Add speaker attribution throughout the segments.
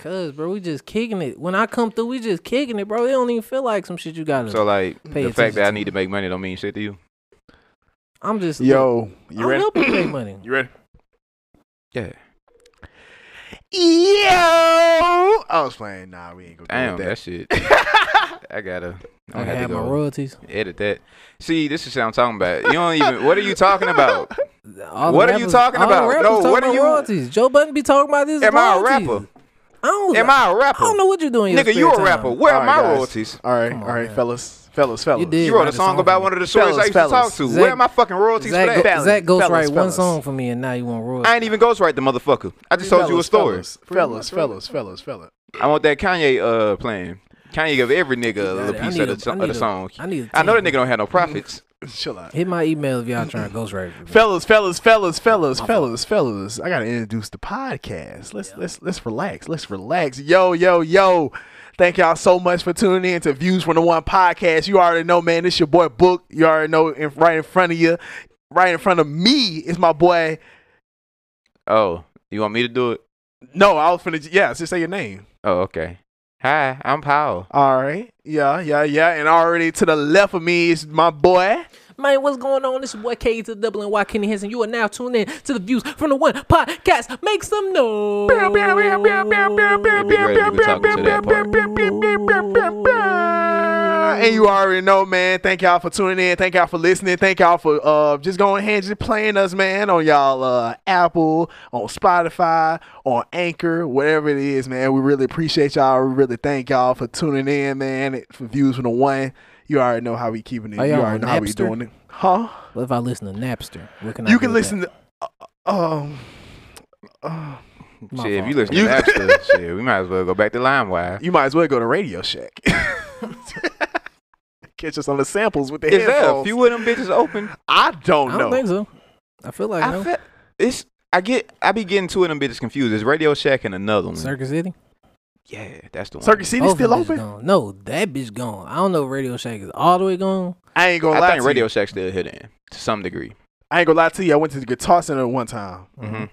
Speaker 1: Cause bro, we just kicking it. When I come through, we just kicking it, bro. It don't even feel like some shit you gotta.
Speaker 2: So like
Speaker 1: Pay
Speaker 2: the
Speaker 1: attention
Speaker 2: fact that I
Speaker 1: to
Speaker 2: need to make money don't mean shit to you.
Speaker 1: I'm just
Speaker 3: Yo,
Speaker 1: I'm
Speaker 3: you ready?
Speaker 1: helping make money.
Speaker 3: You ready?
Speaker 2: Yeah.
Speaker 3: Yo, I was playing. Nah, we ain't gonna
Speaker 2: Damn,
Speaker 3: do
Speaker 2: that
Speaker 3: that.
Speaker 2: shit. I
Speaker 1: I
Speaker 2: gotta. I'm
Speaker 1: can
Speaker 2: gonna have
Speaker 1: have
Speaker 2: to
Speaker 1: my
Speaker 2: go
Speaker 1: royalties.
Speaker 2: edit that. See, this is what I'm talking about. You don't even. What are you talking about?
Speaker 1: All the
Speaker 2: What are you talking
Speaker 1: all the
Speaker 2: about?
Speaker 1: rappers
Speaker 2: No,
Speaker 1: talking
Speaker 2: what are
Speaker 1: about
Speaker 2: you-
Speaker 1: Royalties. Joe Button be talking about this.
Speaker 2: Am I a
Speaker 1: royalties.
Speaker 2: rapper?
Speaker 1: I don't.
Speaker 2: Am I a rapper?
Speaker 1: I don't know what you doing.
Speaker 2: Nigga, you a rapper. Where
Speaker 3: All
Speaker 2: are
Speaker 3: right,
Speaker 2: my
Speaker 3: guys.
Speaker 2: royalties?
Speaker 3: All right,
Speaker 1: Come on,
Speaker 3: all right,
Speaker 1: man.
Speaker 3: fellas, fellas, fellas.
Speaker 1: did.
Speaker 2: You wrote
Speaker 1: write
Speaker 2: a
Speaker 1: a
Speaker 2: song
Speaker 1: song
Speaker 2: about
Speaker 1: for
Speaker 2: one of the shorts I
Speaker 3: Fellas,
Speaker 2: used to talk
Speaker 3: fellas.
Speaker 2: to.
Speaker 1: Zach-
Speaker 2: Where are my fucking royalties for
Speaker 1: Zach, go,
Speaker 2: that?
Speaker 3: Fellas,
Speaker 1: Zach Ghost
Speaker 3: fellas,
Speaker 1: write one
Speaker 3: fellas.
Speaker 1: song for me, and now you want royalties.
Speaker 2: I ain't even ghostwrite the motherfucker. I just told you a
Speaker 3: Fellas,
Speaker 2: story.
Speaker 3: Fellas, fellas, fellas, fellas, fellas.
Speaker 2: I want that Kanye uh playing. Kanye give every nigga a
Speaker 1: Got it.
Speaker 2: little
Speaker 1: I
Speaker 2: piece
Speaker 1: need
Speaker 2: of
Speaker 1: a-
Speaker 2: the, so-
Speaker 1: I
Speaker 2: of
Speaker 1: need
Speaker 2: the
Speaker 1: a-
Speaker 2: song.
Speaker 1: I need.
Speaker 2: I know that
Speaker 1: that
Speaker 2: nigga don't have no profits.
Speaker 3: Chill out.
Speaker 1: Hit my email if y'all trying to ghost write. for me.
Speaker 3: Fellas, fellas, fellas, fellas, fellas, fellas. I gotta introduce the podcast. Let's let's let's relax. Let's relax. Yo, yo, yo. Thank y'all so much for tuning in to Views from the One podcast. You already know, man. It's your boy Book. You already know, in, right in front of you, right in front of me is my boy.
Speaker 2: Oh, you want me to do it?
Speaker 3: No, I was finna. Yeah, just say your name.
Speaker 2: Oh, okay. Hi, I'm Powell.
Speaker 3: All right. Yeah, yeah, yeah. And already to the left of me is my boy.
Speaker 1: Man, what's going on? This is your boy K to the double and Y Kenny Henson. You are now tuned in to the views from the one podcast. Make some noise.
Speaker 3: And you already know, man. Thank y'all for tuning in. Thank y'all for listening. Thank y'all for uh just going ahead and just playing us, man, on y'all uh Apple, on Spotify, on Anchor, whatever it is, man. We really appreciate y'all. We really thank y'all for tuning in, man. For views from the one. You already know how we keeping it.
Speaker 1: Are
Speaker 3: You
Speaker 1: y'all
Speaker 3: already
Speaker 1: on
Speaker 3: know how we
Speaker 1: Napster?
Speaker 3: doing it. Huh?
Speaker 1: What if I listen to Napster? What can I
Speaker 3: You
Speaker 1: do
Speaker 3: can
Speaker 1: with
Speaker 3: listen to uh, um uh,
Speaker 1: that? My
Speaker 2: shit, if
Speaker 1: fault.
Speaker 2: you listen to
Speaker 3: You-
Speaker 2: Napster, shit, we might as well go back to LimeWire.
Speaker 3: you might as well go to Radio Shack. Catch us on the samples with the
Speaker 2: Is there a
Speaker 3: headphones.
Speaker 2: few of them bitches open?
Speaker 3: I don't
Speaker 1: I
Speaker 3: know.
Speaker 1: don't think so. I feel like
Speaker 2: I,
Speaker 1: no.
Speaker 2: fe- it's I get I be getting two of them bitches confused. It's Radio Shack and another one.
Speaker 1: Circus City.
Speaker 2: yeah, that's the one.
Speaker 3: Circuit City's
Speaker 1: Both of
Speaker 3: still
Speaker 1: them bitches
Speaker 3: open.
Speaker 1: Gone. No, that bitch gone. I don't know. if Radio Shack is all the way gone.
Speaker 3: I ain't gonna
Speaker 2: I
Speaker 3: lie
Speaker 2: think
Speaker 3: to
Speaker 2: Radio
Speaker 3: you.
Speaker 2: Shack still hit in to some degree.
Speaker 3: I ain't gonna lie to you. I went to the Guitar Center one time.
Speaker 2: hmm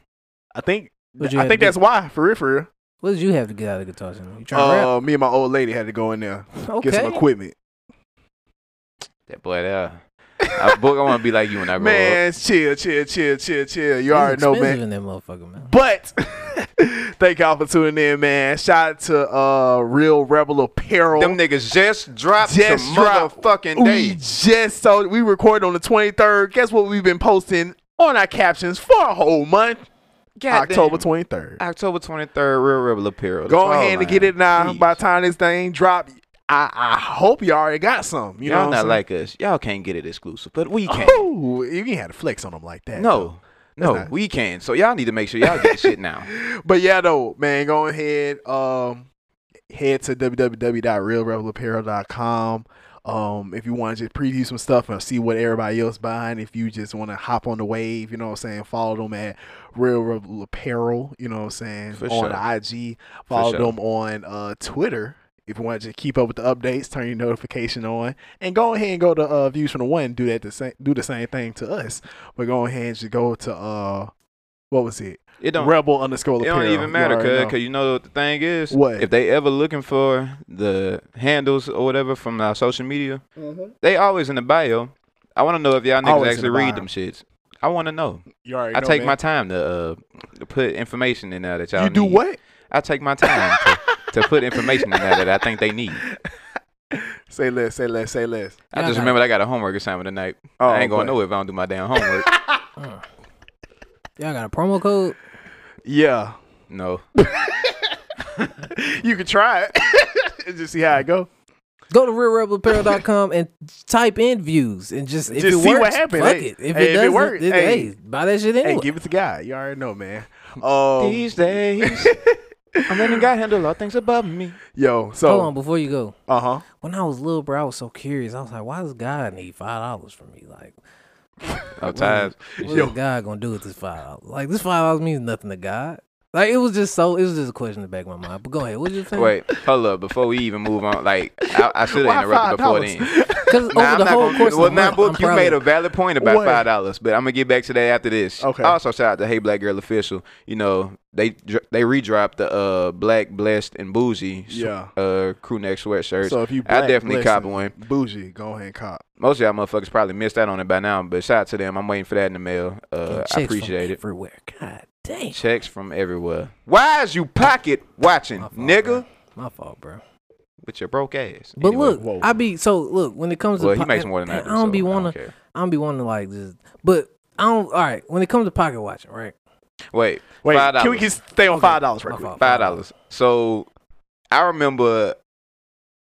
Speaker 3: I think.
Speaker 1: What you
Speaker 3: I
Speaker 1: had
Speaker 3: think
Speaker 1: to do?
Speaker 3: that's why. For real, for real.
Speaker 1: What did you have to get out of the guitar center? You trying to
Speaker 3: Uh, me and my old lady had to go in there
Speaker 1: rap? Okay.
Speaker 3: Uh, get some equipment.
Speaker 2: That boy there. I, book, I want to be like you when I grow up.
Speaker 3: Man, chill, chill, chill, chill, chill. You
Speaker 1: It's
Speaker 3: already know, man.
Speaker 1: expensive in that motherfucker, man.
Speaker 3: But thank y'all for tuning in, man. Shout out to uh Real Rebel Apparel.
Speaker 2: Them niggas just dropped
Speaker 3: Just
Speaker 2: some
Speaker 3: dropped.
Speaker 2: motherfucking
Speaker 3: we
Speaker 2: day.
Speaker 3: just so we recorded on the 23rd. Guess what we've been posting on our captions for a whole month? October 23rd.
Speaker 2: October 23rd, Real Rebel Apparel.
Speaker 3: Go
Speaker 2: That's all
Speaker 3: ahead
Speaker 2: mine.
Speaker 3: and get it now.
Speaker 2: Jeez.
Speaker 3: By the time this thing drop, I, I hope you already got some. You
Speaker 2: Y'all
Speaker 3: know what
Speaker 2: not
Speaker 3: I'm
Speaker 2: like us. Y'all can't get it exclusive, but we
Speaker 3: saying?
Speaker 2: can.
Speaker 3: Ooh, you ain't had to flex on them like that.
Speaker 2: No, no,
Speaker 3: not-
Speaker 2: we can. So y'all need to make sure y'all get shit now.
Speaker 3: though. But yeah, though, man, go ahead. Um, head to www.realrebelapparel.com. Um, if you want to just preview some stuff and see what everybody else buying, if you just want to hop on the wave, you know what I'm saying? Follow them at Real Rebel Apparel, you know what I'm saying?
Speaker 2: For
Speaker 3: on
Speaker 2: sure.
Speaker 3: the IG. Follow
Speaker 2: sure.
Speaker 3: them on uh, Twitter. If you want to just keep up with the updates, turn your notification on, and go ahead and go to uh, views from the one. Do that the same. Do the same thing to us. But go ahead and just go to uh, what was it?
Speaker 2: It don't.
Speaker 3: Rebel underscore
Speaker 2: it
Speaker 3: apparel.
Speaker 2: don't even
Speaker 3: You
Speaker 2: matter,
Speaker 3: already
Speaker 2: cuz,
Speaker 3: know.
Speaker 2: cause you know what the thing is.
Speaker 3: What?
Speaker 2: If they ever looking for the handles or whatever from our social media, they always in the bio. I want to know if y'all niggas
Speaker 3: Mm-hmm. Always in
Speaker 2: actually
Speaker 3: the
Speaker 2: read
Speaker 3: bio.
Speaker 2: them shits. I want to know.
Speaker 3: You already
Speaker 2: I
Speaker 3: know,
Speaker 2: take
Speaker 3: man.
Speaker 2: my time to uh, to put information in there that y'all
Speaker 3: You do
Speaker 2: need.
Speaker 3: what?
Speaker 2: I take my time to, to put information in there that I think they need.
Speaker 3: Say less. Say less. Say less.
Speaker 2: I
Speaker 1: Y'all
Speaker 2: just
Speaker 1: got-
Speaker 2: remembered I got a homework assignment tonight.
Speaker 3: Oh,
Speaker 2: I ain't going
Speaker 3: okay.
Speaker 2: nowhere if I don't do my damn homework.
Speaker 1: Y'all got a promo code?
Speaker 3: Yeah,
Speaker 2: no.
Speaker 3: you could try it. and Just see how it go.
Speaker 1: Go to realrebelapparel.com and type in views and just if
Speaker 3: Just
Speaker 1: it
Speaker 3: see what
Speaker 1: works,
Speaker 3: happens.
Speaker 1: fuck
Speaker 3: Hey,
Speaker 1: it. If
Speaker 3: hey,
Speaker 1: it
Speaker 3: if it
Speaker 1: doesn't,
Speaker 3: works,
Speaker 1: then,
Speaker 3: hey.
Speaker 1: hey, buy that shit anyway.
Speaker 3: Hey, give it to God. You already know, man. Um,
Speaker 2: These days, I'm letting God handle all things above me.
Speaker 3: yo.
Speaker 1: Hold on,
Speaker 3: So,
Speaker 1: before you go.
Speaker 3: uh huh.
Speaker 1: When I was little, bro, I was so curious. I was like, why does God need five dollars from me? Like,
Speaker 2: Oh, times.
Speaker 1: what is
Speaker 3: Yo.
Speaker 1: God gonna do with this five dollars? Like, this five dollars means nothing to God. Like it was just so. It was just a question in the back of my mind. But go ahead. What did you think?
Speaker 2: Wait, hold up. Before we even move on, like I, I should
Speaker 3: Why
Speaker 2: have interrupted before then.
Speaker 3: $5?
Speaker 1: Because
Speaker 2: Nah, I'm
Speaker 1: over the
Speaker 2: not
Speaker 1: whole
Speaker 2: gonna-
Speaker 1: course of
Speaker 2: well,
Speaker 1: the
Speaker 2: now,
Speaker 1: month,
Speaker 2: book,
Speaker 1: I'm
Speaker 2: you
Speaker 1: probably-
Speaker 2: made a valid point about
Speaker 3: What?
Speaker 2: five dollars, but I'm gonna get back to that after this.
Speaker 3: Okay.
Speaker 2: Also, shout out to Hey Black Girl Official. You know they dr- they redropped the uh Black Blessed and Bougie sw-
Speaker 3: Yeah.
Speaker 2: uh crew neck sweatshirts.
Speaker 3: So if you
Speaker 2: I
Speaker 3: black,
Speaker 2: definitely
Speaker 3: listen,
Speaker 2: cop one.
Speaker 3: Bougie, go ahead and cop.
Speaker 2: Most of y'all motherfuckers probably missed out on it by now, but shout out to them. I'm waiting for that in the mail. Uh,
Speaker 1: checks
Speaker 2: I
Speaker 1: from
Speaker 2: appreciate it.
Speaker 1: Everywhere. God damn.
Speaker 2: Checks from everywhere. Why is you pocket watching,
Speaker 1: My fault,
Speaker 2: nigga?
Speaker 1: bro. My fault, bro.
Speaker 2: With your broke ass.
Speaker 1: But
Speaker 2: Anyway.
Speaker 1: look,
Speaker 3: whoa.
Speaker 1: I be so look when it comes to
Speaker 2: well, he
Speaker 1: po-
Speaker 2: makes more than I do.
Speaker 1: don't
Speaker 2: so
Speaker 1: be wanna.
Speaker 2: care.
Speaker 1: I don't be wanting to like just. But I don't. All right. When it comes to pocket watching, right?
Speaker 2: Wait,
Speaker 3: Wait,
Speaker 2: $5.
Speaker 3: can we just stay on
Speaker 1: Okay,
Speaker 3: five dollars
Speaker 1: my
Speaker 3: right quick?
Speaker 1: fault,
Speaker 2: five dollars. So I remember,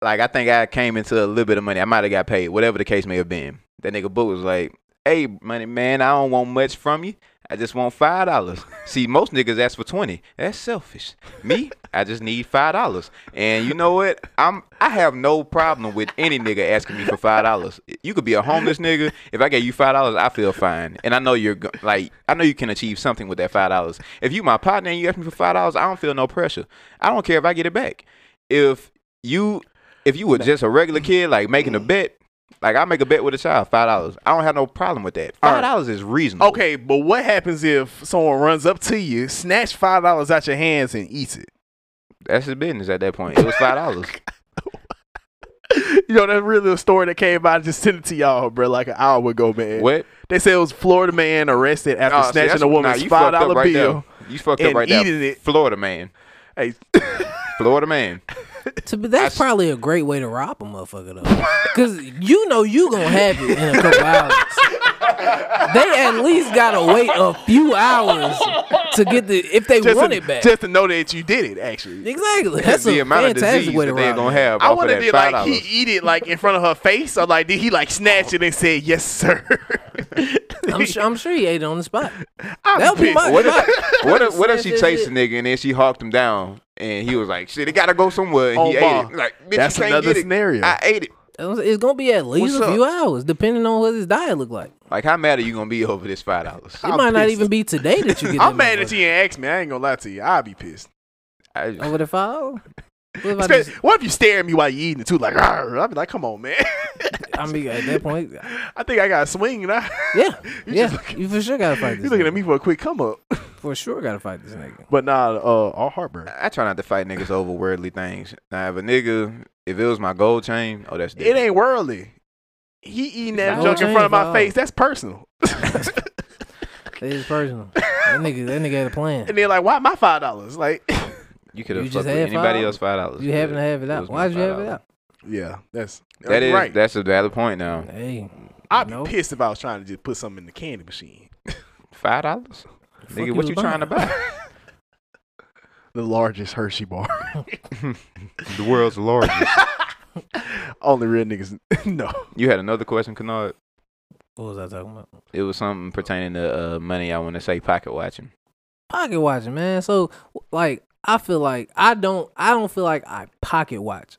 Speaker 2: like, I think I came into a little bit of money. I might have got paid, whatever the case may have been. That nigga Book was like, "Hey, money man, I don't want much from you. I just want five dollars." See, most niggas ask for twenty. That's selfish. Me, I just need five dollars. And you know what? I'm I have no problem with any nigga asking me for five dollars. You could be a homeless nigga. If I gave you five dollars, I feel fine. And I know you're go- like I know you can achieve something with that five dollars. If you my partner and you ask me for five dollars, I don't feel no pressure. I don't care if I get it back. If you if you were just a regular kid, like making a bet, like I make a bet with a child, five dollars. I don't have no problem with that.
Speaker 3: All right.
Speaker 2: Five dollars is reasonable.
Speaker 3: Okay, but what happens if someone runs up to you, snatch five dollars out your hands, and eats it?
Speaker 2: That's his business at that point. It was five dollars.
Speaker 3: You know, that's really a story that came out. I just sent it to y'all, bro, like an hour ago, man.
Speaker 2: what?
Speaker 3: They said it was Florida man arrested after
Speaker 2: Nah, see,
Speaker 3: snatching
Speaker 2: that's-
Speaker 3: a
Speaker 2: nah,
Speaker 3: woman's
Speaker 2: you
Speaker 3: five
Speaker 2: fucked up
Speaker 3: dollar
Speaker 2: right there.
Speaker 3: bill.
Speaker 2: You fucked up
Speaker 3: and
Speaker 2: right there.
Speaker 3: eating it.
Speaker 2: Florida man.
Speaker 3: Hey,
Speaker 2: Florida man.
Speaker 1: So, but that's probably a great way to rob a motherfucker though, because you know you gonna have it in a couple hours. They at least gotta wait a few hours to get the if they
Speaker 3: just,
Speaker 1: want
Speaker 3: to,
Speaker 1: it back.
Speaker 3: just to know that you did it, actually.
Speaker 1: exactly. That's
Speaker 2: the
Speaker 1: a
Speaker 2: amount of
Speaker 1: fantastic
Speaker 2: disease
Speaker 1: way to
Speaker 2: that they're
Speaker 1: rob.
Speaker 2: gonna
Speaker 1: it.
Speaker 2: have
Speaker 3: I
Speaker 2: off of
Speaker 3: want to
Speaker 2: that
Speaker 3: be
Speaker 2: five
Speaker 3: like
Speaker 2: dollars.
Speaker 3: he eat it like in front of her face, or like did he like snatch it and say yes, sir?
Speaker 1: I'm sure. I'm sure he ate it on the spot.
Speaker 3: I'm
Speaker 1: That would be
Speaker 3: pissed.
Speaker 1: my.
Speaker 2: What
Speaker 1: my-
Speaker 2: if, what if, what if she
Speaker 1: Snatch that
Speaker 2: chased a
Speaker 1: shit.
Speaker 2: nigga and then she hawked him down and he was like, shit, it gotta go somewhere. And
Speaker 3: Oh,
Speaker 2: he
Speaker 3: ma.
Speaker 2: ate it. Like, bitch,
Speaker 3: That's
Speaker 2: you can't
Speaker 3: another
Speaker 2: get it.
Speaker 3: scenario.
Speaker 2: I ate it.
Speaker 1: It's gonna be at least
Speaker 2: What's
Speaker 1: a few hours, depending on what his diet look like.
Speaker 2: Like, how mad are you gonna be over this five dollars?
Speaker 1: It
Speaker 3: I'm
Speaker 1: might not
Speaker 3: pissed.
Speaker 1: even be today that you get.
Speaker 3: I'm
Speaker 1: that
Speaker 3: mad that
Speaker 1: motherfucker.
Speaker 3: you didn't ask me. I ain't gonna lie to you. I'd be pissed.
Speaker 1: Over the file. What if I
Speaker 3: Spe-
Speaker 1: just?
Speaker 3: what if you stare at me while you eating it too? Like, "Arr," I'd be like, come on, man.
Speaker 1: I mean, at that point, yeah,
Speaker 3: I think I got a swing now. You
Speaker 1: yeah,
Speaker 3: just looking-
Speaker 1: you for sure gotta fight this.
Speaker 3: You looking
Speaker 1: nigga.
Speaker 3: at me for a quick come up,
Speaker 1: For sure, gotta fight this nigga.
Speaker 3: but nah, uh, all heartburn.
Speaker 2: I try not to fight niggas over worldly things. Now, if a nigga, if it was my gold chain, oh, that's
Speaker 3: It
Speaker 2: different.
Speaker 3: ain't worldly. He eating that
Speaker 1: Gold
Speaker 3: junk in front of my
Speaker 1: chains,
Speaker 3: face. That's personal.
Speaker 1: It is personal. that nigga, that nigga had a plan.
Speaker 3: And they're like, why my five dollars? Like,
Speaker 2: You could have
Speaker 1: You just
Speaker 2: fucked with
Speaker 1: had
Speaker 2: anybody
Speaker 1: $5.
Speaker 2: else five dollars.
Speaker 1: You having to have it
Speaker 2: it
Speaker 1: out.
Speaker 2: was
Speaker 1: Why'd you have it
Speaker 2: $5.
Speaker 1: out?
Speaker 3: yeah, that's
Speaker 2: That is
Speaker 3: right.
Speaker 2: that's a valid point now.
Speaker 1: Hey,
Speaker 3: I'd be
Speaker 1: Nope.
Speaker 3: pissed if I was trying to just put something in the candy machine.
Speaker 2: Five dollars,
Speaker 1: fuck
Speaker 2: nigga. What
Speaker 1: was
Speaker 2: you trying to
Speaker 1: buying?
Speaker 2: buy?
Speaker 3: The largest Hershey bar.
Speaker 2: the world's largest.
Speaker 3: Only real niggas. no.
Speaker 2: you had another question, Kennard.
Speaker 1: What was I talking about?
Speaker 2: It was something pertaining to uh, money. I want to say pocket watching.
Speaker 1: Pocket watching, man. So, like, I feel like I don't. I don't feel like I pocket watch.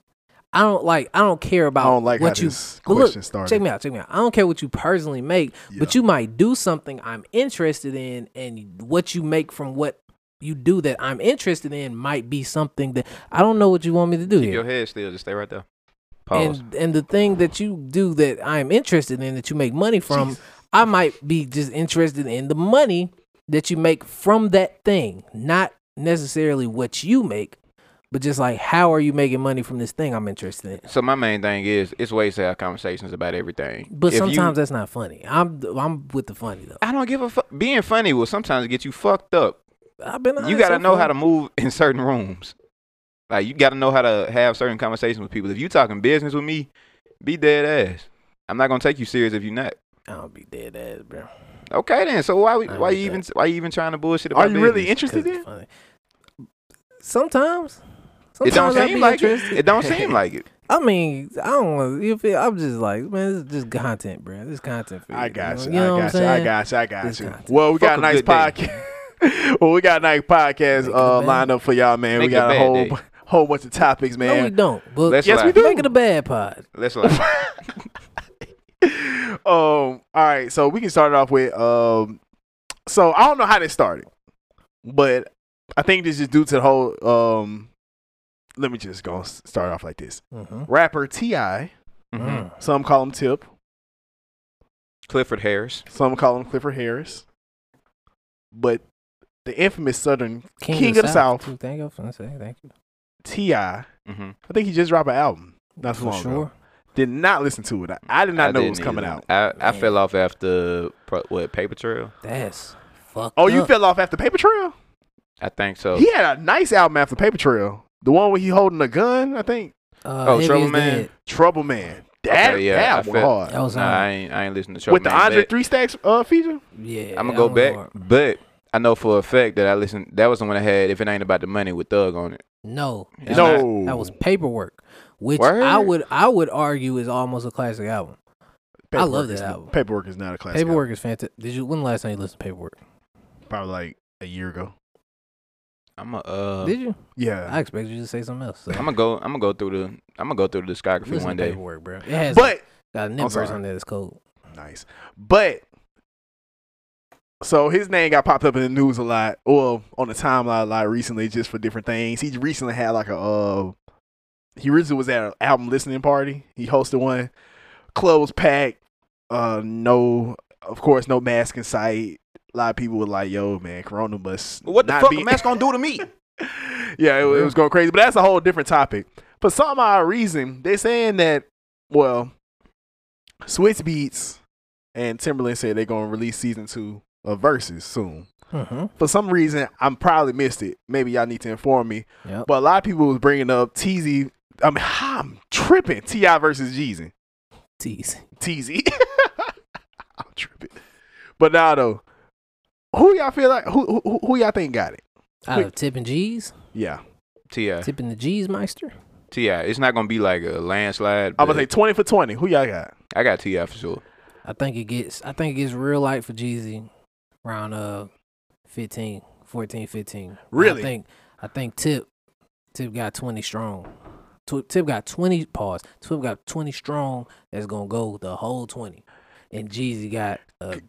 Speaker 1: I don't like. I don't care
Speaker 3: I
Speaker 1: about
Speaker 3: don't like
Speaker 1: what
Speaker 3: how
Speaker 1: you.
Speaker 3: this
Speaker 1: but
Speaker 3: question
Speaker 1: look,
Speaker 3: started.
Speaker 1: check me out. Check me out. I don't care what you personally make, but
Speaker 3: Yeah.
Speaker 1: you might do something I'm interested in, and what you make from what you do that I'm interested in might be something that I don't know what you want me to do
Speaker 2: Keep
Speaker 1: here.
Speaker 2: your head still. Just stay right there. Pause.
Speaker 1: and and the thing that you do that I'm interested in that you make money from, I might be just interested in the money that you make from that thing, not necessarily what you make, but just like how are you making money from this thing I'm interested in.
Speaker 2: so my main thing is it's ways to have conversations about everything.
Speaker 1: But
Speaker 2: If you-
Speaker 1: sometimes that's not funny. I'm I'm with the funny though.
Speaker 2: I don't give a fuck. Being funny will sometimes get you fucked up.
Speaker 1: I've been
Speaker 2: You gotta know how to move in certain rooms. Like you gotta know how to have certain conversations with people. If you talking business with me, be dead ass. I'm not gonna take you serious if you not.
Speaker 1: I don't be dead ass, bro.
Speaker 2: Okay then. So why we,
Speaker 1: I
Speaker 2: why
Speaker 1: hate
Speaker 2: you
Speaker 1: that.
Speaker 2: even why you even trying to bullshit about
Speaker 3: Are you really
Speaker 2: business?
Speaker 3: interested
Speaker 1: 'Cause
Speaker 3: in?
Speaker 1: it's funny. Sometimes.
Speaker 2: It don't
Speaker 1: Sometimes I
Speaker 2: seem
Speaker 1: be
Speaker 2: like it.
Speaker 1: interested.
Speaker 2: It don't seem like it.
Speaker 1: I mean, I don't want you feel I'm just like, man, this is just content, bro. This is content for you.
Speaker 3: I got you.
Speaker 1: You know what
Speaker 3: I
Speaker 1: I'm
Speaker 3: got you. I
Speaker 1: saying?
Speaker 3: got you. I got
Speaker 1: This
Speaker 3: you.
Speaker 1: content.
Speaker 3: Well, we
Speaker 2: Fuck
Speaker 3: got
Speaker 2: a
Speaker 3: a nice
Speaker 2: good day.
Speaker 3: podcast. well, we got a nice podcast
Speaker 1: Make it
Speaker 3: uh,
Speaker 1: a bad-
Speaker 3: lined up for y'all, man.
Speaker 2: Make
Speaker 3: we
Speaker 2: it a
Speaker 3: got a
Speaker 2: bad
Speaker 3: whole
Speaker 2: day.
Speaker 3: bu- whole bunch of topics,
Speaker 1: No, we
Speaker 3: man.
Speaker 1: don't. But
Speaker 2: Let's
Speaker 3: yes,
Speaker 2: lie.
Speaker 3: we do.
Speaker 1: make it a bad pod.
Speaker 2: Let's lie.
Speaker 3: um. All right. So we can start it off with um. So I don't know how this started, but I think this is due to the whole. Um, let me just go s- start off like this.
Speaker 1: Mm-hmm.
Speaker 3: Rapper Ti,
Speaker 1: Mm.
Speaker 2: Mhm.
Speaker 3: some call him Tip,
Speaker 2: Clifford Harris.
Speaker 3: some call him Clifford Harris, but the infamous Southern
Speaker 1: King,
Speaker 3: King
Speaker 1: of the
Speaker 3: of the
Speaker 1: South.
Speaker 3: South.
Speaker 1: too. Thank you. for saying Thank you.
Speaker 3: Ti. I
Speaker 2: Mm-hmm.
Speaker 3: think he just dropped an album. Not too
Speaker 1: For
Speaker 3: long ago.
Speaker 1: sure.
Speaker 3: Did not listen to it. I, I did not know it was coming out.
Speaker 2: I, I
Speaker 1: Man.
Speaker 2: fell off after pro- what Paper Trail.
Speaker 1: That's fucked
Speaker 3: Oh, you
Speaker 1: up.
Speaker 3: fell off after Paper Trail?
Speaker 2: I think so.
Speaker 3: He had a nice album after Paper Trail. The one where he holding a gun, I think.
Speaker 1: Uh,
Speaker 2: Oh,
Speaker 1: Heavy
Speaker 2: Trouble
Speaker 1: is
Speaker 2: Man.
Speaker 1: Dead.
Speaker 3: Trouble Man. That
Speaker 2: Okay, yeah,
Speaker 3: that
Speaker 2: I
Speaker 3: was
Speaker 2: felt-
Speaker 3: hard.
Speaker 1: That was uh,
Speaker 2: Nah,
Speaker 1: on.
Speaker 2: I ain't. I ain't listening to Trouble
Speaker 3: With the
Speaker 2: Man,
Speaker 3: Andre
Speaker 2: but
Speaker 3: Three Stacks uh, feature.
Speaker 1: yeah.
Speaker 2: I'm
Speaker 1: that
Speaker 2: gonna go
Speaker 1: was
Speaker 2: back,
Speaker 1: hard.
Speaker 2: but I know for a fact that I listened. That was the one I had. If it ain't about the money with Thug on it.
Speaker 1: No,
Speaker 2: It's
Speaker 1: no,
Speaker 2: not-
Speaker 3: no,
Speaker 1: that was paperwork, which
Speaker 2: Word.
Speaker 1: I would I would argue is almost a classic album. I love
Speaker 3: Paperwork
Speaker 1: that
Speaker 3: is-
Speaker 1: album.
Speaker 3: Paperwork is not a classic.
Speaker 1: paperwork is fantastic. Did you when the last time you listened to paperwork?
Speaker 3: album. probably like a year ago.
Speaker 2: I'm a. Uh,
Speaker 1: Did you?
Speaker 3: Yeah,
Speaker 1: I expected you to say something else. So.
Speaker 2: I'm gonna go. I'm gonna go through the. I'm gonna go through the discography
Speaker 1: Listen
Speaker 2: one
Speaker 1: to
Speaker 2: day.
Speaker 1: paperwork, bro. It has
Speaker 3: but
Speaker 1: got a
Speaker 3: I'm
Speaker 1: nip verse
Speaker 3: sorry.
Speaker 1: on there that's cold.
Speaker 3: nice, but. So his name got popped up in the news a lot, or on the timeline a lot recently, just for different things. He recently had like a, uh, he originally was at an album listening party. He hosted one, club was packed. Uh, no, of course, no mask in sight. A lot of people were like, "Yo, man, Corona must
Speaker 2: What the
Speaker 3: not
Speaker 2: fuck
Speaker 3: be-
Speaker 2: a mask gonna do to me?
Speaker 3: yeah, it, wa- it was going crazy. But that's a whole different topic. For some odd reason, they're saying that, well, Switch Beats and Timberland said they're going to release season two of Versus soon.
Speaker 1: Mm-hmm.
Speaker 3: For some reason, I'm probably missed it. Maybe y'all need to inform me.
Speaker 1: Yep.
Speaker 3: But a lot of people was bringing up TZ. I mean, I'm tripping. T.I. versus Jeezy.
Speaker 1: Tease.
Speaker 3: TZ. I'm tripping. But now, though, who y'all feel like, who, who, who y'all think got it?
Speaker 1: Out of tipping G's,
Speaker 3: Yeah.
Speaker 2: Ti.
Speaker 1: tipping the G's, Meister.
Speaker 2: Ti. It's not gonna be like a landslide.
Speaker 3: I'm going
Speaker 2: but
Speaker 3: to say 20 for 20. Who y'all got?
Speaker 2: I got Ti for sure.
Speaker 1: I think it gets. I think it gets real light for Jeezy around uh 15, 14, 15.
Speaker 3: Really?
Speaker 1: I think I think Tip Tip got twenty strong. Tw- Tip got twenty pause. Tip got twenty strong. That's gonna go the whole twenty, and Jeezy got a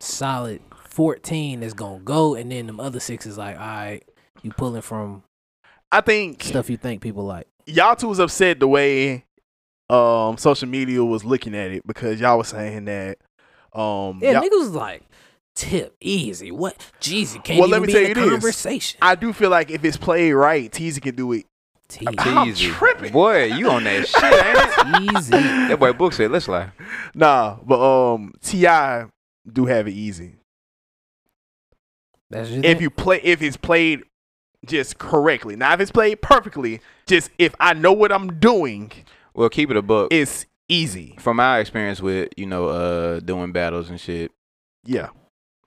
Speaker 1: solid fourteen. That's gonna go, and then them other six is like, all right, you pulling from
Speaker 3: I think
Speaker 1: stuff you think people like.
Speaker 3: y'all two was upset the way um social media was looking at it because y'all was saying that um
Speaker 1: Yeah,
Speaker 3: y'all-
Speaker 1: niggas was like. Tip easy. What Jeezy can't
Speaker 3: Well,
Speaker 1: even
Speaker 3: let me
Speaker 1: be
Speaker 3: tell
Speaker 1: in the
Speaker 3: you this.
Speaker 1: conversation.
Speaker 3: I do feel like if it's played right, Teasy can do it.
Speaker 1: Tease.
Speaker 3: I'm
Speaker 2: Teasy.
Speaker 3: tripping.
Speaker 2: Boy, you on that shit, ain't it?
Speaker 1: Easy.
Speaker 2: That boy Book said, let's lie.
Speaker 3: Nah, but um Ti do have it easy
Speaker 1: That's just
Speaker 3: if you play if it's played just correctly. Now if it's played perfectly, just if I know what I'm doing,
Speaker 2: Well, keep it a buck.
Speaker 3: it's easy.
Speaker 2: From my experience with, you know, uh doing battles and shit,
Speaker 3: Yeah,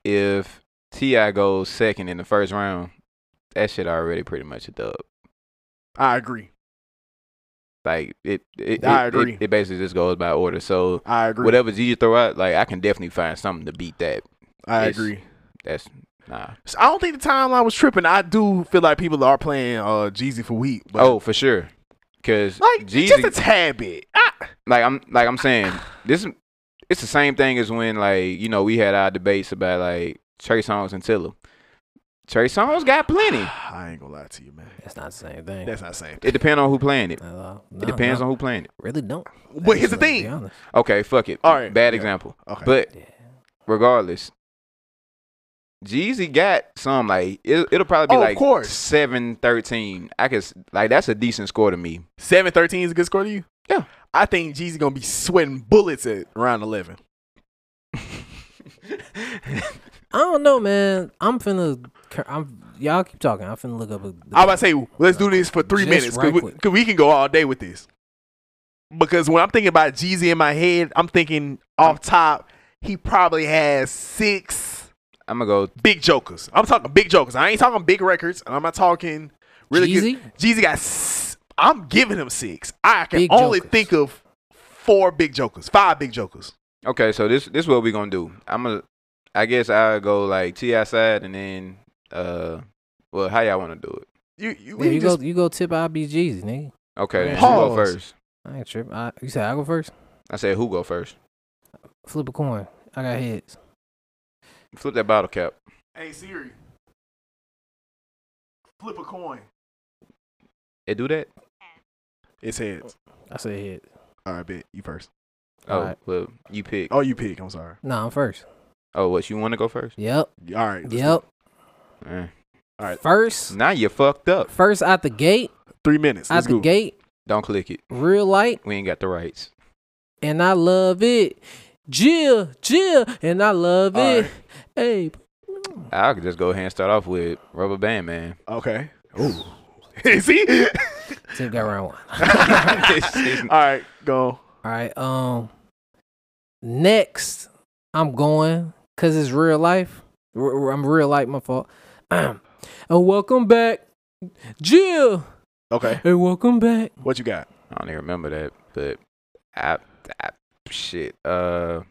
Speaker 2: if Ti goes second in the first round, that shit already pretty much a dub.
Speaker 3: I agree.
Speaker 2: Like it, it,
Speaker 3: I
Speaker 2: it-
Speaker 3: agree.
Speaker 2: It, it basically just goes by order. So
Speaker 3: I agree.
Speaker 2: whatever G you throw out, like I can definitely find something to beat that.
Speaker 3: I
Speaker 2: Yes.
Speaker 3: agree.
Speaker 2: That's nah.
Speaker 3: So I don't think the timeline was tripping. I do feel like people are playing uh Jeezy for week. But
Speaker 2: oh, for sure. Cause
Speaker 3: Like Ah.
Speaker 2: Jeezy,
Speaker 3: just a tad bit. I,
Speaker 2: like I'm like I'm saying this is- it's the same thing as when like you know we had our debates about like Trey Songz and Tilla. Trey Songz got plenty.
Speaker 3: I ain't gonna lie to you, man.
Speaker 1: That's not the same thing.
Speaker 3: That's not saying.
Speaker 2: It depends on who playing it.
Speaker 1: Not at all.
Speaker 2: It
Speaker 1: No,
Speaker 2: depends
Speaker 1: no,
Speaker 2: on who playing it.
Speaker 1: Really don't.
Speaker 3: But here's the
Speaker 1: Actually, to be
Speaker 3: thing.
Speaker 1: honest.
Speaker 2: Okay, fuck it.
Speaker 3: All right,
Speaker 2: bad
Speaker 3: yeah.
Speaker 2: example.
Speaker 3: Okay.
Speaker 2: But
Speaker 1: Yeah.
Speaker 2: regardless, Jeezy got some like it, it'll probably
Speaker 3: Oh,
Speaker 2: be
Speaker 3: of
Speaker 2: like
Speaker 3: course.
Speaker 2: seven thirteen. I could s- like that's a decent score to me.
Speaker 3: Seven thirteen is a good score to you.
Speaker 2: Yeah.
Speaker 3: I think Jeezy gonna be sweating bullets at round eleven.
Speaker 1: I don't know, man. I'm finna. cur- I'm y'all keep talking. I'm finna look up a.
Speaker 3: I was about to say let's do this for three
Speaker 1: Just
Speaker 3: minutes
Speaker 1: right
Speaker 3: because we,
Speaker 1: quick.
Speaker 3: 'cause we can go all day with this. Because when I'm thinking about Jeezy in my head, I'm thinking off top he probably has six
Speaker 2: I'm gonna go.
Speaker 3: big jokers. I'm talking big jokers. I ain't talking big records, and I'm not talking really good.
Speaker 1: Jeezy?
Speaker 3: Jeezy got. S- I'm giving him six. I can
Speaker 1: Big
Speaker 3: only
Speaker 1: jokers.
Speaker 3: think of four big jokers, five big jokers.
Speaker 2: Okay, so this this what we gonna do. I'm gonna. I guess I'll go like Ti side and then uh, well, how y'all wanna do it?
Speaker 3: You you,
Speaker 1: Yeah,
Speaker 3: you
Speaker 1: you
Speaker 3: just,
Speaker 1: go. You go. Tip IBGs, nigga.
Speaker 2: Okay, then who go
Speaker 3: Pause.
Speaker 2: first?
Speaker 1: I ain't tripping. I, you said I go first.
Speaker 2: I said who go first?
Speaker 1: Flip a coin. I got heads.
Speaker 2: Flip that bottle cap.
Speaker 3: Hey Siri, Flip a coin.
Speaker 2: It do that?
Speaker 3: It's heads.
Speaker 1: I said head.
Speaker 3: All right, bet. You first.
Speaker 2: Oh,
Speaker 1: Alright.
Speaker 2: well, you pick.
Speaker 3: Oh, you pick. I'm sorry.
Speaker 1: Nah, I'm first.
Speaker 2: Oh, what you want to go first?
Speaker 1: Yep.
Speaker 3: All right. let's do it.
Speaker 1: Yep.
Speaker 2: Eh.
Speaker 3: Alright.
Speaker 1: First,
Speaker 2: Now you fucked up.
Speaker 1: first out the gate,
Speaker 3: Three minutes.
Speaker 1: out
Speaker 3: Let's
Speaker 1: the
Speaker 3: go.
Speaker 1: gate,
Speaker 2: Don't click it.
Speaker 1: real light,
Speaker 2: We ain't got the rights.
Speaker 1: and I love it. Jill, Jill, and I love it.
Speaker 3: Alright.
Speaker 1: Hey,
Speaker 2: I could just go ahead and start off with Rubber Band Man.
Speaker 3: Okay. Ooh. See?
Speaker 1: Tim got round one.
Speaker 2: It's- it's-
Speaker 3: All right. Go.
Speaker 1: All right. Um. Next, I'm going because it's real life. R- r- I'm real life. My fault. and welcome back, Jill.
Speaker 3: Okay.
Speaker 1: And welcome back.
Speaker 3: What you got?
Speaker 2: I don't even remember that, but I, I shit. Uh,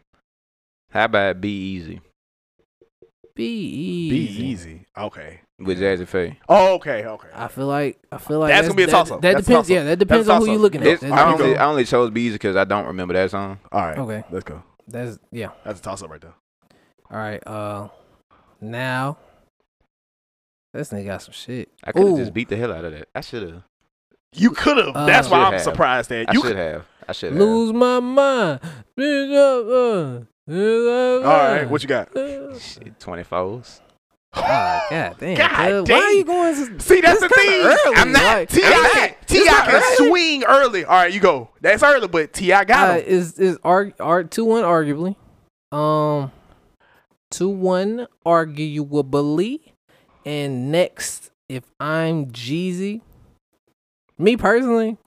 Speaker 2: how about Be Easy
Speaker 1: Be easy.
Speaker 3: Be easy. Okay.
Speaker 2: with Jazzy Faye?
Speaker 3: Oh, okay. Okay.
Speaker 1: I feel like I feel like
Speaker 3: That's gonna be a
Speaker 1: that-
Speaker 3: toss-up.
Speaker 1: That,
Speaker 3: That's a
Speaker 1: depends.
Speaker 3: toss-up.
Speaker 1: Yeah, that depends
Speaker 3: That's
Speaker 1: on who you're
Speaker 3: tossup.
Speaker 1: looking
Speaker 2: This-
Speaker 1: at.
Speaker 2: I,
Speaker 1: That
Speaker 3: you
Speaker 2: only,
Speaker 1: depends-
Speaker 2: I only chose Be Easy because I don't remember that song.
Speaker 3: All right.
Speaker 1: Okay,
Speaker 3: Let's go.
Speaker 1: that's yeah.
Speaker 3: That's a toss up right there.
Speaker 1: All right. Uh, now this nigga got some shit.
Speaker 2: I could have
Speaker 1: Ooh.
Speaker 2: just beat the hell out of that. I should have.
Speaker 3: You could have.
Speaker 1: Uh,
Speaker 3: That's why
Speaker 2: Should
Speaker 3: I'm
Speaker 2: have.
Speaker 3: surprised
Speaker 2: I
Speaker 3: that you
Speaker 2: should
Speaker 3: could.
Speaker 2: have. I should have.
Speaker 1: Lose my mind. uh, All
Speaker 3: All right. What you got?
Speaker 2: Shit, twenty fours.
Speaker 1: Oh, God damn.
Speaker 3: God
Speaker 1: cuz. Why
Speaker 3: dang.
Speaker 1: are you going? s-
Speaker 3: See, that's
Speaker 1: It's
Speaker 3: the thing.
Speaker 1: kinda early,
Speaker 3: I'm not.
Speaker 1: like-
Speaker 3: Ti
Speaker 1: I'm
Speaker 3: can-
Speaker 1: not-
Speaker 3: Ti
Speaker 1: it's not
Speaker 3: can
Speaker 1: early.
Speaker 3: swing early. All right, you go. That's early, but Ti
Speaker 1: Uh,
Speaker 3: got him.
Speaker 1: is is arg arg two one arguably, um, two one arguably, and next if I'm Jeezy, me personally,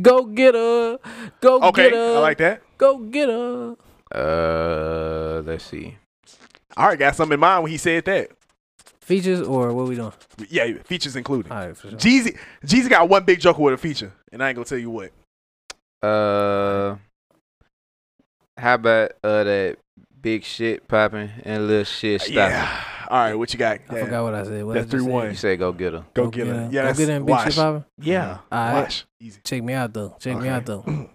Speaker 1: go get her, go
Speaker 3: Okay,
Speaker 1: get
Speaker 3: I
Speaker 1: her,
Speaker 3: like that.
Speaker 1: go get her.
Speaker 2: Uh, let's see.
Speaker 3: All right, got something in mind when he said that.
Speaker 1: Features or what we doing?
Speaker 3: Yeah, features included.
Speaker 1: All right, for Uh, sure.
Speaker 3: Jeezy, Jeezy got one big joker with a feature, and I ain't gonna tell you what.
Speaker 2: Uh, how about uh that big shit popping and little shit stopping?
Speaker 3: Yeah. All right, what you got?
Speaker 1: I
Speaker 3: Yeah.
Speaker 1: forgot what I said. What
Speaker 3: That's
Speaker 1: I just said?
Speaker 3: 3-1.
Speaker 2: You say go get her.
Speaker 3: Go get her. Yeah,
Speaker 1: go
Speaker 3: that's
Speaker 1: get her and big shit
Speaker 3: wash.
Speaker 1: popping.
Speaker 3: Yeah.
Speaker 1: All right.
Speaker 3: Wash. Easy.
Speaker 1: Check me out though. Check me out though.
Speaker 3: Okay.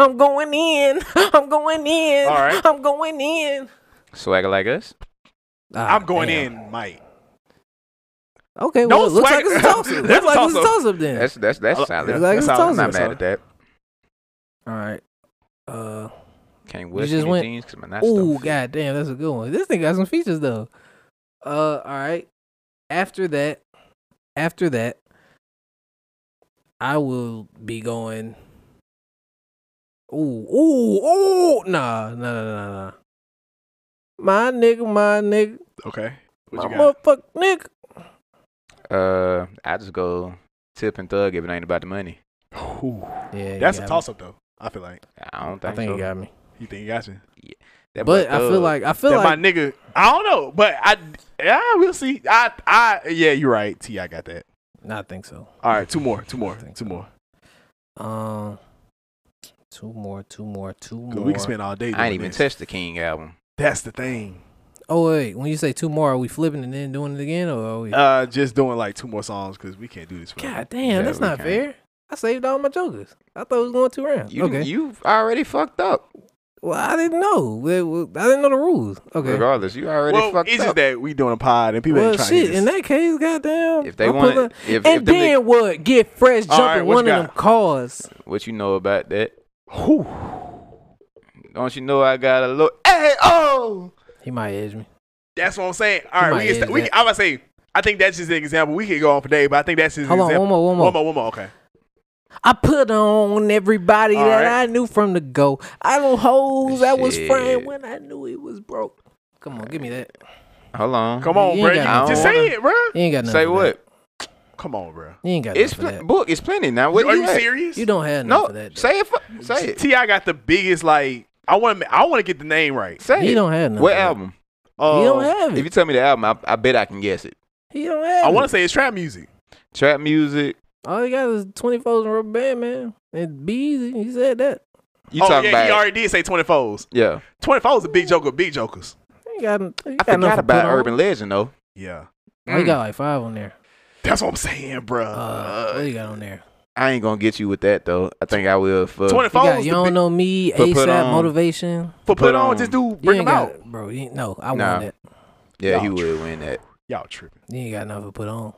Speaker 1: I'm going in. I'm going in.
Speaker 3: All right.
Speaker 1: I'm going in.
Speaker 2: Swagger like us.
Speaker 1: Ah,
Speaker 3: I'm going
Speaker 1: damn.
Speaker 3: in, Mike.
Speaker 1: Okay,
Speaker 3: No
Speaker 1: well, it looks like
Speaker 3: swagger.
Speaker 1: it's a toss up.
Speaker 3: That's
Speaker 1: Looks
Speaker 3: a
Speaker 1: like it's a
Speaker 3: toss-up.
Speaker 1: toss up then.
Speaker 2: That's that's that's
Speaker 3: I-
Speaker 2: solid.
Speaker 1: It's like it's
Speaker 3: that's
Speaker 1: a
Speaker 3: all-
Speaker 2: I'm
Speaker 1: toss-up.
Speaker 2: not
Speaker 3: that's all.
Speaker 2: mad at that.
Speaker 1: All right. Uh,
Speaker 2: Can't wear
Speaker 1: You just
Speaker 2: skinny
Speaker 1: went-
Speaker 2: jeans because my nuts don't
Speaker 1: oh,
Speaker 2: fit.
Speaker 1: goddamn, that's a good one. This thing got some features though. Uh, all right. After that, after that, I will be going. Ooh, ooh, ooh! Nah, nah, nah, nah, nah. My nigga, my nigga,
Speaker 3: Okay.
Speaker 1: my
Speaker 3: What you got?
Speaker 1: motherfucking nigga.
Speaker 2: Uh, I just go tip and thug if it ain't about the money.
Speaker 3: Ooh.
Speaker 1: Yeah, you
Speaker 3: That's a
Speaker 1: got me.
Speaker 3: toss up, though. I feel like.
Speaker 2: I don't
Speaker 1: I
Speaker 2: think,
Speaker 1: think
Speaker 2: so.
Speaker 1: you got me.
Speaker 3: You think you got you?
Speaker 2: That boy
Speaker 1: But I feel
Speaker 2: Thug,
Speaker 1: like I feel
Speaker 3: that
Speaker 1: like
Speaker 3: my nigga. I don't know, but I. Yeah, we'll see. I. I. Yeah, you're right. Ti got that.
Speaker 1: Nah, I think so.
Speaker 3: All right, two more. Two more. Two more.
Speaker 1: Um, two more, two more, two
Speaker 3: 'Cause
Speaker 1: more.
Speaker 3: We can spend all
Speaker 2: I
Speaker 3: day.
Speaker 2: ain't
Speaker 3: doing
Speaker 2: even
Speaker 3: this.
Speaker 2: touched the King album.
Speaker 3: That's the thing.
Speaker 1: Oh wait, when you say two more, are we flipping and then doing it again, or are we?
Speaker 3: Uh, just doing like two more songs because we can't do this. forever.
Speaker 1: God
Speaker 2: Yeah,
Speaker 1: damn, that's
Speaker 2: we
Speaker 1: not
Speaker 2: can't.
Speaker 1: fair. I saved all my jokers. I thought it was going two rounds.
Speaker 2: You
Speaker 1: okay.
Speaker 2: you already fucked up.
Speaker 1: well, I didn't know. Well, well, I didn't know the rules. Okay.
Speaker 2: Regardless, you already
Speaker 3: Well,
Speaker 2: fucked
Speaker 3: it's just
Speaker 2: up.
Speaker 3: that we doing a pod and people
Speaker 1: Well,
Speaker 3: ain't trying to
Speaker 1: shit.
Speaker 3: hear
Speaker 1: In
Speaker 3: this.
Speaker 1: that case, goddamn.
Speaker 2: if they
Speaker 1: I'm
Speaker 2: want,
Speaker 1: pulling-
Speaker 2: to if, if
Speaker 1: and
Speaker 2: the
Speaker 1: then what? Get fresh
Speaker 3: All
Speaker 1: jumping
Speaker 3: right, what you
Speaker 1: one of
Speaker 3: got?
Speaker 1: them cars.
Speaker 2: what you know about that?
Speaker 3: Whew.
Speaker 2: Don't you know I got a look? Hey, oh,
Speaker 1: He might edge me.
Speaker 3: That's what I'm saying. All
Speaker 1: You
Speaker 3: right,
Speaker 1: might
Speaker 3: we can. St-
Speaker 1: edit
Speaker 3: we.
Speaker 1: that.
Speaker 3: I'm gonna say. I think that's just an example. We could go on for days, but I think that's just
Speaker 1: Hold
Speaker 3: an
Speaker 1: on,
Speaker 3: example.
Speaker 1: one more, one more.
Speaker 3: One more. One more. Okay.
Speaker 1: I put on everybody
Speaker 3: All
Speaker 1: that
Speaker 3: right.
Speaker 1: I knew from the go. I don't hoes I was
Speaker 2: Shit.
Speaker 1: friend when I knew it was broke. Come on, give me that.
Speaker 2: hold on.
Speaker 3: Come on,
Speaker 1: You
Speaker 3: bro.
Speaker 1: ain't got
Speaker 2: no
Speaker 3: Just
Speaker 2: water.
Speaker 3: say it, bro.
Speaker 1: You ain't got nothing.
Speaker 2: Say
Speaker 1: for
Speaker 2: what?
Speaker 3: Come- Come on, bro.
Speaker 1: That. You ain't got
Speaker 2: It's
Speaker 1: nothing. for
Speaker 2: pl-
Speaker 1: that.
Speaker 2: book. It's plenty now. What
Speaker 3: Are
Speaker 2: you
Speaker 3: you
Speaker 2: at?
Speaker 3: serious?
Speaker 1: You don't have nothing
Speaker 2: No,
Speaker 1: for that. though.
Speaker 2: say it. fu- Say it.
Speaker 3: Ti got the biggest like. I want. I want to get the name right.
Speaker 2: Say
Speaker 1: He
Speaker 2: it.
Speaker 1: don't have nothing.
Speaker 2: What
Speaker 1: for that.
Speaker 2: album? Um,
Speaker 1: He
Speaker 3: Uh,
Speaker 1: don't have
Speaker 2: If
Speaker 1: it.
Speaker 2: you tell me the album, I, I bet I can guess it.
Speaker 1: He don't have
Speaker 3: I
Speaker 1: it.
Speaker 3: want to say it's trap music.
Speaker 2: Trap music.
Speaker 1: All he got is 24s and rubber band, man. And be easy. He said that.
Speaker 2: You
Speaker 3: oh
Speaker 2: talking
Speaker 3: yeah,
Speaker 2: about?
Speaker 3: he already did say twenty fours.
Speaker 2: yeah.
Speaker 3: Twenty fours a big joker. Big jokers.
Speaker 1: He ain't got, he
Speaker 2: I
Speaker 1: got nothing
Speaker 2: forgot
Speaker 1: to
Speaker 2: about
Speaker 1: put on.
Speaker 2: Urban Legend though.
Speaker 3: Yeah.
Speaker 1: Oh, he got like five on there.
Speaker 3: That's what I'm saying, bro.
Speaker 1: Uh, what he got on there?
Speaker 2: I ain't gonna get you with that though. I think I will for
Speaker 3: twenty
Speaker 1: He got
Speaker 3: fours
Speaker 1: You Don't Know Me,
Speaker 2: put- put
Speaker 1: ASAP,
Speaker 2: on-
Speaker 1: Motivation.
Speaker 3: for
Speaker 2: put
Speaker 3: put on.
Speaker 2: on.
Speaker 3: Just do
Speaker 1: You
Speaker 3: bring
Speaker 1: ain't
Speaker 3: them
Speaker 1: got
Speaker 3: out.
Speaker 1: it, Bro, you, no, I
Speaker 2: Nah.
Speaker 1: want that.
Speaker 2: yeah, he
Speaker 3: Y'all
Speaker 2: would win that.
Speaker 3: Y'all tripping.
Speaker 1: You ain't got nothing to put on.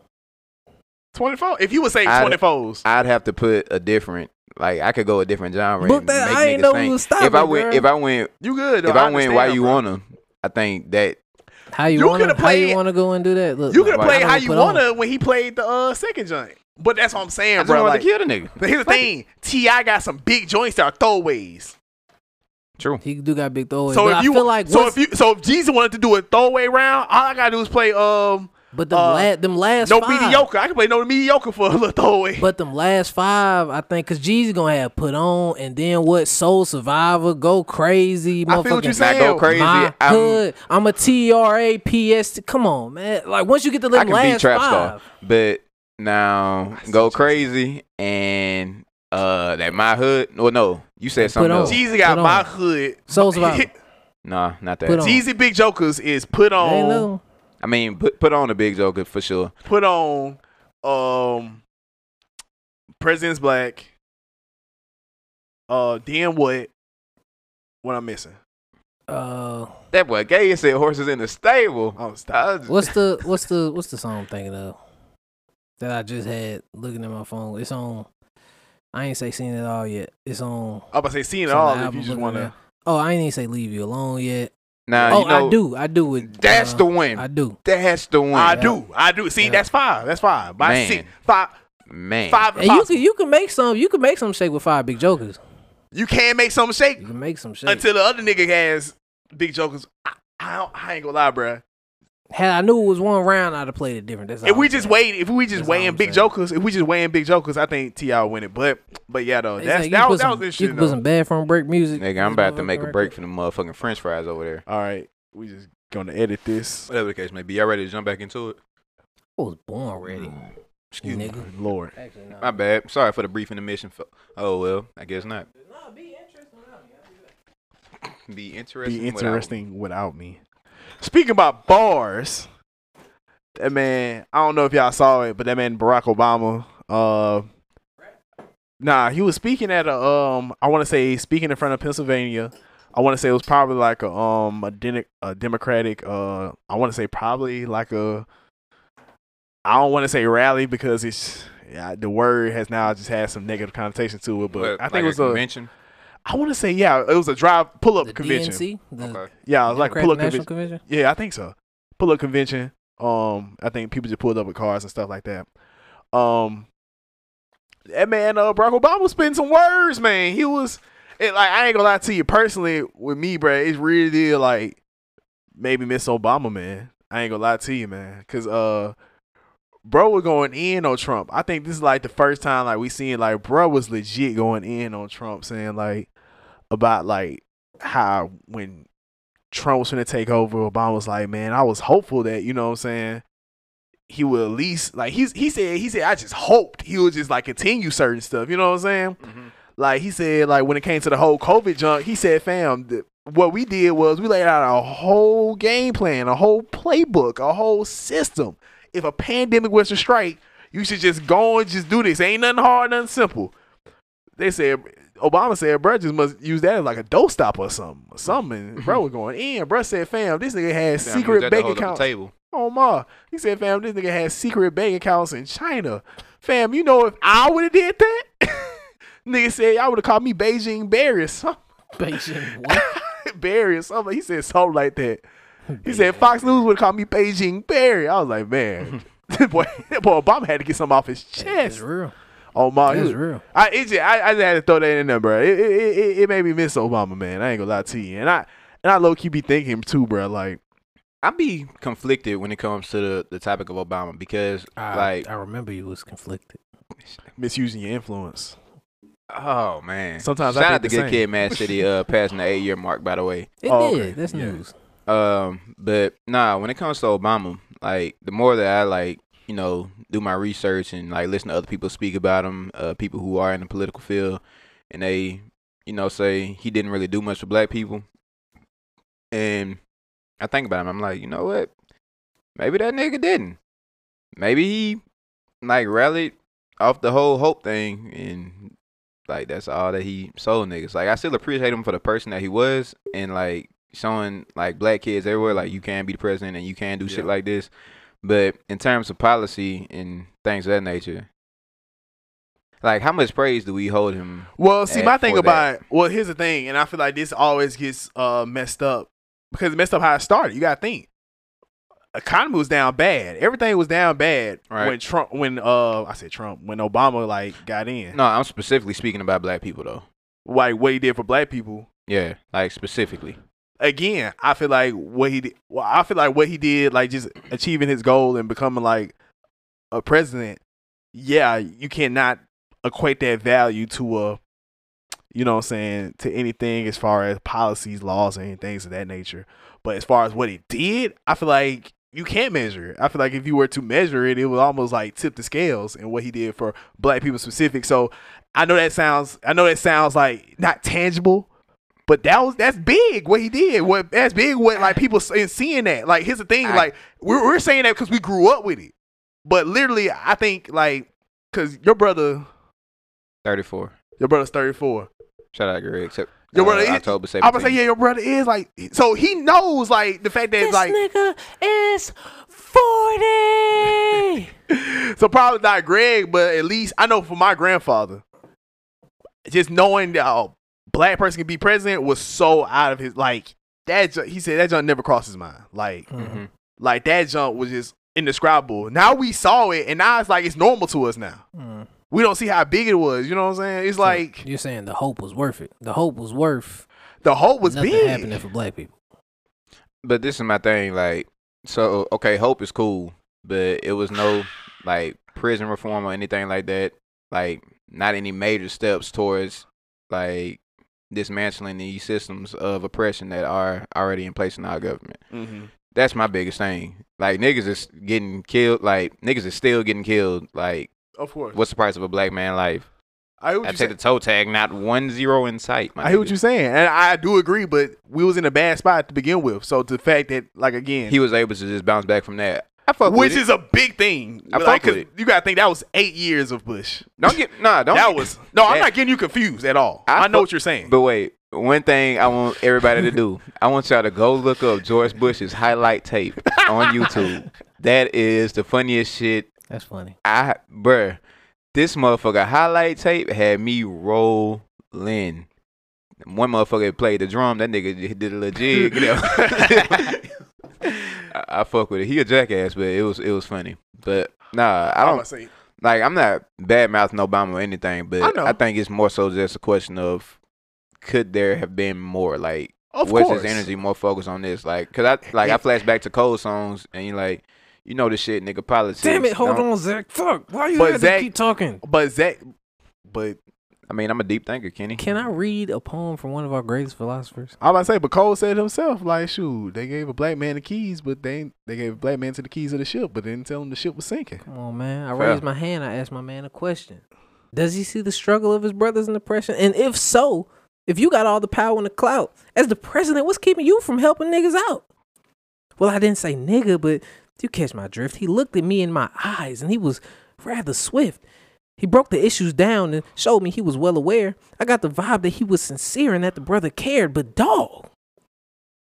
Speaker 3: 24. If you would say
Speaker 2: I-
Speaker 3: 24s.
Speaker 2: I'd have to put a different. Like I could go a different genre.
Speaker 1: But
Speaker 2: and
Speaker 1: that-
Speaker 2: make
Speaker 1: I ain't
Speaker 2: niggas
Speaker 1: know
Speaker 2: think.
Speaker 1: we was stopping,
Speaker 2: If I went,
Speaker 1: girl.
Speaker 2: if I went,
Speaker 3: You good? though.
Speaker 2: if I went, why
Speaker 3: understand,
Speaker 2: you
Speaker 3: bro.
Speaker 2: want to? I think that
Speaker 1: How you,
Speaker 3: You
Speaker 1: wanna
Speaker 3: coulda
Speaker 1: how you
Speaker 3: played-
Speaker 1: wanna go and do that? Look,
Speaker 3: You
Speaker 1: like,
Speaker 3: could have
Speaker 1: I
Speaker 3: played
Speaker 1: don't
Speaker 3: how you
Speaker 1: put on.
Speaker 3: wanna when he played the uh, second joint. But that's what I'm
Speaker 2: I
Speaker 3: saying,
Speaker 2: just
Speaker 3: bro.
Speaker 2: wanted
Speaker 3: Like,
Speaker 2: to kill the nigga.
Speaker 3: but here's the thing: Ti got some big joints that are throwaways.
Speaker 2: True.
Speaker 1: He do got big throwaways.
Speaker 3: So
Speaker 1: but
Speaker 3: if
Speaker 1: I
Speaker 3: you
Speaker 1: feel like
Speaker 3: so
Speaker 1: once-
Speaker 3: if you so if Jesus wanted to do a throwaway round, all I gotta do is play um
Speaker 1: but them,
Speaker 3: uh,
Speaker 1: la- them last
Speaker 3: no
Speaker 1: five,
Speaker 3: mediocre. I can play no mediocre for a little throwaway.
Speaker 1: But them last five, I think, because G's gonna have put on, and then what? Soul Survivor, go crazy,
Speaker 3: I feel what you're
Speaker 1: motherfucking
Speaker 2: Not
Speaker 3: saying.
Speaker 2: go crazy.
Speaker 1: My
Speaker 2: I'm-
Speaker 1: hood. I'm a TRA PST. Come on, man. Like once you get to
Speaker 2: I
Speaker 1: them
Speaker 2: can
Speaker 1: last
Speaker 2: be trap
Speaker 1: five,
Speaker 2: star, but now
Speaker 3: I see
Speaker 2: go
Speaker 3: what you're
Speaker 2: crazy
Speaker 3: saying.
Speaker 2: and uh that my hood. Well, no, you said something.
Speaker 1: on.
Speaker 2: else.
Speaker 3: Jesus got
Speaker 1: Put
Speaker 3: my
Speaker 1: on.
Speaker 3: hood.
Speaker 1: Soul Survivor.
Speaker 2: Nah, not that.
Speaker 1: Put on.
Speaker 3: Jeezy Big Jokers is put
Speaker 1: Ain't
Speaker 3: on
Speaker 1: no-
Speaker 2: I mean, put put on a big joker for sure.
Speaker 3: put on um President's Black. Uh then what? What I'm missing.
Speaker 1: uh,
Speaker 2: That boy gay said horses in the stable.
Speaker 3: Oh
Speaker 2: I
Speaker 3: stop.
Speaker 2: was-
Speaker 1: what's the what's the what's the song I'm thinking of that I just had looking at my phone? It's on. I ain't say seen it all yet. It's on.
Speaker 3: I'm about to say seeing it
Speaker 1: it's on
Speaker 3: all
Speaker 1: the
Speaker 3: if
Speaker 1: album
Speaker 3: you just
Speaker 1: looking
Speaker 3: wanna Uh,
Speaker 1: at- Oh, I ain't even say leave you alone yet.
Speaker 2: Now
Speaker 1: oh,
Speaker 2: you know
Speaker 1: I do. I do it.
Speaker 2: that's
Speaker 1: uh,
Speaker 2: the win.
Speaker 1: I do.
Speaker 2: that's the win.
Speaker 3: I do. I do. See,
Speaker 1: Yeah.
Speaker 3: that's five. That's five. By
Speaker 2: Man.
Speaker 3: six five
Speaker 2: Man,
Speaker 3: five
Speaker 1: And you
Speaker 3: possible.
Speaker 1: can
Speaker 3: you,
Speaker 1: you can make some you can make some shake with five big jokers.
Speaker 3: can make something shake
Speaker 1: You can make some shake.
Speaker 3: until the other nigga has big jokers. I, I, don't, I ain't gonna lie, bruh.
Speaker 1: Had I knew it was one round, I'd have played it different. That's all
Speaker 3: If we
Speaker 1: I'm
Speaker 3: just
Speaker 1: saying.
Speaker 3: weighed, if we just
Speaker 1: That's all
Speaker 3: weighing
Speaker 1: I'm
Speaker 3: big
Speaker 1: saying.
Speaker 3: jokers, if we just weighing big jokers, I think Ti will win it. But but yeah, though,
Speaker 1: It's
Speaker 3: that's
Speaker 1: like you
Speaker 3: that,
Speaker 1: can
Speaker 3: was,
Speaker 1: put
Speaker 3: that
Speaker 1: some-
Speaker 3: was
Speaker 1: You
Speaker 3: interesting.
Speaker 1: can put
Speaker 3: Though.
Speaker 1: some bad from break music.
Speaker 2: nigga, I'm
Speaker 1: This
Speaker 2: about to make a
Speaker 1: motherfucker
Speaker 2: break
Speaker 1: right
Speaker 2: for the motherfucking French fries over there.
Speaker 3: All right, we just gonna edit this.
Speaker 2: Whatever the case may be, y'all ready to jump back into it?
Speaker 1: there. I was born ready.
Speaker 3: Mm.
Speaker 2: Mm. Excuse me.
Speaker 1: Nigga.
Speaker 3: Lord,
Speaker 1: Actually, no.
Speaker 2: My bad. Sorry for the brief intermission. fo- Oh well, I guess not. Be interesting.
Speaker 3: be
Speaker 2: without-
Speaker 3: interesting without me. Speaking about bars, that man, I don't know if y'all saw it, but that man Barack Obama, uh, nah, he was speaking at a um, I want to say speaking in front of Pennsylvania. I want to say it was probably like a um a, den- a democratic uh I want to say probably like a I don't want to say rally because it's yeah, the word has now just had some negative connotations to it but I think
Speaker 2: like
Speaker 3: it was
Speaker 2: a
Speaker 3: a
Speaker 2: convention.
Speaker 3: I want to say yeah it was a drive pull
Speaker 1: The
Speaker 3: up convention
Speaker 1: DNC, the
Speaker 2: Okay.
Speaker 3: yeah, it was like a
Speaker 1: Democratic
Speaker 3: pull up
Speaker 1: National
Speaker 3: convention.
Speaker 1: Convention.
Speaker 3: Yeah, I think so. Pull up convention. Um, I think people just pulled up with cars and stuff like that. Um, that man, uh, Barack Obama was spitting some words, man. He was, it, like, I ain't gonna lie to you personally. With me, bruh, it's really like maybe Miss Obama, man. I ain't gonna lie to you, man, cause uh, bro was going in on Trump. I think this is like the first time like we seen like bro was legit going in on Trump, saying like about like how when Trump was gonna take over, Obama was like, man, I was hopeful that, you know what I'm saying, he would at least like he's he said he said I just hoped he would just like continue certain stuff, you know what I'm saying?
Speaker 2: Mm-hmm.
Speaker 3: Like he said, like when it came to the whole COVID junk, he said, fam, th- what we did was we laid out a whole game plan, a whole playbook, a whole system. If a pandemic was to strike, you should just go and just do this. Ain't nothing hard, nothing simple. They said Obama said, bruh just must use that as like a dough stopper or something, or something." And bro was going in. Bruh said, "Fam, this nigga had
Speaker 2: Mm-hmm. Damn, use
Speaker 3: secret
Speaker 2: that to
Speaker 3: bank
Speaker 2: hold up the
Speaker 3: accounts."
Speaker 2: Table.
Speaker 3: Oh my! He said, "Fam, this nigga had secret bank accounts in China." Fam, you know if I would have did that, nigga said y'all would have called me Beijing Barry or something.
Speaker 1: Beijing. What?
Speaker 3: Barry or something. He said something like that. He said Fox News would have called me Beijing Barry. I was like, man, that boy, that boy Obama had to get something off his
Speaker 1: That's
Speaker 3: chest.
Speaker 1: real.
Speaker 3: Oh my, he
Speaker 1: That's
Speaker 3: was-
Speaker 1: real.
Speaker 3: I, it just, I, I just had to throw that in there, bro. It, it, it- it, it made me miss Obama, man. I ain't gonna lie to you, and I and I low key be thinking too, bro. Like,
Speaker 2: I be conflicted when it comes to the, the topic of Obama because
Speaker 3: Ah,
Speaker 1: I,
Speaker 2: like
Speaker 1: I remember you was conflicted.
Speaker 3: misusing your influence.
Speaker 2: oh man.
Speaker 3: Sometimes I
Speaker 2: shout
Speaker 3: think
Speaker 2: out to
Speaker 3: the
Speaker 2: Good
Speaker 3: same.
Speaker 2: Kid, Mad City, uh, passing the eight year mark by the way.
Speaker 1: It
Speaker 3: Oh,
Speaker 1: did.
Speaker 3: okay.
Speaker 1: That's
Speaker 3: Yeah.
Speaker 1: news.
Speaker 2: Um, but nah, when it comes to Obama, like the more that I like, you know, do my research and like listen to other people speak about him, uh, people who are in the political field, and they, you know, say he didn't really do much for black people, and I think about him, I'm like, you know what? Maybe that nigga didn't. Maybe he like rallied off the whole hope thing and like that's all that he sold niggas. Like I still appreciate him for the person that he was and like showing like black kids everywhere like you can be the president and you can do shit
Speaker 3: Yeah.
Speaker 2: like this. But in terms of policy and things of that nature, like how much praise do we hold him?
Speaker 3: Well, see,
Speaker 2: at-
Speaker 3: my thing
Speaker 2: for
Speaker 3: about it, well, here's the thing, and I feel like this always gets uh messed up because it messed up how it started. You gotta think, economy was down bad. Everything was down bad
Speaker 2: Right.
Speaker 3: when Trump, when uh, I said Trump, when Obama like got in,
Speaker 2: No, I'm specifically speaking about black people though.
Speaker 3: like what he did for black people.
Speaker 2: Yeah, like specifically.
Speaker 3: Again, I feel like what he did. Well, I feel like what he did, like just achieving his goal and becoming like a president. Yeah, you cannot equate that value to a you know what I'm saying, to anything as far as policies, laws, and things of that nature. But as far as what it did, I feel like you can't measure it. I feel like if you were to measure it, it would almost like tip the scales and what he did for black people specific. So I know that sounds I know that sounds like not tangible, but that was that's big what he did. What that's big what like people s- and seeing that. Like here's the thing,
Speaker 2: I-
Speaker 3: like we're we're saying that because we grew up with it. But literally I think like cause your brother
Speaker 2: Thirty-four.
Speaker 3: your brother's thirty four.
Speaker 2: Shout out Greg. Except
Speaker 3: Your brother
Speaker 2: uh,
Speaker 3: is-
Speaker 2: October
Speaker 3: I
Speaker 2: 17th.
Speaker 3: was like, yeah, your brother is like, so he knows like the fact that
Speaker 1: This
Speaker 3: like,
Speaker 1: nigga is forty.
Speaker 3: so probably not Greg, but at least I know for my grandfather, just knowing that a black person can be president was so out of his like that. ju- He said that junk never crossed his mind. Like,
Speaker 2: Mhm.
Speaker 3: like that junk was just indescribable. Now we saw it, and now it's like it's normal to us now.
Speaker 1: Mm.
Speaker 3: We don't see how big it was. You know what I'm saying? It's like
Speaker 1: You're saying the hope was worth it. The hope was worth
Speaker 3: the hope was
Speaker 1: nothing
Speaker 3: big.
Speaker 1: happening for black people.
Speaker 2: But this is my thing, like, so okay, hope is cool, but it was no like prison reform or anything like that. Like, not any major steps towards like dismantling these systems of oppression that are already in place in our government. That's my biggest thing. Like niggas is getting killed. Like niggas is still getting killed. Like
Speaker 3: Of course,
Speaker 2: what's the price of a black man life?
Speaker 3: I hear what
Speaker 2: I
Speaker 3: you said.
Speaker 2: take the toe tag, not one zero in sight. My
Speaker 3: I hear what
Speaker 2: nigga.
Speaker 3: you're saying, and I do agree. But we was in a bad spot to begin with. So the fact that, like again,
Speaker 2: He was able to just bounce back from that. I fuck
Speaker 3: which
Speaker 2: with it.
Speaker 3: is a big thing.
Speaker 2: I
Speaker 3: like,
Speaker 2: fuck with
Speaker 3: 'cause
Speaker 2: it.
Speaker 3: You gotta think that was eight years of Bush.
Speaker 2: don't get nah. Don't
Speaker 3: that was no. I'm
Speaker 2: that-
Speaker 3: not getting you confused at all.
Speaker 2: I
Speaker 3: I, know
Speaker 2: fu-
Speaker 3: what you're saying.
Speaker 2: But wait, one thing I want everybody to do, I want y'all to go look up George Bush's highlight tape on YouTube. That is the funniest shit
Speaker 1: That's funny.
Speaker 2: I bruh. This motherfucker highlight tape had me rolling. One motherfucker played the drum. That nigga did a little jig. you know. I, I fuck with it. He a jackass, but it was it was funny. But nah, I
Speaker 3: I'm
Speaker 2: don't
Speaker 3: gonna say,
Speaker 2: like I'm not bad mouthing Obama or anything, but
Speaker 3: I know.
Speaker 2: I, think it's more so just a question of could there have been more? Like,
Speaker 3: of
Speaker 2: was
Speaker 3: course.
Speaker 2: his energy more focused on this? Like, cause I like I flash back to cold songs, and you like, you know this shit, nigga. Politics.
Speaker 1: Damn it! Hold
Speaker 2: don't-
Speaker 1: on, Zach. Fuck. Why you
Speaker 3: But
Speaker 1: had
Speaker 3: Zach-
Speaker 1: to keep talking?
Speaker 3: But Zach, but
Speaker 2: I mean, I'm a deep thinker, Kenny.
Speaker 1: Can I read a poem from one of our greatest philosophers?
Speaker 3: I'm about to say, but Cole said himself, like, shoot, they gave a black man the keys, but they they gave a black man to the keys of the ship, but they didn't tell him the ship was sinking.
Speaker 1: Come on, man. I
Speaker 2: Fair.
Speaker 1: raised my hand. I asked my man a question. Does he see the struggle of his brothers in oppression? And if so, if you got all the power and the clout, as the president, what's keeping you from helping niggas out? Well, I didn't say nigga, but you catch my drift. He looked at me in my eyes and he was rather swift. He broke the issues down and showed me he was well aware. I got the vibe that he was sincere and that the brother cared, but dog.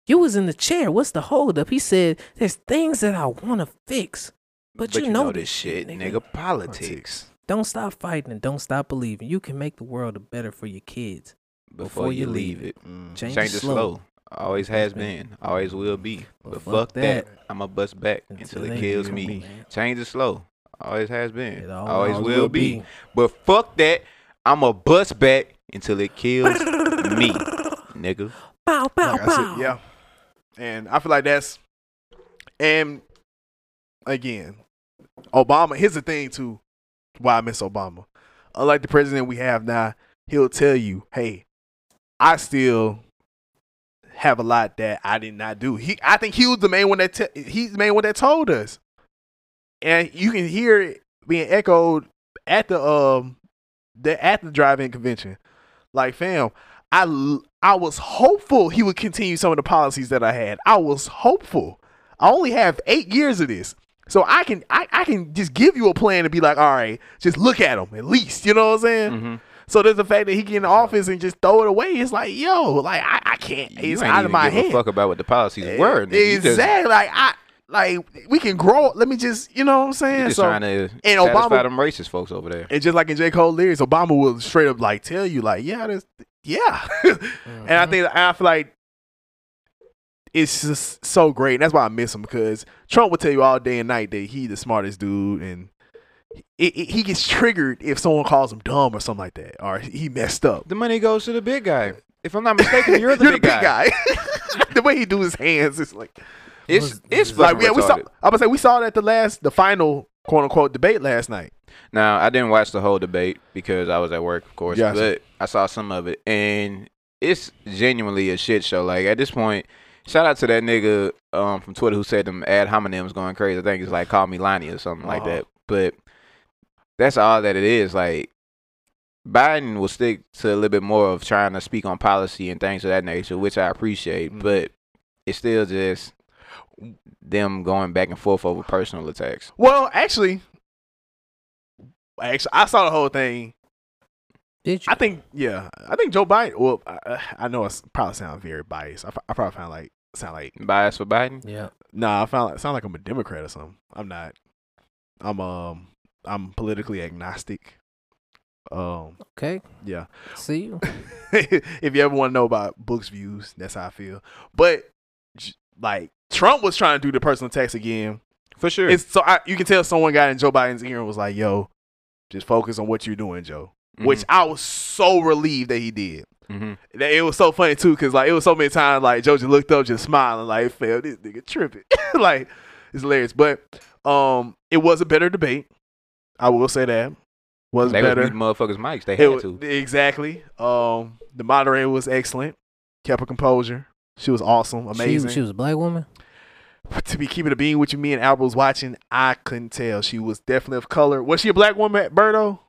Speaker 1: You was in the chair. What's the holdup? He said, There's things that I want to fix. But, you, know, this shit, nigga.
Speaker 2: Politics.
Speaker 1: Don't stop fighting and don't stop believing. You can make the world a better for your kids.
Speaker 2: Before, you leave it,
Speaker 3: Mm-hmm.
Speaker 1: Change,
Speaker 2: change
Speaker 1: it
Speaker 2: it slow. Always has been. Always will be.
Speaker 1: Well,
Speaker 2: But,
Speaker 1: fuck
Speaker 2: fuck, that.
Speaker 1: that.
Speaker 2: I'ma bust back
Speaker 1: Until
Speaker 2: until,
Speaker 1: they
Speaker 2: it kills
Speaker 1: kill
Speaker 2: me.
Speaker 1: me, man.
Speaker 2: Change it slow. Always has been.
Speaker 1: It al-
Speaker 2: always, will be. But fuck that. I'ma bust back until it kills me, nigga.
Speaker 1: Pow, pow,
Speaker 3: Like I said,
Speaker 1: pow.
Speaker 3: yeah. And I feel like that's and again, Obama, here's the thing too, why I miss Obama. Unlike the president we have now, he'll tell you, Hey, I still have a lot that I did not do. He I think he was the main one that te- he's the main one that told us. And you can hear it being echoed at the um the at the drive-in convention. Like, fam, I l- I was hopeful he would continue some of the policies that I had. I was hopeful. I only have eight years of this, so I can I, I can just give you a plan and be like, all right, just look at him at least. You know what I'm saying?
Speaker 2: Mm-hmm.
Speaker 3: So there's the fact that he get in office and just throw it away. It's like, yo, like I, I can't.
Speaker 2: You
Speaker 3: It's
Speaker 2: ain't
Speaker 3: out
Speaker 2: even
Speaker 3: of my
Speaker 2: give a
Speaker 3: head.
Speaker 2: fuck about what the policies were. nigga. You just-
Speaker 3: Exactly. Like I, Like we can grow. Let me just, you know what I'm saying?
Speaker 2: You're just
Speaker 3: so
Speaker 2: trying to
Speaker 3: and
Speaker 2: satisfy
Speaker 3: Obama-
Speaker 2: them racist folks over there.
Speaker 3: and just like in J. Cole lyrics, Obama will straight up like tell you, like, yeah, this, yeah. And
Speaker 2: Mm-hmm.
Speaker 3: I think I feel like it's just so great. And that's why I miss him because Trump will tell you all day and night that he the smartest dude, and it, it- he gets triggered if someone calls him dumb or something like that, or he messed up.
Speaker 2: The money goes to the big guy. If I'm not mistaken, you're the, big, guy.
Speaker 3: the way he do his hands is like,
Speaker 2: It's it's
Speaker 3: like
Speaker 2: fucking
Speaker 3: yeah, we saw.
Speaker 2: retarded.
Speaker 3: I was like, we saw that the last, the final quote unquote debate last night.
Speaker 2: Now I didn't watch the whole debate because I was at work, of course.
Speaker 3: Gotcha.
Speaker 2: But I saw some of it, and it's genuinely a shit show. Like at this point, shout out to that nigga um, from Twitter who said them ad hominems going crazy. I think it's like call me Lonnie or something like
Speaker 3: Uh-huh.
Speaker 2: that. But that's all that it is. Like Biden will stick to a little bit more of trying to speak on policy and things of that nature, which I appreciate.
Speaker 3: Mhm.
Speaker 2: But it's still just them going back and forth over personal attacks.
Speaker 3: Well, actually, actually, I saw the whole thing.
Speaker 1: Did you?
Speaker 3: I think, yeah, I think Joe Biden. Well, I, I know I s- probably sound very biased. I, f- I probably found like sound like
Speaker 2: Bias for Biden.
Speaker 1: yeah.
Speaker 3: nah. I found like, sound like I'm a Democrat or something. I'm not. I'm um. I'm politically agnostic. Um.
Speaker 1: Okay.
Speaker 3: Yeah.
Speaker 1: See you.
Speaker 3: if you ever want to know about books views, that's how I feel. But j- like Trump was trying to do the personal tax again.
Speaker 2: For sure.
Speaker 3: It's so I, you can tell someone got in Joe Biden's ear and was like, "Yo, just focus on what you're doing, Joe."
Speaker 2: Mm-hmm.
Speaker 3: Which I was so relieved that he did.
Speaker 2: hmm
Speaker 3: That- It was so funny too, cause like it was so many times like Joe just looked up, just smiling, like, "Fell, this nigga tripping." like it's hilarious, but um, it was a better debate. I will say that was
Speaker 2: They
Speaker 3: better.
Speaker 2: was muting motherfuckers' mics. They
Speaker 3: It
Speaker 2: had
Speaker 3: wa-
Speaker 2: to.
Speaker 3: exactly. Um, the moderator was excellent, kept her composure. She was awesome, amazing
Speaker 1: She, she was a black woman.
Speaker 3: to be keeping a bean with you, me and Albert was watching. I couldn't tell. She was definitely of color. Was she a black woman, Berto?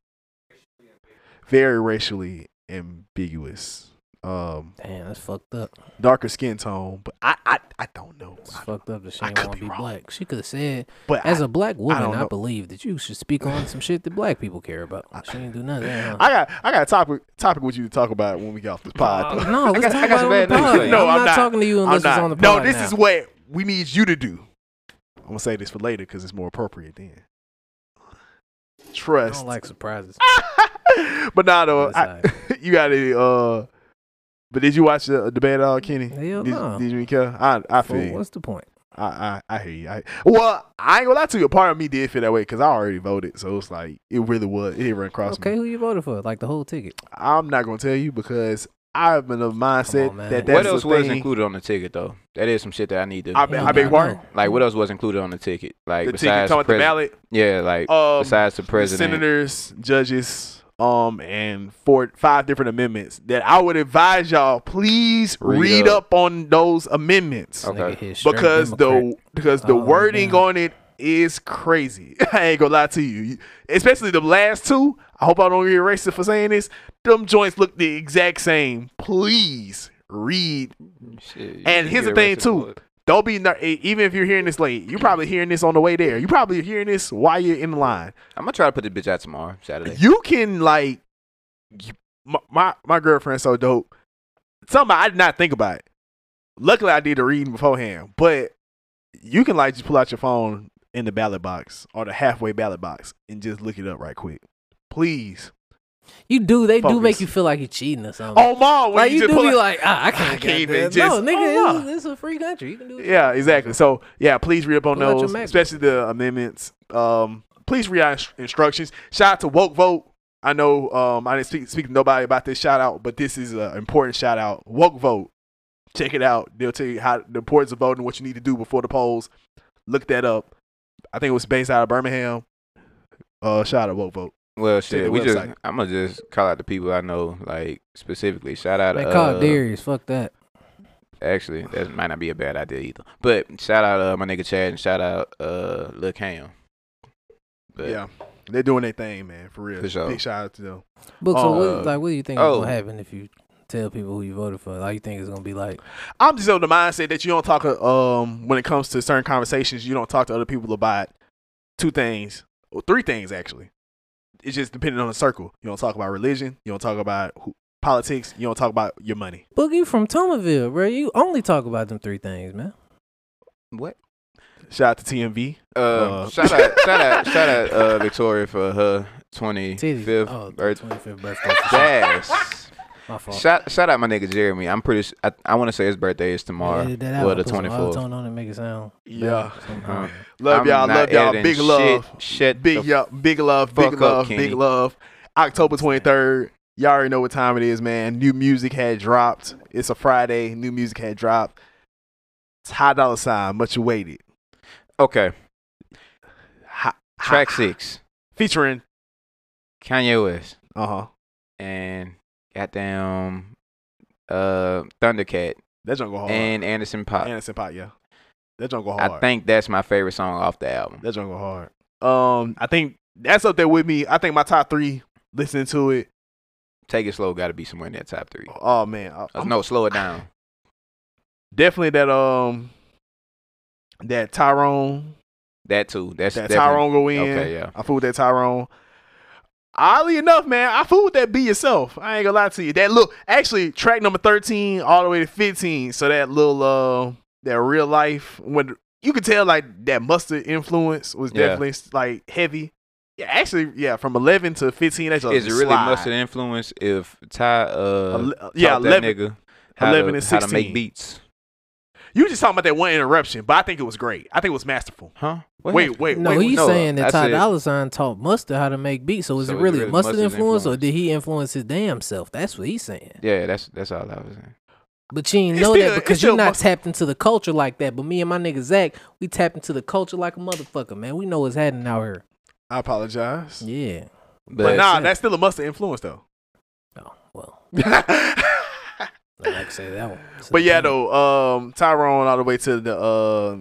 Speaker 3: Very racially ambiguous. Um,
Speaker 1: Damn, that's fucked up.
Speaker 3: darker skin tone, but I, I, I don't know.
Speaker 1: It's
Speaker 3: I-
Speaker 1: fucked up that she
Speaker 3: I
Speaker 1: didn't
Speaker 3: could
Speaker 1: want
Speaker 3: be
Speaker 1: to be
Speaker 3: wrong.
Speaker 1: black. She could have said,
Speaker 3: but
Speaker 1: as
Speaker 3: I,
Speaker 1: a black woman,
Speaker 3: don't
Speaker 1: I,
Speaker 3: know.
Speaker 1: believe that you should speak on some shit that black people care about. She didn't do nothing. huh?
Speaker 3: I got, I got a topic, topic with you to talk about when we get off this pod.
Speaker 1: no, let's
Speaker 2: got-
Speaker 1: talk
Speaker 2: I got
Speaker 1: about
Speaker 2: some
Speaker 1: it on
Speaker 2: bad
Speaker 1: the
Speaker 2: news
Speaker 1: pod.
Speaker 2: for you.
Speaker 1: I'm
Speaker 3: No, I'm
Speaker 1: not,
Speaker 3: not.
Speaker 1: talking to you
Speaker 3: I'm
Speaker 1: unless it's
Speaker 3: not-
Speaker 1: on the
Speaker 3: no,
Speaker 1: pod.
Speaker 3: this
Speaker 1: now.
Speaker 3: is what we need you to do. I'm gonna say this for later because it's more appropriate then.
Speaker 1: I
Speaker 3: Trust,
Speaker 1: don't like surprises.
Speaker 3: but nah, though,
Speaker 1: Other
Speaker 3: I,
Speaker 1: side.
Speaker 3: you got any uh but did you watch uh, the debate at all, Kenny?
Speaker 1: Hell
Speaker 3: did,
Speaker 1: no.
Speaker 3: did you care? I I feel
Speaker 1: Fool,
Speaker 3: you.
Speaker 1: what's the point?
Speaker 3: I, I I hear you. I, well, I ain't gonna lie to you. A part of me did feel that way because I already voted, so it's like it really was. It didn't run across
Speaker 1: Okay,
Speaker 3: me.
Speaker 1: who you voted for? Like the whole ticket.
Speaker 3: I'm not gonna tell you because I've been of
Speaker 1: Come
Speaker 3: mindset
Speaker 1: on, man.
Speaker 3: that that's
Speaker 2: What else
Speaker 3: the
Speaker 2: was
Speaker 3: thing.
Speaker 2: included on the ticket though? That is some shit that I need to.
Speaker 3: I, beg-
Speaker 1: Hell
Speaker 3: I beg
Speaker 1: no.
Speaker 3: your pardon.
Speaker 2: like what else was included on the ticket? Like
Speaker 3: The ticket
Speaker 2: besides
Speaker 3: talking about the
Speaker 2: pres-
Speaker 3: ballot,
Speaker 2: Yeah, like
Speaker 3: um,
Speaker 2: besides the
Speaker 3: the
Speaker 2: president.
Speaker 3: senators, judges, um, and four five different amendments that I would advise y'all please read,
Speaker 2: Read
Speaker 3: up. on those amendments.
Speaker 1: This nigga
Speaker 2: Okay.
Speaker 1: here straight
Speaker 3: because
Speaker 1: Democrat.
Speaker 3: the because the
Speaker 1: Oh,
Speaker 3: wording
Speaker 1: man.
Speaker 3: on it is crazy. I ain't gonna lie to you. You- Especially the last two. I hope I don't get racist for saying this. Them joints look the exact same. Please read.
Speaker 2: Shit, you
Speaker 3: and
Speaker 2: should
Speaker 3: here's
Speaker 2: get
Speaker 3: the thing,
Speaker 2: arrested
Speaker 3: too.
Speaker 2: for it.
Speaker 3: Don't be ner- e- even if you're hearing this late. You're probably hearing this on the way there. You're probably hearing this while you're in line.
Speaker 2: I'm gonna try to put the bitch out tomorrow, Saturday.
Speaker 3: You can like you- my my, my girlfriend's so dope. Something I did not think about. It. Luckily, I did the reading beforehand. But you can like just pull out your phone in the ballot box or the halfway ballot box and just look it up right quick, please.
Speaker 1: you do, they do
Speaker 3: Focus.
Speaker 1: make you feel like you're cheating or something.
Speaker 3: Oh, mom, when
Speaker 1: like you,
Speaker 3: just
Speaker 1: do
Speaker 3: pull
Speaker 1: be
Speaker 3: out-
Speaker 1: like, ah, I can't,
Speaker 3: I can't
Speaker 1: get
Speaker 3: even
Speaker 1: that.
Speaker 3: just-
Speaker 1: No,
Speaker 3: Oh,
Speaker 1: nigga,
Speaker 3: wow.
Speaker 1: it's, it's a free country. You can do. what you
Speaker 3: yeah,
Speaker 1: want.
Speaker 3: exactly. So yeah, please read up on
Speaker 1: Pull out your
Speaker 3: those,
Speaker 1: Mac.
Speaker 3: especially the amendments. Um, please read our inst- instructions. Shout out to woke vote. I know um, I didn't speak, speak to nobody about this shout out, but this is an important shout out. Woke vote. Check it out. They'll tell you how the importance of voting, what you need to do before the polls. Look that up. I think it was based out of Birmingham. Uh, shout out to woke vote.
Speaker 2: Well,
Speaker 3: to the
Speaker 2: shit, we just
Speaker 3: website.
Speaker 2: I'm gonna just call out the people I know, like specifically. Shout out,
Speaker 1: Man,
Speaker 2: uh,
Speaker 1: call Darius. Fuck that.
Speaker 2: actually, that might not be a bad idea either. But shout out uh, my nigga Chad and shout out uh Lil Cam. But
Speaker 3: Yeah, they're doing their thing, man. For real.
Speaker 2: For sure.
Speaker 3: Big shout out to them.
Speaker 1: Book. so
Speaker 2: Uh,
Speaker 1: what, like, what do you think is
Speaker 2: oh.
Speaker 1: gonna happen if you tell people who you voted for? Like, you think it's gonna be like,
Speaker 3: I'm just of the mindset that you don't talk uh, um when it comes to certain conversations, you don't talk to other people about two things or three things actually. It's just depending on the circle. You don't talk about religion. You don't talk about who, politics. You don't talk about your money.
Speaker 1: Boogie from Thomasville, bro? You only talk about them three things, man.
Speaker 2: What?
Speaker 3: Shout out to TMV.
Speaker 2: Uh,
Speaker 3: Uh,
Speaker 2: shout out, shout out, shout out, uh, Victoria for her twenty fifth
Speaker 1: Oh,
Speaker 2: birthday.
Speaker 1: 25th birthday. for sure.
Speaker 2: Yes.
Speaker 1: My fault.
Speaker 2: Shout, shout out my nigga Jeremy. I'm pretty. s I I I want to say his birthday is tomorrow.
Speaker 1: Edit that out
Speaker 2: Well,
Speaker 1: and
Speaker 2: the
Speaker 1: put some
Speaker 2: 24th.
Speaker 1: autotune on it, make it sound.
Speaker 3: Yeah.
Speaker 1: better somehow.
Speaker 2: Uh-huh.
Speaker 3: Love
Speaker 2: I'm
Speaker 3: y'all.
Speaker 2: not
Speaker 3: Love y'all.
Speaker 2: editing
Speaker 3: Big
Speaker 2: shit.
Speaker 3: love.
Speaker 2: Shut
Speaker 3: Big
Speaker 2: the
Speaker 3: yeah, big love, big
Speaker 2: fuck up,
Speaker 3: love, big
Speaker 2: Kenny.
Speaker 3: love. October 23rd. Y'all already know what time it is, man. New music had dropped. It's a Friday. New music had dropped. It's high dollar sign, much awaited.
Speaker 2: Okay.
Speaker 3: Hi- hi-
Speaker 2: Track six.
Speaker 3: featuring.
Speaker 2: Kanye West
Speaker 3: Uh huh.
Speaker 2: and goddamn uh Thundercat
Speaker 3: That junk go hard.
Speaker 2: and Anderson Pop.
Speaker 3: Anderson Pop, yeah. That junk go hard.
Speaker 2: I think that's my favorite song off the album.
Speaker 3: that junk go hard. Um, I think that's up there with me. I think my top three. Listening to it.
Speaker 2: Take it slow. Got to be somewhere in that top three.
Speaker 3: Oh man, I-
Speaker 2: Uh,
Speaker 3: I'm
Speaker 2: no, slow it down.
Speaker 3: definitely that. Um, that Tyrone.
Speaker 2: That too. That's
Speaker 3: that
Speaker 2: definitely-
Speaker 3: Tyrone go in.
Speaker 2: Okay, yeah.
Speaker 3: I fool with that Tyrone. Oddly enough, man, I fool with that be yourself. I ain't gonna lie to you. That look actually track number thirteen all the way to fifteen. So that little uh that real life when you could tell like that mustard influence was
Speaker 2: Yeah.
Speaker 3: definitely like heavy. Yeah, actually, yeah, from eleven to fifteen, that's a
Speaker 2: Is it really
Speaker 3: slide.
Speaker 2: mustard influence if Ty uh
Speaker 3: Ele- yeah,
Speaker 2: taught that
Speaker 3: eleven.
Speaker 2: nigga how
Speaker 3: 11
Speaker 2: to,
Speaker 3: and
Speaker 2: how to
Speaker 3: 16.
Speaker 2: make beats?
Speaker 3: You just talking about that one interruption, but I think it was great. I think it was masterful.
Speaker 2: Huh? What
Speaker 3: Wait,
Speaker 2: happened?
Speaker 3: wait,
Speaker 1: No,
Speaker 3: wait,
Speaker 1: he's
Speaker 2: no,
Speaker 1: saying that
Speaker 2: that's
Speaker 1: Ty
Speaker 2: it.
Speaker 1: Dolla Sign taught Mustard how to make beats. So is
Speaker 2: So
Speaker 1: it
Speaker 2: is
Speaker 1: really, Mustard,
Speaker 2: Mustard's
Speaker 1: influence, or
Speaker 2: influence?
Speaker 1: did he influence his damn self? That's what he's saying.
Speaker 2: Yeah, that's that's all I was saying.
Speaker 1: But you ain't
Speaker 3: It's
Speaker 1: know
Speaker 3: still-
Speaker 1: that
Speaker 3: it's
Speaker 1: because
Speaker 3: still
Speaker 1: you're not
Speaker 3: Mustard.
Speaker 1: tapped into the culture like that. But me and my nigga Zach, we tapped into the culture like a motherfucker, man. We know what's happening out here.
Speaker 3: I apologize,
Speaker 1: Yeah.
Speaker 2: But,
Speaker 3: but nah,
Speaker 1: it.
Speaker 3: that's still a mustard influence though.
Speaker 1: Oh well, I like to say that one. So
Speaker 3: But yeah,
Speaker 1: damn.
Speaker 3: though, um, Tyrone all the way to the uh,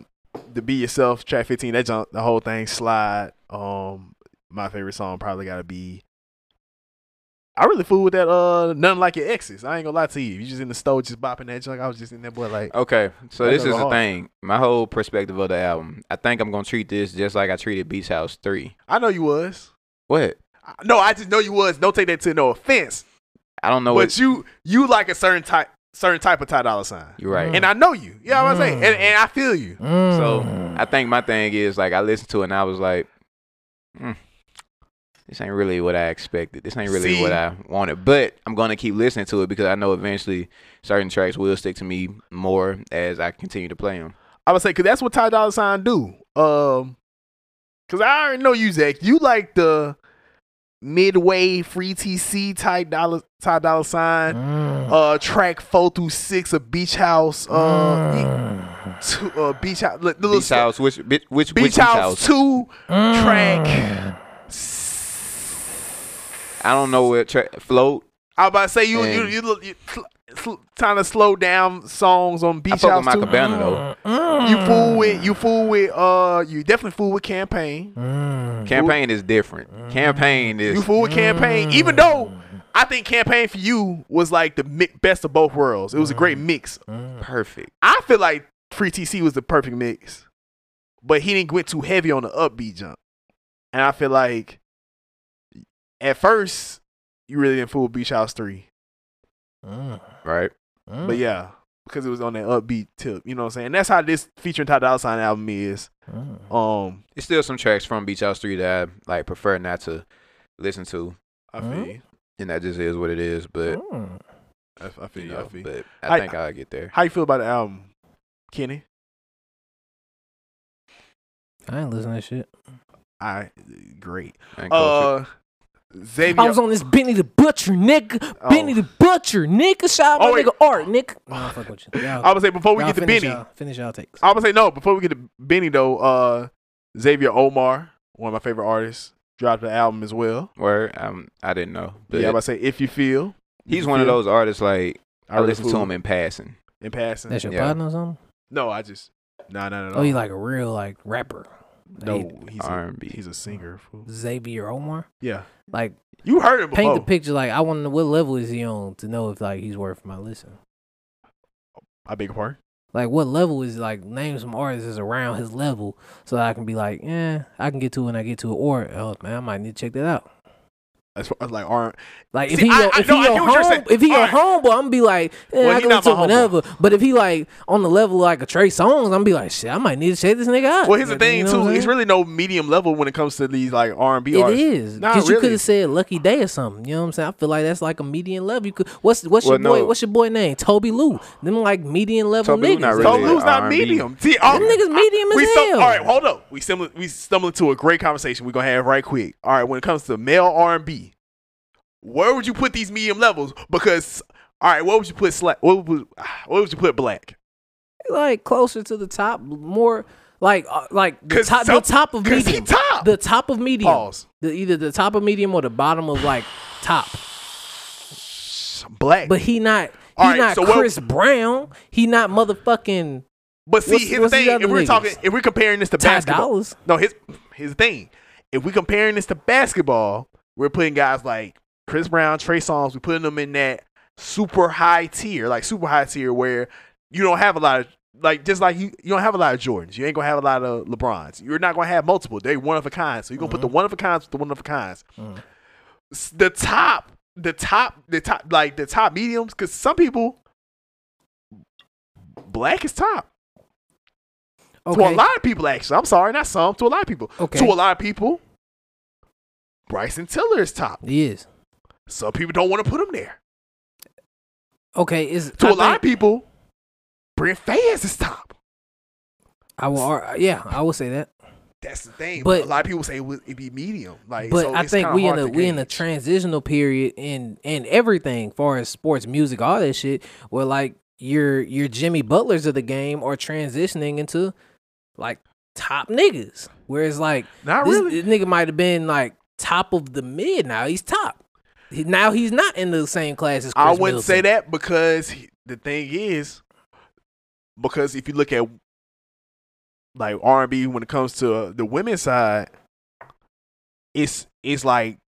Speaker 3: the Be Yourself track fifteen. That jump, the whole thing slide. Um, my favorite song probably gotta be. I really fool with that. Uh, nothing like your exes. I ain't gonna lie to you. You just in the store just bopping that junk. I was just in that boy like.
Speaker 2: okay, so
Speaker 3: That
Speaker 2: this
Speaker 3: goes
Speaker 2: is the
Speaker 3: hard.
Speaker 2: thing. My whole perspective of the album. I think I'm gonna treat this just like I treated Beach House Three.
Speaker 3: I know you was.
Speaker 2: What?
Speaker 3: I- No, I just know you was. Don't take that to no offense.
Speaker 2: I don't know.
Speaker 3: but
Speaker 2: what,
Speaker 3: you you like a certain type certain type of Ty Dolla Sign,
Speaker 2: you're right.
Speaker 3: and I know you. Yeah, I'm saying,
Speaker 1: Mm.
Speaker 3: and, and I feel you.
Speaker 1: Mm.
Speaker 2: So I think my thing is like I listened to it and I was like, "Mm, this ain't really what I expected. This ain't really
Speaker 3: See?
Speaker 2: what I wanted. But I'm gonna keep listening to it because I know eventually certain tracks will stick to me more as I continue to play them.
Speaker 3: I would say because that's what Ty Dolla Sign do. Um, because I already know you, Zach. You like the midway free TC type dollar Ty Dolla Sign.
Speaker 1: Mm.
Speaker 3: Uh, track four through six of Beach House. Uh,
Speaker 1: Mm.
Speaker 3: two, uh Beach House. The little
Speaker 2: Beach house, which which which
Speaker 3: Beach
Speaker 2: which
Speaker 3: House two
Speaker 1: Mm.
Speaker 3: track.
Speaker 2: I don't know what track float.
Speaker 3: I was about to say you you
Speaker 2: And-
Speaker 3: you, look- you, sl- sl- trying to slow down songs on Beach
Speaker 2: fuck
Speaker 3: House
Speaker 2: with Michael
Speaker 3: two.
Speaker 2: Banner though.
Speaker 1: Mm.
Speaker 3: You fool with you fool with uh you definitely fool with campaign.
Speaker 1: Mm.
Speaker 2: Campaign is different. Campaign
Speaker 3: You
Speaker 2: is
Speaker 3: fool with campaign, even though I think campaign for you was like the mi- best of both worlds. It was a great mix.
Speaker 2: perfect.
Speaker 3: I feel like Free TC was the perfect mix, but he didn't went too heavy on the upbeat jump. And I feel like at first you really didn't fool with Beach House Three,
Speaker 1: Mm.
Speaker 2: Right.
Speaker 3: but yeah, because it was on that upbeat tip. You know what I'm saying? And that's how this featuring Ty Dolla Sign album is.
Speaker 1: Mm.
Speaker 3: Um,
Speaker 2: It's still some tracks from Beach House Three that I like prefer not to listen to.
Speaker 3: I
Speaker 1: feel
Speaker 3: you.
Speaker 2: And that just is what it is. But
Speaker 1: Mm.
Speaker 3: I, I feel
Speaker 2: you
Speaker 3: you.
Speaker 2: know,
Speaker 3: I feel you.
Speaker 2: but
Speaker 3: I-
Speaker 2: I think I'll get there.
Speaker 3: How you feel about the album, Kenny?
Speaker 1: I ain't listening to shit.
Speaker 3: I great.
Speaker 2: Thank you.
Speaker 3: Uh, Xavier.
Speaker 1: I was on this Benny the Butcher, nigga.
Speaker 3: uh Oh.
Speaker 1: Benny the Butcher, nigga. Shout out
Speaker 3: Oh,
Speaker 1: my
Speaker 3: wait.
Speaker 1: nigga Art, nigga. Nah, fuck with you. Y'all-
Speaker 3: I would say before we
Speaker 1: y'all
Speaker 3: get to
Speaker 1: finish
Speaker 3: Benny, Oh,
Speaker 1: y'all- finish y'all takes.
Speaker 3: I would say no. Before we get to Benny though, uh, Xavier Omar, one of my favorite artists, dropped the album as well.
Speaker 2: Word, um, I didn't know, but
Speaker 3: yeah, I would say if you feel.
Speaker 2: he's one of
Speaker 3: feel.
Speaker 2: those artists like I,
Speaker 3: really
Speaker 2: listen to
Speaker 3: fool
Speaker 2: him in passing.
Speaker 3: in passing.
Speaker 1: That's your
Speaker 2: Yeah.
Speaker 1: partner or something?
Speaker 3: no, I just no, no, no, no.
Speaker 1: Oh, you like a real like rapper,
Speaker 3: no, he's a,
Speaker 2: R&B.
Speaker 3: he's a singer. fool.
Speaker 1: Xavier Omar?
Speaker 3: Yeah,
Speaker 1: Like
Speaker 3: you heard him before.
Speaker 1: paint the picture. Like I want to know what level is he on to know if like he's worth my listen.
Speaker 3: I beg your pardon.
Speaker 1: Like what level is like name some artists that's around his level so that I can be like, eh, I can get to it when I get to it, or oh man, I might need to check that out.
Speaker 3: As far as like our
Speaker 1: Like if
Speaker 3: See,
Speaker 1: he
Speaker 3: I-
Speaker 1: your-
Speaker 3: I-
Speaker 1: if
Speaker 3: no,
Speaker 1: he
Speaker 3: I
Speaker 1: your
Speaker 3: get what you're saying.
Speaker 1: home if he your
Speaker 3: Alright.
Speaker 1: homeboy, I'm gonna be like, eh,
Speaker 3: Well,
Speaker 1: I
Speaker 3: he
Speaker 1: go
Speaker 3: not
Speaker 1: to
Speaker 3: my
Speaker 1: whatever. But if he like on the level like a Trey Songz, I'm gonna be like, shit, I might need to check this nigga out.
Speaker 3: well, here's the
Speaker 1: You
Speaker 3: thing
Speaker 1: know
Speaker 3: too.
Speaker 1: what I'm
Speaker 3: It's
Speaker 1: saying?
Speaker 3: really no medium level when it comes to these like R and B
Speaker 1: It
Speaker 3: artists.
Speaker 1: is
Speaker 3: Nah,
Speaker 1: because you could
Speaker 3: really.
Speaker 1: have said "Lucky Day" or something. You know what I'm saying? I feel like that's like a median level. You could what's what's your
Speaker 2: Well,
Speaker 1: boy?
Speaker 2: no.
Speaker 1: What's your boy name? Toby Lou. Them like median level
Speaker 2: Toby Lou
Speaker 1: niggas.
Speaker 2: not
Speaker 1: Like,
Speaker 2: really
Speaker 3: Don't lose not
Speaker 2: R&B.
Speaker 3: medium. See, oh,
Speaker 1: Them niggas medium as
Speaker 3: we
Speaker 1: hell.
Speaker 3: all right, hold up. We stumble, we stumble into a great conversation we're gonna have right quick. All right, when it comes to male R and B, where would you put these medium levels? Because all right, where would you put slack? What would, where would you put black?
Speaker 1: like closer to the top, more like uh, like the
Speaker 3: 'Cause
Speaker 1: top,
Speaker 3: some-
Speaker 1: the top of
Speaker 3: 'cause he
Speaker 1: medium,
Speaker 3: top. Oh.
Speaker 1: the top of medium,
Speaker 3: Pause.
Speaker 1: The, either the top of medium or the bottom of like top.
Speaker 3: Black.
Speaker 1: But
Speaker 3: But,
Speaker 1: he not he
Speaker 3: All right,
Speaker 1: not
Speaker 3: so what-
Speaker 1: Chris Brown. He not motherfucking
Speaker 3: see,
Speaker 1: what's-
Speaker 3: here's
Speaker 1: what's
Speaker 3: the
Speaker 1: these
Speaker 3: thing.
Speaker 1: other
Speaker 3: If we're
Speaker 1: niggas?
Speaker 3: talking, if we're comparing this to
Speaker 1: Ty
Speaker 3: basketball,
Speaker 1: Dolla $.
Speaker 3: no, here's here's the thing. If we're comparing this to basketball, we're putting guys like Chris Brown, Trey Songz. We're putting them in that super high tier, like super high tier, where you don't have a lot of like just like you, you don't have a lot of Jordans. You ain't gonna have a lot of LeBrons. You're not gonna have multiple. They one of a kind. So you're gonna put the one of a kinds with the one of a kinds.
Speaker 1: Mhm.
Speaker 3: S- The top, the top, the top, like the top mediums, because some people black is top. To a lot of people, actually. I'm sorry, not some. To a lot of people.
Speaker 1: Okay.
Speaker 3: To a lot of people, Bryson Tiller is top.
Speaker 1: He is
Speaker 3: Some people don't want to put him there.
Speaker 1: okay. Is
Speaker 3: To
Speaker 1: I
Speaker 3: a lot of
Speaker 1: think-
Speaker 3: people, Brent Fayez is top.
Speaker 1: I will. ar- Yeah, I will say that.
Speaker 3: That's the thing.
Speaker 1: But-
Speaker 3: a lot of people say it would it'd be medium. Like,
Speaker 1: But
Speaker 3: so
Speaker 1: I
Speaker 3: it's
Speaker 1: think
Speaker 3: kinda
Speaker 1: we in
Speaker 3: hard
Speaker 1: a
Speaker 3: to
Speaker 1: we in a
Speaker 3: gauge.
Speaker 1: transitional period in in everything, far as sports, music, all that shit. Where like your your Jimmy Butlers of the game are transitioning into like top niggas. Whereas like
Speaker 3: Not
Speaker 1: this,
Speaker 3: really.
Speaker 1: this nigga might have been like top of the mid. Now he's top. He, now he's not in the same class as Chris
Speaker 3: I wouldn't say
Speaker 1: Middleton.
Speaker 3: that because he- the thing is, because if you look at like R and B when it comes to uh, the women's side, it's it's like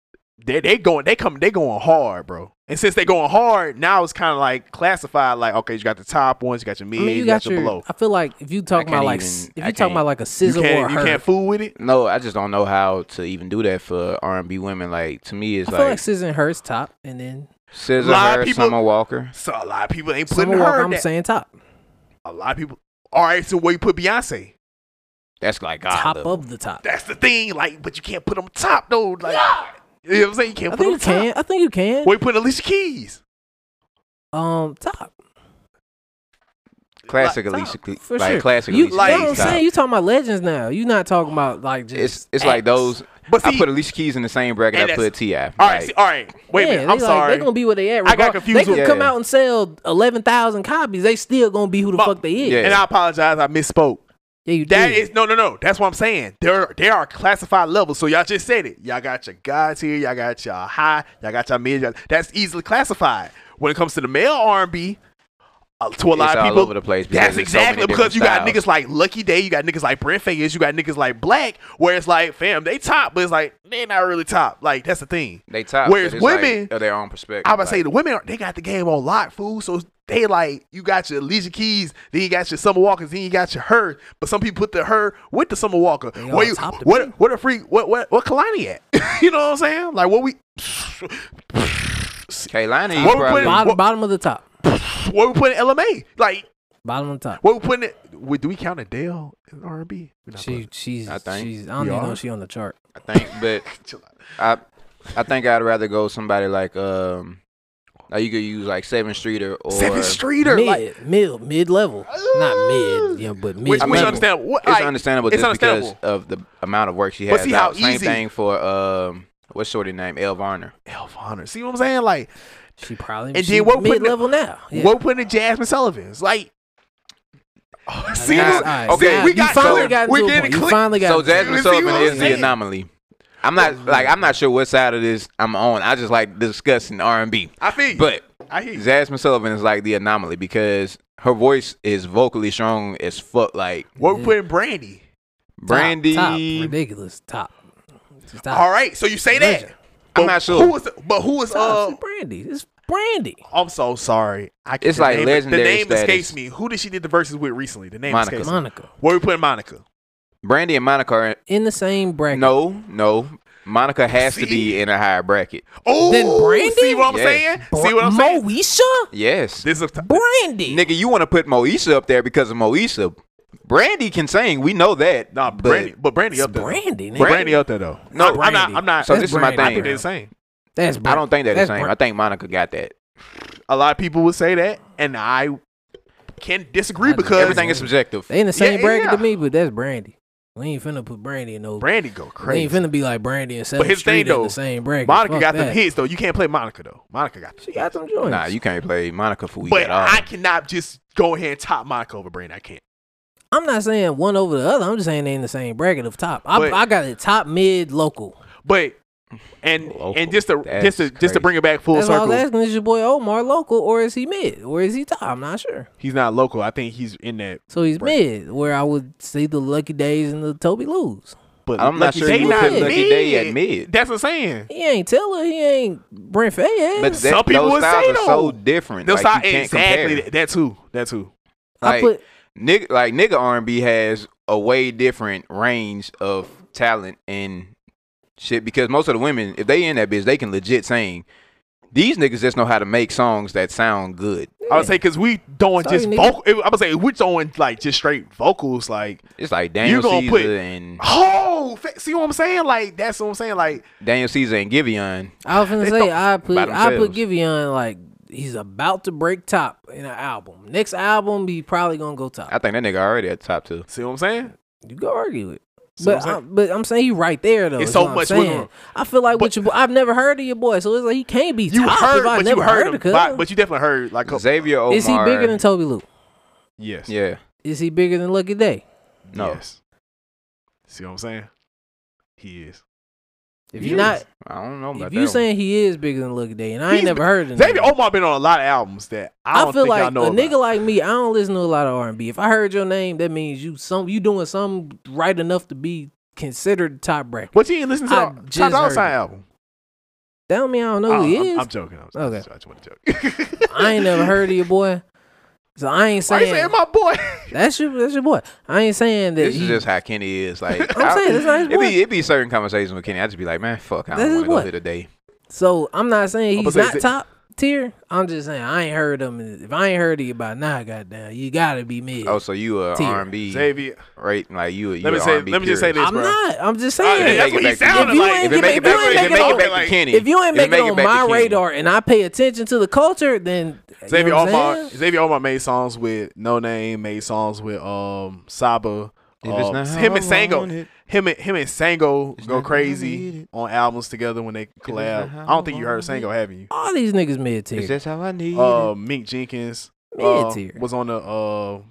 Speaker 3: they they going they come they going hard, bro. And since they going hard, now it's kind of like classified like okay, you got the top ones, you got your mid,
Speaker 1: I mean,
Speaker 3: you,
Speaker 1: you
Speaker 3: got,
Speaker 1: got
Speaker 3: your
Speaker 1: your. uh,
Speaker 3: below.
Speaker 1: I feel like if you
Speaker 2: I
Speaker 1: talking
Speaker 2: can't
Speaker 1: about like
Speaker 2: even-
Speaker 1: s-
Speaker 2: I
Speaker 1: if you
Speaker 2: can't-
Speaker 1: talking about like a
Speaker 3: You
Speaker 1: scissor or
Speaker 3: can't you
Speaker 1: her,
Speaker 3: can't fool with it.
Speaker 2: No, I just don't know how to even do that for R and B women. Like to me, it's
Speaker 1: I feel like
Speaker 2: like,
Speaker 1: Scissor and her's top, and then
Speaker 2: Scissor,
Speaker 3: lot of
Speaker 2: her,
Speaker 3: people-
Speaker 2: Summer Walker.
Speaker 3: So a lot of people ain't putting
Speaker 1: Summer Walker.
Speaker 3: her.
Speaker 1: I'm
Speaker 3: that-
Speaker 1: saying top,
Speaker 3: a lot of people. All right, so where you put Beyonce?
Speaker 2: That's like ah, God
Speaker 1: top
Speaker 2: level.
Speaker 1: of the top.
Speaker 3: That's the thing. Like, but you can't put them top though. Like, you know what I'm saying? You can't
Speaker 1: I
Speaker 3: put
Speaker 1: think you
Speaker 3: them top.
Speaker 1: can. I think you can.
Speaker 3: Where you put Alicia Keys?
Speaker 1: Um, top
Speaker 2: classic
Speaker 3: Like,
Speaker 2: Alicia, Keys-
Speaker 1: for
Speaker 2: like
Speaker 1: sure.
Speaker 2: classic
Speaker 1: you,
Speaker 2: Alicia.
Speaker 1: like,
Speaker 2: Keys
Speaker 1: I'm
Speaker 2: top.
Speaker 1: saying, you talking about legends now. You not talking about like just.
Speaker 2: It's it's like
Speaker 1: acts.
Speaker 2: those.
Speaker 3: But see,
Speaker 2: I put Alicia Keys in the same bracket.
Speaker 3: And
Speaker 2: I
Speaker 3: that's-
Speaker 2: put Ti.
Speaker 3: all right, see, all right. Wait
Speaker 1: Yeah,
Speaker 3: a
Speaker 1: they
Speaker 3: minute. I'm
Speaker 1: like-
Speaker 3: sorry.
Speaker 1: They gonna be where they at.
Speaker 3: I got
Speaker 1: regard-
Speaker 3: confused
Speaker 1: They could
Speaker 2: with-
Speaker 1: come
Speaker 2: Yeah.
Speaker 1: out and sell eleven thousand copies. They still gonna be who the
Speaker 3: But-
Speaker 1: fuck they is.
Speaker 2: Yeah.
Speaker 3: And I apologize. I misspoke.
Speaker 1: yeah you
Speaker 3: That
Speaker 1: did.
Speaker 3: is no, no, no. That's what I'm saying. There, there are classified levels. So y'all just said it. Y'all got your guys here. Y'all got your high. Y'all got your mid. y'all- That's easily classified. When it comes to the male R&B, uh, to a lot
Speaker 2: It's
Speaker 3: of
Speaker 2: all
Speaker 3: people,
Speaker 2: over the place because
Speaker 3: That's
Speaker 2: there's so many
Speaker 3: exactly because
Speaker 2: different
Speaker 3: you got
Speaker 2: styles.
Speaker 3: niggas like Lucky Day, you got niggas like Brent Fayez, you got niggas like Black, where it's like, fam, they top, but it's like they not really top. Like that's the thing.
Speaker 2: They top.
Speaker 3: Whereas
Speaker 2: but it's like,
Speaker 3: women-
Speaker 2: of their own perspective.
Speaker 3: I would
Speaker 2: like,
Speaker 3: say the women are, they got the game on lock, fool. So they like you got your Alicia Keys, then you got your Summer Walkers, then you got your her. But some people put the her with the Summer Walker.
Speaker 1: They
Speaker 3: Where
Speaker 1: all
Speaker 3: you,
Speaker 1: top to
Speaker 3: what
Speaker 1: me.
Speaker 3: what a freak what what what Kalani at? you know what I'm saying? Like what we
Speaker 2: Kaylani.
Speaker 3: What
Speaker 2: You
Speaker 3: we
Speaker 2: probably,
Speaker 3: putting-
Speaker 1: bottom,
Speaker 3: what-
Speaker 1: bottom of the top.
Speaker 3: what we putting LMA? Like
Speaker 1: Bottom of the top.
Speaker 3: what we putting it we- do we count Adele in R and B?
Speaker 1: She, she's,
Speaker 2: I think.
Speaker 1: she's. I don't
Speaker 3: We
Speaker 1: even
Speaker 3: are.
Speaker 1: know she on the chart.
Speaker 2: I think, but I I think I'd rather go somebody like um. Like you could use like Seventh Street or, or
Speaker 3: Seven Streeter.
Speaker 1: Mid,
Speaker 3: Like,
Speaker 1: mid, mid level. Not mid, yeah, but mid
Speaker 3: which, which
Speaker 2: mean,
Speaker 1: level.
Speaker 3: understand what
Speaker 2: It's
Speaker 3: like,
Speaker 2: understandable
Speaker 3: it's
Speaker 2: just
Speaker 3: understandable.
Speaker 2: because of the amount of work she
Speaker 3: But
Speaker 2: has.
Speaker 3: see
Speaker 2: out.
Speaker 3: how
Speaker 2: Same
Speaker 3: easy-
Speaker 2: thing for um, what's shorty name? El Varner.
Speaker 3: Elf Honor. See what I'm saying? Like
Speaker 1: She probably
Speaker 3: And
Speaker 1: and
Speaker 3: then
Speaker 1: she
Speaker 3: what putting
Speaker 1: mid level now. Yeah.
Speaker 3: we're putting the Jasmine Sullivan's. Like oh, see,
Speaker 1: That's-
Speaker 3: look,
Speaker 1: all right,
Speaker 2: okay,
Speaker 1: now
Speaker 2: we
Speaker 1: you
Speaker 3: got-
Speaker 1: finally
Speaker 3: so
Speaker 1: got
Speaker 3: we're
Speaker 1: to a
Speaker 3: getting
Speaker 1: point. You
Speaker 3: clear.
Speaker 1: finally got
Speaker 2: So
Speaker 1: to a
Speaker 2: Jasmine
Speaker 3: You see what
Speaker 2: Sullivan
Speaker 3: I'm
Speaker 2: is the
Speaker 3: saying?
Speaker 2: anomaly. I'm not like I'm not sure what side of this I'm on. I just like discussing R and B.
Speaker 3: I feel you.
Speaker 2: But
Speaker 3: I hear you.
Speaker 2: Jasmine Sullivan is like the anomaly because her voice is vocally strong as fuck. Like
Speaker 3: Where we putting Brandy?
Speaker 2: Brandy,
Speaker 1: top, top, ridiculous top. Just top.
Speaker 3: All right, so you say that.
Speaker 1: Legend.
Speaker 2: I'm
Speaker 3: But
Speaker 2: not sure.
Speaker 3: Who was, but who was?
Speaker 1: Top,
Speaker 3: Uh,
Speaker 1: it's Brandy. It's Brandy.
Speaker 3: I'm so sorry. I can't,
Speaker 2: It's like
Speaker 3: the name,
Speaker 2: legendary
Speaker 3: The name
Speaker 2: status.
Speaker 3: escapes me. Who did she did the verses with recently? The name
Speaker 2: Monica.
Speaker 3: escapes me.
Speaker 1: Monica
Speaker 3: Where we putting Monica?
Speaker 2: Brandy and Monica. Are,
Speaker 1: in the same bracket.
Speaker 2: no, no. Monica has to
Speaker 3: See?
Speaker 2: be in a higher bracket.
Speaker 3: Oh,
Speaker 1: Then Brandy?
Speaker 3: see what I'm
Speaker 2: Yeah.
Speaker 3: saying?
Speaker 1: Bra-
Speaker 3: See what I'm saying?
Speaker 1: Moesha?
Speaker 2: Yes.
Speaker 3: This is
Speaker 1: Brandy.
Speaker 2: Nigga, you want to put Moesha up there because of Moesha. Brandy can sing. We know that.
Speaker 3: nah,
Speaker 2: but-
Speaker 3: Brandy, but Brandy
Speaker 1: It's
Speaker 3: up there.
Speaker 1: Brandy. nigga.
Speaker 3: But Brandy up there though.
Speaker 2: No,
Speaker 3: I'm not.
Speaker 1: Brandy.
Speaker 3: I'm not.
Speaker 2: So
Speaker 1: That's
Speaker 2: this is my
Speaker 1: Brandy,
Speaker 3: I
Speaker 2: thing.
Speaker 3: think
Speaker 1: bro.
Speaker 3: they're the same.
Speaker 1: That's
Speaker 2: I don't think they're the
Speaker 1: That's
Speaker 2: same.
Speaker 1: Bran-
Speaker 2: I think Monica got that.
Speaker 3: A lot of people would say that, and I can disagree
Speaker 1: I just-
Speaker 3: because
Speaker 2: Everything is subjective.
Speaker 1: They in the
Speaker 3: Yeah,
Speaker 1: same bracket
Speaker 3: yeah.
Speaker 1: to me, but that's Brandy. We ain't finna put Brandy in those.
Speaker 3: Brandy go
Speaker 1: We ain't
Speaker 3: crazy.
Speaker 1: finna be like Brandy and Seventh
Speaker 3: his
Speaker 1: Street
Speaker 3: thing,
Speaker 1: in
Speaker 3: though,
Speaker 1: the same bracket.
Speaker 3: Monica
Speaker 1: Fuck
Speaker 3: got
Speaker 1: that.
Speaker 3: them hits though. You can't play Monica though. Monica got.
Speaker 1: She got them joints.
Speaker 2: Nah, you can't play Monica for we
Speaker 3: but
Speaker 2: at all.
Speaker 3: I cannot just go ahead and top Monica over Brandy. I can't.
Speaker 1: I'm not saying one over the other. I'm just saying they in the same bracket of top. I,
Speaker 3: But-
Speaker 1: I got it top, mid, local.
Speaker 3: But and
Speaker 2: Local.
Speaker 3: and just to
Speaker 2: That's
Speaker 3: just to just
Speaker 2: crazy.
Speaker 3: to bring it back full
Speaker 1: That's all I
Speaker 3: circle,
Speaker 1: was asking. Is your boy Omar local or is he mid or is he top? I'm not sure.
Speaker 3: he's not local. I think he's in that.
Speaker 1: So he's
Speaker 3: Right.
Speaker 1: mid, where I would see the Lucky Days and the Toby Lose.
Speaker 3: But
Speaker 2: I'm not
Speaker 3: Lucky
Speaker 2: sure
Speaker 3: Day
Speaker 2: you would
Speaker 3: not
Speaker 2: put Lucky Day at
Speaker 3: mid.
Speaker 2: mid.
Speaker 3: That's what I'm saying.
Speaker 1: He ain't Taylor. He ain't Brent Fayez.
Speaker 2: But that,
Speaker 3: Some people
Speaker 2: those
Speaker 3: would
Speaker 2: styles
Speaker 3: say
Speaker 2: are
Speaker 3: though.
Speaker 2: so different.
Speaker 3: Those
Speaker 2: like, you
Speaker 3: are-
Speaker 2: can't
Speaker 3: exactly.
Speaker 2: compare.
Speaker 3: That, that's who. That's who.
Speaker 1: I
Speaker 2: Like,
Speaker 1: put
Speaker 2: nigga, like nigga R&B has a way different range of talent and shit because most of the women, if they in that bitch, they can legit sing. These niggas just know how to make songs that sound good.
Speaker 3: I would say because we doing
Speaker 1: So
Speaker 3: just
Speaker 1: you need-
Speaker 3: vocal. I would say we doing like just straight vocals. Like
Speaker 2: It's like Daniel
Speaker 3: gonna
Speaker 2: Caesar
Speaker 3: put-
Speaker 2: and
Speaker 3: oh, fa- see what I'm saying? Like that's what I'm saying. Like
Speaker 2: Daniel Caesar and Giveon.
Speaker 1: I was gonna
Speaker 3: They
Speaker 1: say
Speaker 3: thought
Speaker 1: I put
Speaker 2: by
Speaker 1: I put
Speaker 2: themselves.
Speaker 1: Giveon like he's about to break top in an album. Next album he probably gonna go top.
Speaker 2: I think that nigga already at the top two.
Speaker 3: see what I'm saying?
Speaker 1: you go argue it.
Speaker 3: See
Speaker 1: But
Speaker 3: what I'm saying?
Speaker 1: I'm, but I'm saying he right there though.
Speaker 3: It's
Speaker 1: is
Speaker 3: so
Speaker 1: what I'm
Speaker 3: much wiggle
Speaker 1: saying.
Speaker 3: room.
Speaker 1: I feel like
Speaker 3: But-
Speaker 1: with your boy, I've never heard of your boy, so it's like he can't be
Speaker 3: You
Speaker 1: top
Speaker 3: heard,
Speaker 1: if I
Speaker 3: but you
Speaker 1: never
Speaker 3: heard,
Speaker 1: heard,
Speaker 3: him,
Speaker 1: of him.
Speaker 3: but, but you definitely heard like a-
Speaker 2: Xavier Omar.
Speaker 1: Is he bigger than Toby Luke?
Speaker 3: yes,
Speaker 2: Yeah.
Speaker 1: Is he bigger than Lucky Day?
Speaker 2: No.
Speaker 3: Yes. See what I'm saying? He is.
Speaker 1: If
Speaker 2: He
Speaker 1: you're not,
Speaker 2: I don't know about
Speaker 1: if
Speaker 2: that.
Speaker 1: you
Speaker 2: one.
Speaker 1: saying he is bigger than Lucky Day, and I ain't
Speaker 3: He's
Speaker 1: never heard of him.
Speaker 3: Xavier Omar been on a lot of albums that
Speaker 1: Mm.
Speaker 3: I,
Speaker 1: I,
Speaker 3: don't
Speaker 1: feel
Speaker 3: think
Speaker 1: like
Speaker 3: I know
Speaker 1: a
Speaker 3: about.
Speaker 1: nigga like me, I don't listen to a lot of R and B. If I heard your name, that means you some you doing something right enough to be considered top bracket.
Speaker 3: What you ain't listen to?
Speaker 1: I
Speaker 3: the
Speaker 1: just
Speaker 3: Top Dog
Speaker 1: heard
Speaker 3: Sign
Speaker 1: it.
Speaker 3: album.
Speaker 1: That don't mean I don't know who
Speaker 3: Oh,
Speaker 1: he
Speaker 3: I'm,
Speaker 1: is.
Speaker 3: I'm joking. I'm
Speaker 1: Okay.
Speaker 3: I just want to joke.
Speaker 1: I ain't never heard of your boy. So I ain't
Speaker 3: Why you
Speaker 1: saying
Speaker 3: saying my boy?
Speaker 1: that's your that's your boy. I ain't saying that
Speaker 2: This
Speaker 1: he,
Speaker 2: is just how Kenny is. Like
Speaker 1: I'm
Speaker 2: I-
Speaker 1: saying, that's not his
Speaker 2: it
Speaker 1: boy.
Speaker 2: be it be certain conversations with Kenny. I just be like, man, fuck, I
Speaker 1: That's
Speaker 2: don't
Speaker 1: his
Speaker 2: want to go
Speaker 1: boy.
Speaker 2: here today.
Speaker 1: so I'm not saying
Speaker 3: I'm
Speaker 1: he's
Speaker 3: gonna say
Speaker 1: not
Speaker 3: that-
Speaker 1: top tier. I'm just saying I ain't heard of him. If I ain't heard of you by now, goddamn, you gotta be mid.
Speaker 2: Oh, so you a
Speaker 1: Tier.
Speaker 2: R and B
Speaker 3: Xavier.
Speaker 2: right? Like you a you
Speaker 3: Let me
Speaker 2: a
Speaker 3: say.
Speaker 2: R&B
Speaker 3: Let me just say
Speaker 2: purist.
Speaker 3: this,
Speaker 1: I'm
Speaker 3: bro.
Speaker 1: not. I'm just
Speaker 3: Uh,
Speaker 1: saying.
Speaker 3: that's what he
Speaker 2: If you
Speaker 3: sounded
Speaker 1: ain't
Speaker 3: like.
Speaker 2: If it
Speaker 1: If
Speaker 2: make
Speaker 1: you
Speaker 2: it back,
Speaker 1: ain't
Speaker 2: if it
Speaker 1: making
Speaker 2: make
Speaker 1: it
Speaker 2: it back
Speaker 3: over-
Speaker 2: to Kenny,
Speaker 1: if you ain't
Speaker 2: if
Speaker 1: making
Speaker 2: it make
Speaker 1: it
Speaker 2: it
Speaker 1: on
Speaker 2: back to
Speaker 1: my
Speaker 2: Kenny.
Speaker 1: radar and I pay attention to the culture, then you
Speaker 3: Xavier
Speaker 1: know what I'm
Speaker 3: Omar.
Speaker 1: saying?
Speaker 3: Xavier Omar made songs with No Name. Made songs with um Saba.
Speaker 2: If
Speaker 3: um,
Speaker 1: uh,
Speaker 2: it's not how
Speaker 3: him
Speaker 2: I want
Speaker 3: and Sango,
Speaker 2: it.
Speaker 3: him and him and Sango
Speaker 2: It's not how
Speaker 3: go
Speaker 2: I need
Speaker 3: crazy
Speaker 2: it.
Speaker 3: on albums together when they collab.
Speaker 2: how
Speaker 3: I don't think
Speaker 2: I
Speaker 3: you heard
Speaker 2: want it.
Speaker 3: Sango, have you?
Speaker 1: all these niggas mid
Speaker 2: Is
Speaker 1: tier.
Speaker 2: this how I need?
Speaker 1: Um,
Speaker 3: Uh, Mink Jenkins uh,
Speaker 1: Mid-tier.
Speaker 3: was on the uh,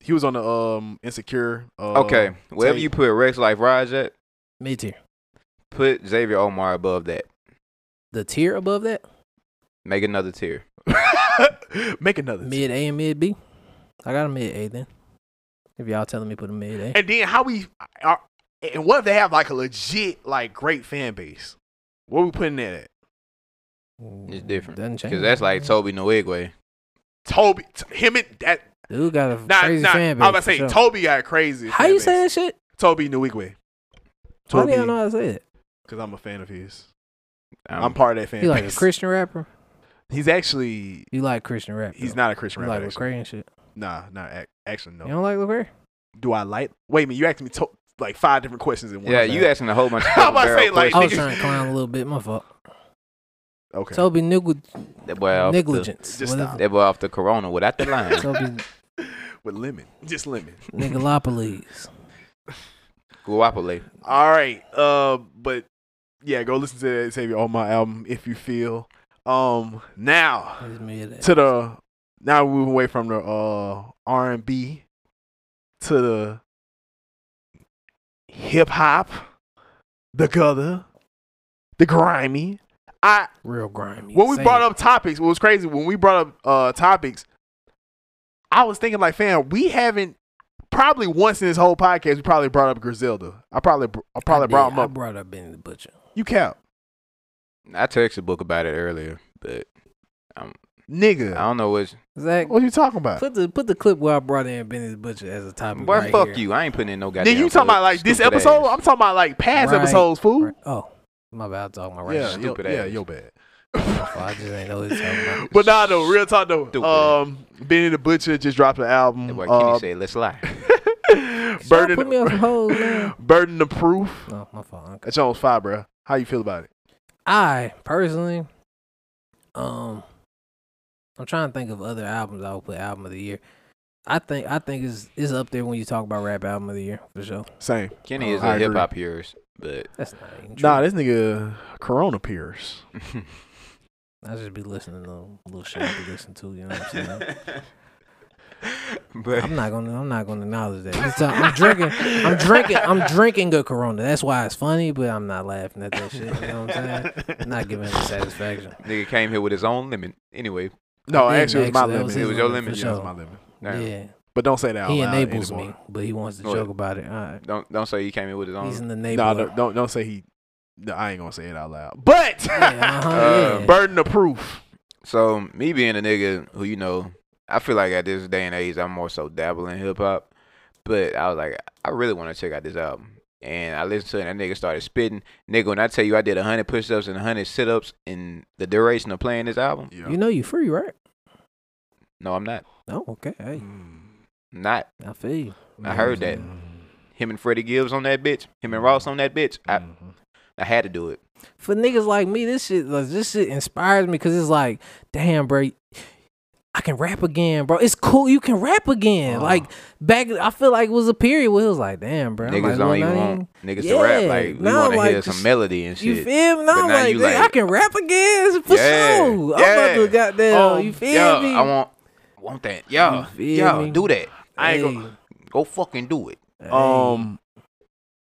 Speaker 3: he was on the um Insecure. Uh,
Speaker 2: it? Um, Okay, wherever
Speaker 3: tape.
Speaker 2: you put Rex Life Raj at,
Speaker 1: Mid tier.
Speaker 2: put Xavier Omar above that.
Speaker 1: The tier above that,
Speaker 2: Make another tier.
Speaker 3: Make another.
Speaker 1: mid A and mid B. I got a mid A then. If y'all telling me put a mid A,
Speaker 3: And then how we are, and what if they have like a legit like great fan base? Where we putting that at?
Speaker 2: It's different
Speaker 1: Mm, Doesn't change.
Speaker 2: because that's like Toby Nwigwe. Um,
Speaker 3: Toby, t- him and that.
Speaker 1: dude got a
Speaker 3: Nah,
Speaker 1: crazy
Speaker 3: nah,
Speaker 1: fan base.
Speaker 3: I was about to say
Speaker 1: for sure.
Speaker 3: Toby got crazy.
Speaker 1: How
Speaker 3: fan
Speaker 1: you
Speaker 3: base.
Speaker 1: say that shit?
Speaker 3: Toby Newigwe?
Speaker 1: How do
Speaker 3: Toby,
Speaker 1: y'all know how to say that?
Speaker 3: because I'm a fan of his.
Speaker 2: I'm,
Speaker 3: I'm, part of that fan
Speaker 1: You like a
Speaker 3: base.
Speaker 1: Christian rapper?
Speaker 3: He's actually
Speaker 1: You like Christian rap?
Speaker 3: he's
Speaker 1: though.
Speaker 3: not a Christian
Speaker 1: You
Speaker 3: rapper.
Speaker 1: like
Speaker 3: actually.
Speaker 1: Lecrae and shit.
Speaker 3: Nah, not ac- actually no.
Speaker 1: You don't like Lecrae?
Speaker 3: Do I like? Wait a minute, you asked me to- like five different questions in one.
Speaker 2: yeah,
Speaker 3: my
Speaker 2: you
Speaker 3: bad.
Speaker 2: asking a whole bunch. of
Speaker 3: I'm about to
Speaker 2: double-barrel
Speaker 3: say, like,
Speaker 1: I
Speaker 2: questions.
Speaker 1: was trying to clown a little bit. My fault.
Speaker 3: okay.
Speaker 1: Toby Nigel-
Speaker 2: that boy off the,
Speaker 1: negligence.
Speaker 3: just
Speaker 1: Whatever.
Speaker 3: stop.
Speaker 2: that boy off the Corona without the line.
Speaker 1: Toby
Speaker 3: With lemon, just lemon.
Speaker 1: Nigalopolis.
Speaker 2: Guapole.
Speaker 3: All right. Uh, but yeah, go listen to that Xavier on my album if you feel. Um, now
Speaker 1: It's mid
Speaker 3: to the now we move away from the uh R and B to the hip hop, the gutter, the grimy. I
Speaker 1: real grimy.
Speaker 3: when we
Speaker 1: Say
Speaker 3: brought
Speaker 1: it.
Speaker 3: up topics, what was crazy when we brought up uh topics, I was thinking like, fam, we haven't probably once in this whole podcast we probably brought up Griselda. I probably br- I probably
Speaker 1: I did.
Speaker 3: brought him
Speaker 1: I
Speaker 3: up.
Speaker 1: brought up Benny the Butcher.
Speaker 3: you cap,
Speaker 2: I texted book about it earlier, but I
Speaker 3: nigga.
Speaker 2: don't know what's.
Speaker 1: Zach,
Speaker 3: What you talking about?
Speaker 1: put the put the clip where I brought in Benny the Butcher as a topic.
Speaker 2: Boy,
Speaker 1: right
Speaker 2: fuck
Speaker 1: here.
Speaker 2: you. I ain't putting in no goddamn.
Speaker 3: Then you talking about
Speaker 2: clip.
Speaker 3: like this
Speaker 2: Stupid
Speaker 3: episode?
Speaker 2: ass.
Speaker 3: I'm talking about like past
Speaker 1: Right,
Speaker 3: episodes, fool.
Speaker 1: Right. Oh, My bad, I'm talking my
Speaker 3: yeah,
Speaker 1: right. Oh,
Speaker 2: shit. Stupid
Speaker 3: yo- yeah,
Speaker 2: ass.
Speaker 3: your bad.
Speaker 1: I just ain't know what he's talking about.
Speaker 3: But nah, though, real talk though.
Speaker 2: Stupid.
Speaker 3: Um, Benny the Butcher just dropped an
Speaker 2: That
Speaker 3: album.
Speaker 2: boy Kenny
Speaker 3: Uh,
Speaker 2: said, "Let's lie."
Speaker 1: Burden,
Speaker 3: burden,
Speaker 1: put me on some hold, man.
Speaker 3: burden the proof.
Speaker 1: No, my fault. Okay.
Speaker 3: That song was fire, bro. How you feel about it?
Speaker 1: I personally, um, I'm trying to think of other albums I would put album of the year. I think I think it's it's up there when you talk about rap album of the year for sure.
Speaker 3: Same.
Speaker 2: Kenny
Speaker 1: Oh,
Speaker 2: is
Speaker 3: I
Speaker 2: a
Speaker 3: agree.
Speaker 2: hip hop purist, but
Speaker 1: That's not even true.
Speaker 3: Nah, this nigga Corona Pierce.
Speaker 1: I just be listening to little shit I be listening to. You know what I'm saying?
Speaker 2: but
Speaker 1: I'm not gonna I'm not gonna acknowledge that. It's, uh, I'm drinking I'm drinking I'm drinking a Corona. That's why it's funny, but I'm not laughing at that shit. You know what I'm saying? I'm not giving it the satisfaction.
Speaker 2: nigga came here with his own limit. Anyway,
Speaker 3: No,
Speaker 1: Yeah,
Speaker 3: actually, it was my
Speaker 1: actually, that
Speaker 3: limit.
Speaker 1: was
Speaker 3: it
Speaker 1: his
Speaker 3: was
Speaker 2: your
Speaker 1: limit for
Speaker 3: Yeah, it was
Speaker 1: sure.
Speaker 3: my limit.
Speaker 2: now,
Speaker 1: Yeah,
Speaker 3: But don't say that. Out
Speaker 1: he
Speaker 3: loud
Speaker 1: enables
Speaker 3: anymore.
Speaker 1: me, but he wants to
Speaker 2: Go ahead.
Speaker 1: joke about it. All right.
Speaker 2: don't don't say you came here with his own.
Speaker 1: He's an enabler.
Speaker 3: Nah, don't, don't don't say he. No, I ain't gonna say it out loud. But
Speaker 1: Yeah, uh-huh,
Speaker 2: Uh,
Speaker 1: yeah.
Speaker 3: burden of proof.
Speaker 2: So me being a nigga who you know, I feel like at this day and age I'm more so dabbling in hip hop, but I was like, I really want to check out this album. And I listened to it, and that nigga started spitting. Nigga, when I tell you I did 100 push ups and 100 sit ups in the duration of playing this album,
Speaker 3: Yeah.
Speaker 1: You know you free, right?
Speaker 2: no, I'm not.
Speaker 1: No, okay. Hey,
Speaker 2: Not
Speaker 1: I feel you.
Speaker 3: Mm.
Speaker 2: I heard that. him and Freddie Gibbs on that bitch, him and Ross on that bitch. I,
Speaker 3: Mm.
Speaker 2: I had to do it.
Speaker 1: For niggas like me, this shit, like, this shit inspires me because it's like, damn, bro, I can rap again, bro. It's cool, you can rap again.
Speaker 3: Uh-huh.
Speaker 1: Like back, I feel like it was a period where it was like, damn, bro, I might
Speaker 2: niggas
Speaker 1: as well
Speaker 2: don't even
Speaker 1: not
Speaker 2: want niggas to rap.
Speaker 1: Yeah,
Speaker 2: Like we
Speaker 1: now,
Speaker 2: want to
Speaker 1: like,
Speaker 2: hear
Speaker 1: sh-
Speaker 2: some melody and
Speaker 1: You
Speaker 2: shit.
Speaker 1: feel me? No,
Speaker 2: But
Speaker 1: I'm
Speaker 2: now
Speaker 1: like,
Speaker 2: you
Speaker 1: "Nigga, I
Speaker 2: like-
Speaker 1: can rap again for
Speaker 2: Yeah,
Speaker 1: sure. I'm
Speaker 2: yeah. Oh,
Speaker 1: about to goddamn.
Speaker 3: Um,
Speaker 1: you feel
Speaker 2: yeah,
Speaker 1: me?
Speaker 2: I want want that. Yeah,
Speaker 1: You feel
Speaker 2: yeah,
Speaker 1: me?
Speaker 2: do that.
Speaker 3: I ain't gonna-
Speaker 2: Go fucking do it.
Speaker 1: Hey,
Speaker 3: Um,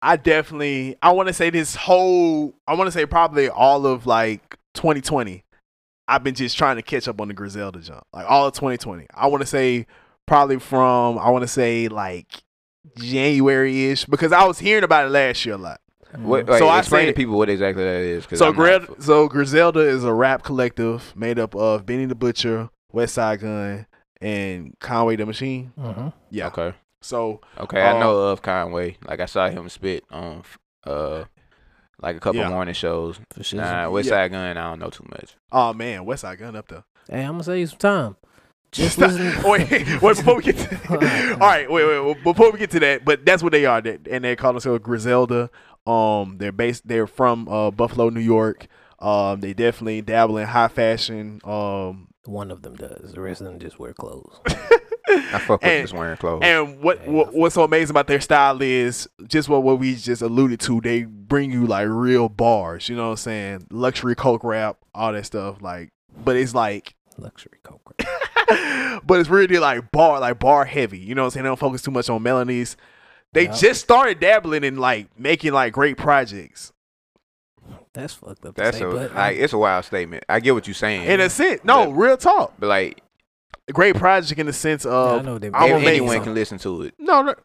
Speaker 3: I definitely. I want to say this whole. I want to say probably all of like 2020. I've been just trying to catch up on the Griselda jump. Like all of 2020. I want to say probably from. I want to say like January ish because I was hearing about it last year a lot.
Speaker 1: hey.
Speaker 2: What,
Speaker 1: Mm.
Speaker 2: so
Speaker 3: So I
Speaker 2: explain to
Speaker 3: said-
Speaker 2: people what exactly that is. 'cause
Speaker 3: So
Speaker 2: I'm not
Speaker 3: Gred,
Speaker 2: fu-
Speaker 3: so Griselda is a rap collective made up of Benny the Butcher, West Side Gun, and Conway the Machine.
Speaker 1: Mhm.
Speaker 3: Yeah.
Speaker 2: okay,
Speaker 3: So
Speaker 2: okay,
Speaker 3: Uh,
Speaker 2: I know of Conway. Like I saw him spit on f- uh like a couple
Speaker 3: Yeah.
Speaker 2: morning shows.
Speaker 1: For sure.
Speaker 2: Nah, West
Speaker 3: Yeah.
Speaker 2: Side Gun. I don't know too much.
Speaker 3: oh man, West Side Gun up there.
Speaker 1: Hey, I'm gonna save you some time. Just
Speaker 3: Stop.
Speaker 1: listen.
Speaker 3: wait, wait before we get to All right, wait, wait, wait, before we get to that, but that's what they are. They, and they call themselves Griselda. Um they're based they're from uh Buffalo, New York. Um they definitely dabble in high fashion. Um
Speaker 1: One of them does. The rest of them just wear clothes.
Speaker 2: I fuck with
Speaker 3: And-
Speaker 2: just wearing clothes.
Speaker 3: And what,
Speaker 1: Yeah,
Speaker 3: what what's so amazing about their style is just what, what we just alluded to. They bring you like real bars, you know what I'm saying? Luxury coke rap, all that stuff. Like, but it's like,
Speaker 1: Luxury coke.
Speaker 3: but it's really like bar, like bar heavy. You know what I'm saying? They don't focus too much on melodies. They
Speaker 1: Yeah.
Speaker 3: just started dabbling in like making like great projects.
Speaker 1: That's fucked up. to
Speaker 2: That's
Speaker 1: say,
Speaker 2: a
Speaker 1: but uh,
Speaker 2: like
Speaker 1: I,
Speaker 2: it's a wild statement. I get what you're saying,
Speaker 3: In a sense, no,
Speaker 2: Yeah.
Speaker 3: real talk.
Speaker 2: but like
Speaker 3: Great project in the sense
Speaker 1: I
Speaker 2: um,
Speaker 3: of
Speaker 1: know they.
Speaker 3: I
Speaker 1: they
Speaker 3: won't
Speaker 1: make
Speaker 3: make
Speaker 2: anyone
Speaker 1: some-
Speaker 2: can listen to it.
Speaker 3: No, no,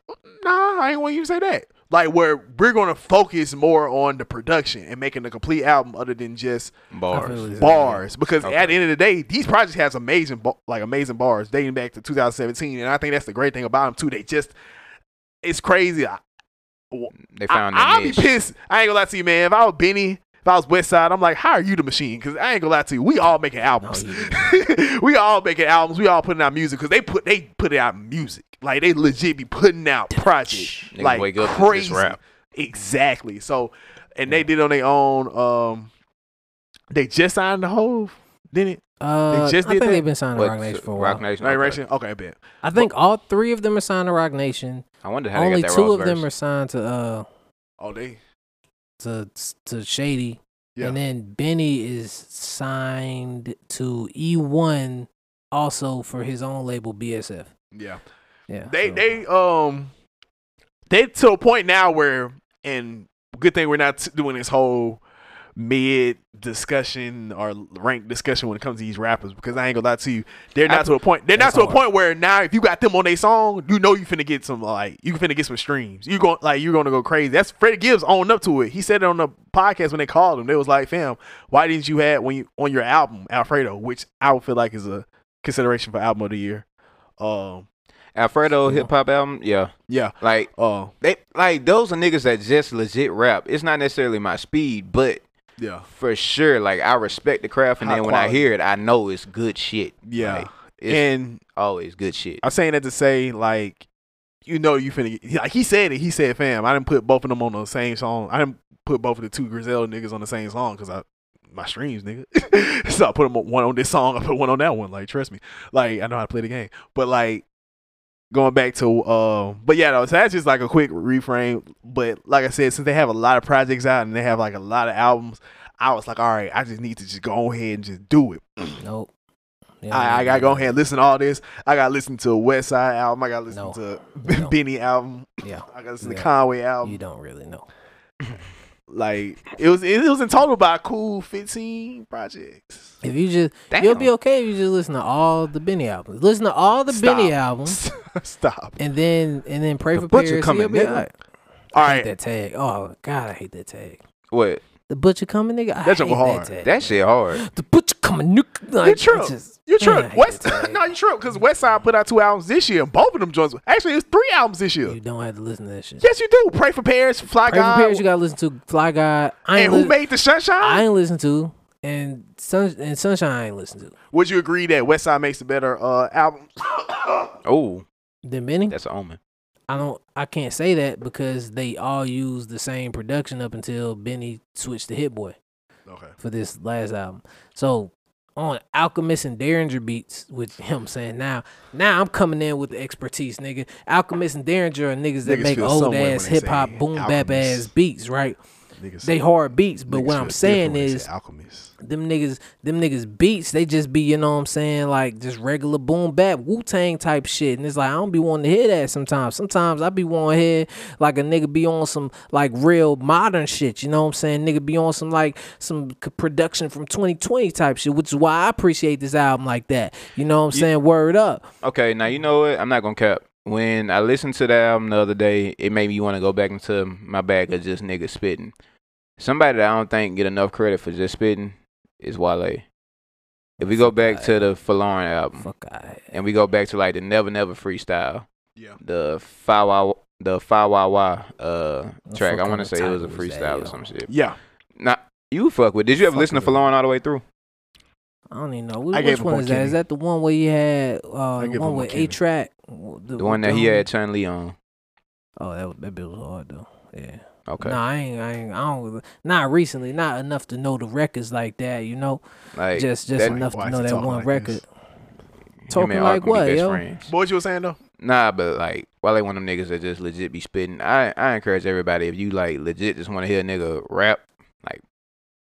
Speaker 3: nah, I ain't want you to say that. Like where we're gonna focus more on the production and making a complete album other than just
Speaker 1: I feel
Speaker 2: Bars.
Speaker 1: it.
Speaker 3: bars. Because
Speaker 2: Okay.
Speaker 3: at the end of the day, these projects has amazing, ba- like amazing bars dating back to 2017, and I think that's the great thing about them too. They just, it's crazy. I,
Speaker 2: They
Speaker 3: I,
Speaker 2: found
Speaker 3: I'll
Speaker 2: that
Speaker 3: be
Speaker 2: niche.
Speaker 3: pissed. I ain't gonna lie to you, man. If I was Benny, if I was Westside, I'm like, how are you the machine? Because I ain't gonna lie to you, we all making
Speaker 1: No,
Speaker 3: albums.
Speaker 1: you-
Speaker 3: we all making albums. We all putting out music because they put they put out music. Like they legit be putting out projects.
Speaker 2: Nigga
Speaker 3: like
Speaker 2: wake up and just
Speaker 3: crazy.
Speaker 2: rap.
Speaker 3: Exactly. So, and they did on their own. Um, they just signed the Hove, didn't it?
Speaker 1: uh,
Speaker 3: just
Speaker 1: I
Speaker 3: did
Speaker 1: think
Speaker 3: that?
Speaker 1: they've been signed to
Speaker 2: But
Speaker 1: Rock Nation for a while.
Speaker 2: Rock Nation.
Speaker 3: Right,
Speaker 2: okay.
Speaker 3: Ration? Okay, I bet.
Speaker 1: I think all three of them are signed to Rock Nation.
Speaker 2: I wonder how
Speaker 1: Only
Speaker 2: they got that
Speaker 1: two
Speaker 2: Ross
Speaker 1: of them are
Speaker 2: verse.
Speaker 1: signed to uh
Speaker 3: Oh, they.
Speaker 1: to to Shady,
Speaker 3: Yeah.
Speaker 1: and then Benny is signed to E1, also for his own label BSF.
Speaker 3: Yeah.
Speaker 1: Yeah,
Speaker 3: They
Speaker 1: so-
Speaker 3: they um they to a point now where and good thing we're not t- doing this whole mid discussion or rank discussion when it comes to these rappers because I ain't gonna lie to you they're not
Speaker 2: I-
Speaker 3: to a point they're not
Speaker 1: That's
Speaker 3: to a
Speaker 1: hard.
Speaker 3: point where now if you got them on their song you know you finna get some like you finna get some streams you going like you're gonna go crazy that's Freddie Gibbs owned up to it he said it on the podcast when they called him they was like fam why didn't you have when you on your album Alfredo which I would feel like is a consideration for album of the year um
Speaker 2: Alfredo
Speaker 1: Yeah.
Speaker 2: hip hop album. Yeah,
Speaker 3: yeah
Speaker 2: like
Speaker 3: uh
Speaker 2: they like those are niggas that just legit rap. It's not necessarily my speed, but
Speaker 3: Yeah.
Speaker 2: for sure. Like I respect the craft, and
Speaker 3: High
Speaker 2: then when I
Speaker 3: quality.
Speaker 2: hear it, I know it's good shit.
Speaker 3: Yeah.
Speaker 2: Like, it's
Speaker 3: and
Speaker 2: always good shit.
Speaker 3: I'm saying that to say, like, you know, you finna get, like he said it. He said, "Fam, I didn't put both of them on the same song. I didn't put both of the two Griselda niggas on the same song because I my streams, nigga. so I put them on- one on this song. I put one on that one. Like, trust me. Like, I know how to play the game. But like, going back to, uh, but yeah, no, so that's just like a quick reframe. But like I said, since they have a lot of projects out and they have like a lot of albums, I was like, all right, I just need to just go ahead and just do it.
Speaker 1: Nope. Yeah,
Speaker 3: I, I gotta go ahead and listen to all this. I gotta listen to a West Side album. I gotta listen
Speaker 1: No.
Speaker 3: to
Speaker 1: No.
Speaker 3: Benny album.
Speaker 1: Yeah.
Speaker 3: I gotta listen
Speaker 1: Yeah.
Speaker 3: to Conway album.
Speaker 1: You don't really know.
Speaker 3: Like it was, it, was in total about a cool fifteen projects.
Speaker 1: If you just,
Speaker 2: Damn.
Speaker 1: you'll be okay if you just listen to all the Benny albums. Listen to all the Benny albums,
Speaker 3: Stop.
Speaker 1: and then and then pray
Speaker 2: The
Speaker 1: for
Speaker 2: Butcher
Speaker 1: Paris.
Speaker 2: coming,
Speaker 1: you'll be
Speaker 2: nigga.
Speaker 1: all right.
Speaker 3: All
Speaker 1: I hate
Speaker 3: right,
Speaker 1: that tag. Oh God, I hate that tag.
Speaker 2: What?
Speaker 1: The butcher coming, nigga. I
Speaker 3: That
Speaker 1: hate
Speaker 3: joke was hard.
Speaker 1: That tag.
Speaker 2: That shit hard.
Speaker 1: the butcher coming, nigga. Like,
Speaker 3: you
Speaker 1: it's
Speaker 3: trip.
Speaker 1: just-
Speaker 3: You
Speaker 1: man, I
Speaker 3: trip.
Speaker 1: hate
Speaker 3: West,
Speaker 1: that tag.
Speaker 3: no, you trip because West Side put out two albums this year. and Both of them joints. Actually, it's three albums this year.
Speaker 1: You don't have to listen to that shit.
Speaker 3: yes, you do. Pray for Paris, Fly
Speaker 1: Pray for
Speaker 3: God,
Speaker 1: Paris, you gotta listen to Fly Guy. I ain't
Speaker 3: and who
Speaker 1: lis-
Speaker 3: made the Sunshine?
Speaker 1: I ain't listen to, and Sun and Sunshine I ain't listen to.
Speaker 3: Would you agree that West Side makes a better uh, album?
Speaker 2: Oh,
Speaker 1: Then Benny,
Speaker 2: that's an omen.
Speaker 1: I don't, I can't say that because they all use the same production up until Benny switched to Hit Boy
Speaker 3: okay.
Speaker 1: for this last album. So on Alchemist and Derringer beats, which you know what I'm saying now, now I'm coming in with the expertise, nigga. Alchemist and Derringer are niggas that
Speaker 3: Niggas
Speaker 1: make
Speaker 3: feel some
Speaker 1: old
Speaker 3: way when
Speaker 1: ass
Speaker 3: they
Speaker 1: hip hop,
Speaker 3: say
Speaker 1: boom bap ass
Speaker 3: Alchemist.
Speaker 1: beats, right?
Speaker 3: Niggas,
Speaker 1: They hard beats, but
Speaker 3: niggas
Speaker 1: what
Speaker 3: feel
Speaker 1: I'm saying
Speaker 3: different when they
Speaker 1: is
Speaker 3: say Alchemist.
Speaker 1: them niggas, them niggas beats, they just be, you know what I'm saying, like just regular boom bap, Wu Tang type shit. And it's like, I don't be wanting to hear that sometimes. Sometimes I be wanting to hear like a nigga be on some like real modern shit, you know what I'm saying? Nigga be on some like some c- production from 2020 type shit, which is why I appreciate this album like that. You know what I'm saying? Word up.
Speaker 2: Okay, now you know what? I'm not gonna cap. When I listened to the album the other day, it made me want to go back into my bag of just niggas spitting. Somebody that I don't think get enough credit for just spitting is Wale. If we go back to the Forlorn album,
Speaker 1: Fuck I
Speaker 2: and we go back to like the Never Never freestyle,
Speaker 3: Yeah.
Speaker 2: the Fa Wa the Fa Wa Wa uh
Speaker 1: The
Speaker 2: track,
Speaker 1: fuck
Speaker 2: I
Speaker 1: kind
Speaker 2: want to
Speaker 1: of
Speaker 2: say it was a
Speaker 1: title is that,
Speaker 2: freestyle
Speaker 1: yo?
Speaker 2: or some shit.
Speaker 3: Yeah.
Speaker 2: Nah, you fuck with? Did you ever
Speaker 1: Fuck
Speaker 2: listen to
Speaker 1: with it.
Speaker 2: Forlorn all the way through?
Speaker 1: I don't even know. Wh-
Speaker 3: I
Speaker 1: Which
Speaker 3: gave up
Speaker 1: one
Speaker 3: on
Speaker 1: is that? Is
Speaker 3: Kenny.
Speaker 1: that the one where you had uh,
Speaker 3: I
Speaker 1: the
Speaker 3: give up
Speaker 1: one
Speaker 3: on
Speaker 1: with
Speaker 3: Kenny.
Speaker 1: A Track?
Speaker 2: The one that he had Chun Li on.
Speaker 1: Oh, that was- that bit was hard though. Yeah.
Speaker 2: Okay,
Speaker 1: Nah, I ain't, I ain't, I don't, not recently, not enough to know the records like that, you know?
Speaker 2: like
Speaker 1: just just
Speaker 2: that-
Speaker 1: enough
Speaker 3: Why
Speaker 1: to
Speaker 3: is
Speaker 1: know
Speaker 3: he
Speaker 1: that
Speaker 3: talking
Speaker 1: one
Speaker 3: like
Speaker 1: record.
Speaker 3: this?
Speaker 2: him
Speaker 1: Talking
Speaker 2: and
Speaker 1: like
Speaker 2: Ark gonna be
Speaker 1: what,
Speaker 2: best
Speaker 1: yo?
Speaker 2: friends.
Speaker 3: Boy, what you were saying though?
Speaker 2: Nah, but like, while they one of them niggas that just legit be spitting, I I encourage everybody if you like legit just want to hear a nigga rap, like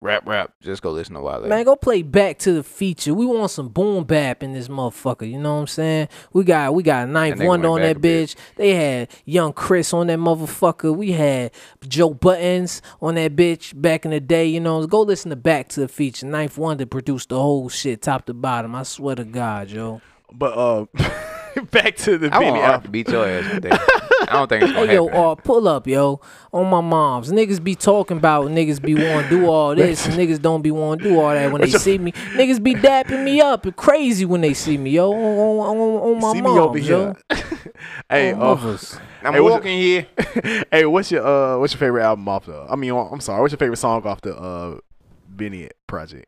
Speaker 2: rap rap, just go listen to Wale.
Speaker 1: Man, go play back to the feature. We want some boom bap in this motherfucker. You know what I'm saying? We got we got Ninth
Speaker 2: nigga
Speaker 1: Wonder on
Speaker 2: went
Speaker 1: that
Speaker 2: back a bit.
Speaker 1: bitch. They had Young Chris on that motherfucker. We had Joe Buttons on that bitch back in the day. You know, go listen to back to the feature. Ninth Wonder produced the whole shit, top to bottom. I swear to God, yo.
Speaker 3: But uh, back to the
Speaker 2: I
Speaker 3: Benny
Speaker 2: want Ark to
Speaker 3: album.
Speaker 2: beat your ass. With that. I don't think it's gonna
Speaker 1: Hey yo,
Speaker 2: happen.
Speaker 1: uh, pull up, yo, on my moms. Niggas be talking about niggas be want to do all this, and niggas don't be want to do all that when they see me. Niggas be dapping me up and crazy when they see me, yo, on, on, on, on my
Speaker 3: See me
Speaker 1: moms,
Speaker 3: over
Speaker 1: yo.
Speaker 3: here. hey,
Speaker 1: On
Speaker 3: uh,
Speaker 1: mothers.
Speaker 2: I'm
Speaker 3: Hey, what's
Speaker 2: walking here.
Speaker 3: hey, what's your uh, what's your favorite album off the? I mean, uh, I'm sorry, what's your favorite song off the uh, Benny project?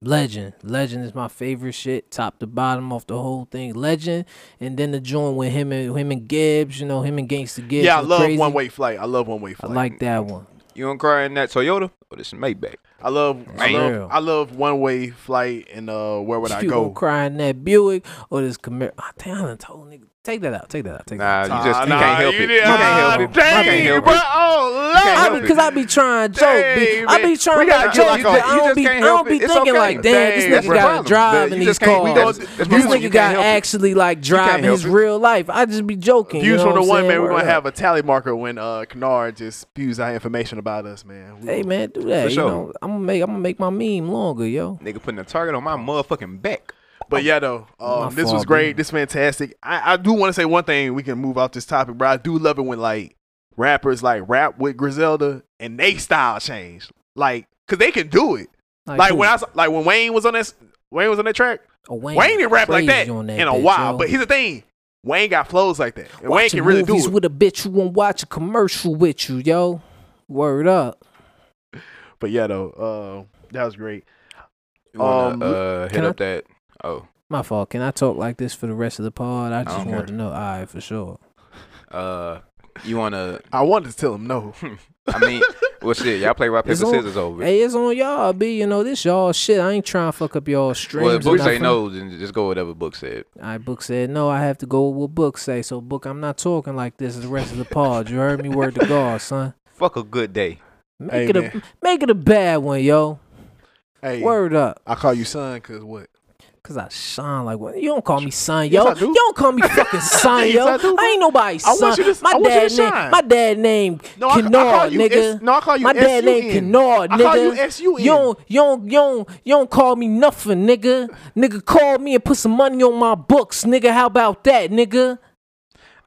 Speaker 1: Legend, Legend is my favorite shit, top to bottom off the whole thing. Legend, and then the joint with him and him and Gibbs, you know, him and Gangsta Gibbs.
Speaker 3: yeah, I
Speaker 1: was
Speaker 3: love
Speaker 1: crazy.
Speaker 3: One Way Flight. I love One Way
Speaker 1: I
Speaker 3: Flight.
Speaker 1: like that one.
Speaker 2: You don't cry in that Toyota or this Maybach.
Speaker 3: I love, I
Speaker 1: Man.
Speaker 3: love, I love One Way Flight and uh, Where Would I
Speaker 1: you
Speaker 3: Go?
Speaker 1: gonna cry in that Buick or this Camaro? I think I done told nigga, take that out, take that out, take that. out.
Speaker 2: Nah, you just
Speaker 3: Ah,
Speaker 2: you
Speaker 3: nah,
Speaker 2: can't help
Speaker 3: you
Speaker 2: it.
Speaker 3: did-
Speaker 2: You can't help
Speaker 3: ah,
Speaker 2: it. You can't
Speaker 3: dang,
Speaker 2: help
Speaker 3: bro.
Speaker 2: it.
Speaker 3: Oh,
Speaker 2: can't
Speaker 3: Lord.
Speaker 2: help
Speaker 1: I be, cause I be trying to joke. Be, I
Speaker 3: Dang,
Speaker 1: be trying
Speaker 3: we gotta
Speaker 1: to
Speaker 3: get
Speaker 1: joke.
Speaker 3: like a-
Speaker 1: but I
Speaker 2: you
Speaker 1: don't
Speaker 2: just
Speaker 1: be, I
Speaker 2: can't
Speaker 1: don't
Speaker 2: help
Speaker 1: be
Speaker 2: it. It's
Speaker 1: thinking
Speaker 2: okay.
Speaker 1: like, damn,
Speaker 3: Dang,
Speaker 1: this
Speaker 3: that's
Speaker 1: nigga
Speaker 3: the
Speaker 1: got
Speaker 2: problem.
Speaker 1: to drive
Speaker 2: That-
Speaker 1: in
Speaker 2: you
Speaker 1: these
Speaker 2: just can't- we
Speaker 1: cars.
Speaker 2: don't-
Speaker 1: This
Speaker 2: that's my point.
Speaker 1: nigga
Speaker 2: You
Speaker 1: got
Speaker 2: can't help it.
Speaker 1: actually like driving
Speaker 2: help
Speaker 1: his
Speaker 2: it.
Speaker 1: real life. I just be joking. you
Speaker 3: Views
Speaker 1: know
Speaker 3: from the
Speaker 1: what I'm
Speaker 3: one,
Speaker 1: saying?
Speaker 3: man. We're
Speaker 1: Word
Speaker 3: gonna
Speaker 1: up.
Speaker 3: have a tally marker when uh Kennard just spews out information about us, man. We-
Speaker 1: Hey man, do that.
Speaker 2: For
Speaker 1: you
Speaker 2: sure.
Speaker 1: know, I'm gonna make I'm gonna make my meme longer, yo.
Speaker 2: Nigga putting a target on my motherfucking back.
Speaker 3: But yeah, though,
Speaker 1: My
Speaker 3: um, this was
Speaker 1: fault,
Speaker 3: great.
Speaker 1: man.
Speaker 3: This fantastic. I, I do want to say one thing. We can move off this topic, bro. I do love it when like rappers like rap with Griselda and they style change, like, cause they can do it. Like when I s- like when Wayne was on this, Wayne was on that track.
Speaker 1: I, Wayne,
Speaker 3: Wayne didn't rap like
Speaker 1: crazy
Speaker 3: that,
Speaker 1: on
Speaker 3: in a
Speaker 1: bitch,
Speaker 3: while.
Speaker 1: yo.
Speaker 3: But here's the thing: Wayne got flows like that, and Wayne
Speaker 1: Watching
Speaker 3: can really do
Speaker 1: movies
Speaker 3: it.
Speaker 1: with a bitch, you won't watch a commercial with you, yo. Word up.
Speaker 3: But yeah, though, uh, that was great.
Speaker 2: You wanna,
Speaker 3: Um,
Speaker 2: uh, hit
Speaker 1: I-
Speaker 2: up that. Oh,
Speaker 1: My fault. Can I talk like this for the rest of the pod? I just
Speaker 2: don't
Speaker 1: want
Speaker 2: care.
Speaker 1: to know. All right, for sure.
Speaker 2: uh, you wanna?
Speaker 3: I wanted to tell him no.
Speaker 2: I mean, well, shit, y'all play rock paper
Speaker 1: It's on-
Speaker 2: scissors over. it.
Speaker 1: Hey, it's on y'all, B. You know, this y'all shit. I ain't trying to fuck up y'all streams.
Speaker 2: well, if
Speaker 1: or
Speaker 2: Book say
Speaker 1: nothing.
Speaker 2: no, then just go whatever Book said.
Speaker 1: All right, Book said, no, I have to go with what Book say. So, Book, I'm not talking like this the rest of the pod. You heard me? Word to God, son.
Speaker 2: Fuck a good day.
Speaker 1: Make,
Speaker 3: Hey,
Speaker 1: it a,
Speaker 3: man.
Speaker 1: make it a bad one, yo.
Speaker 3: Hey,
Speaker 1: Word up.
Speaker 3: I call you son because what?
Speaker 1: Cause I shine like what? You don't call me son, yo.
Speaker 3: Yes, I do.
Speaker 1: You don't call me fucking son,
Speaker 3: Yes,
Speaker 1: yo.
Speaker 3: I do, bro.
Speaker 1: ain't nobody's
Speaker 3: I
Speaker 1: son.
Speaker 3: want you to-
Speaker 1: my
Speaker 3: I want you to
Speaker 1: dad
Speaker 3: shine.
Speaker 1: name. My dad name.
Speaker 3: No, I, ca- I
Speaker 1: Kennard,
Speaker 3: call you.
Speaker 1: nigga.
Speaker 3: S, no, I call you.
Speaker 1: My dad
Speaker 3: S-U-N.
Speaker 1: named Kennard,
Speaker 3: I call you
Speaker 1: nigga.
Speaker 3: S U N.
Speaker 1: You don't, you don't, you don't, you don't call me nothing, nigga. Nigga, call me and put some money on my books, nigga. How about that, nigga?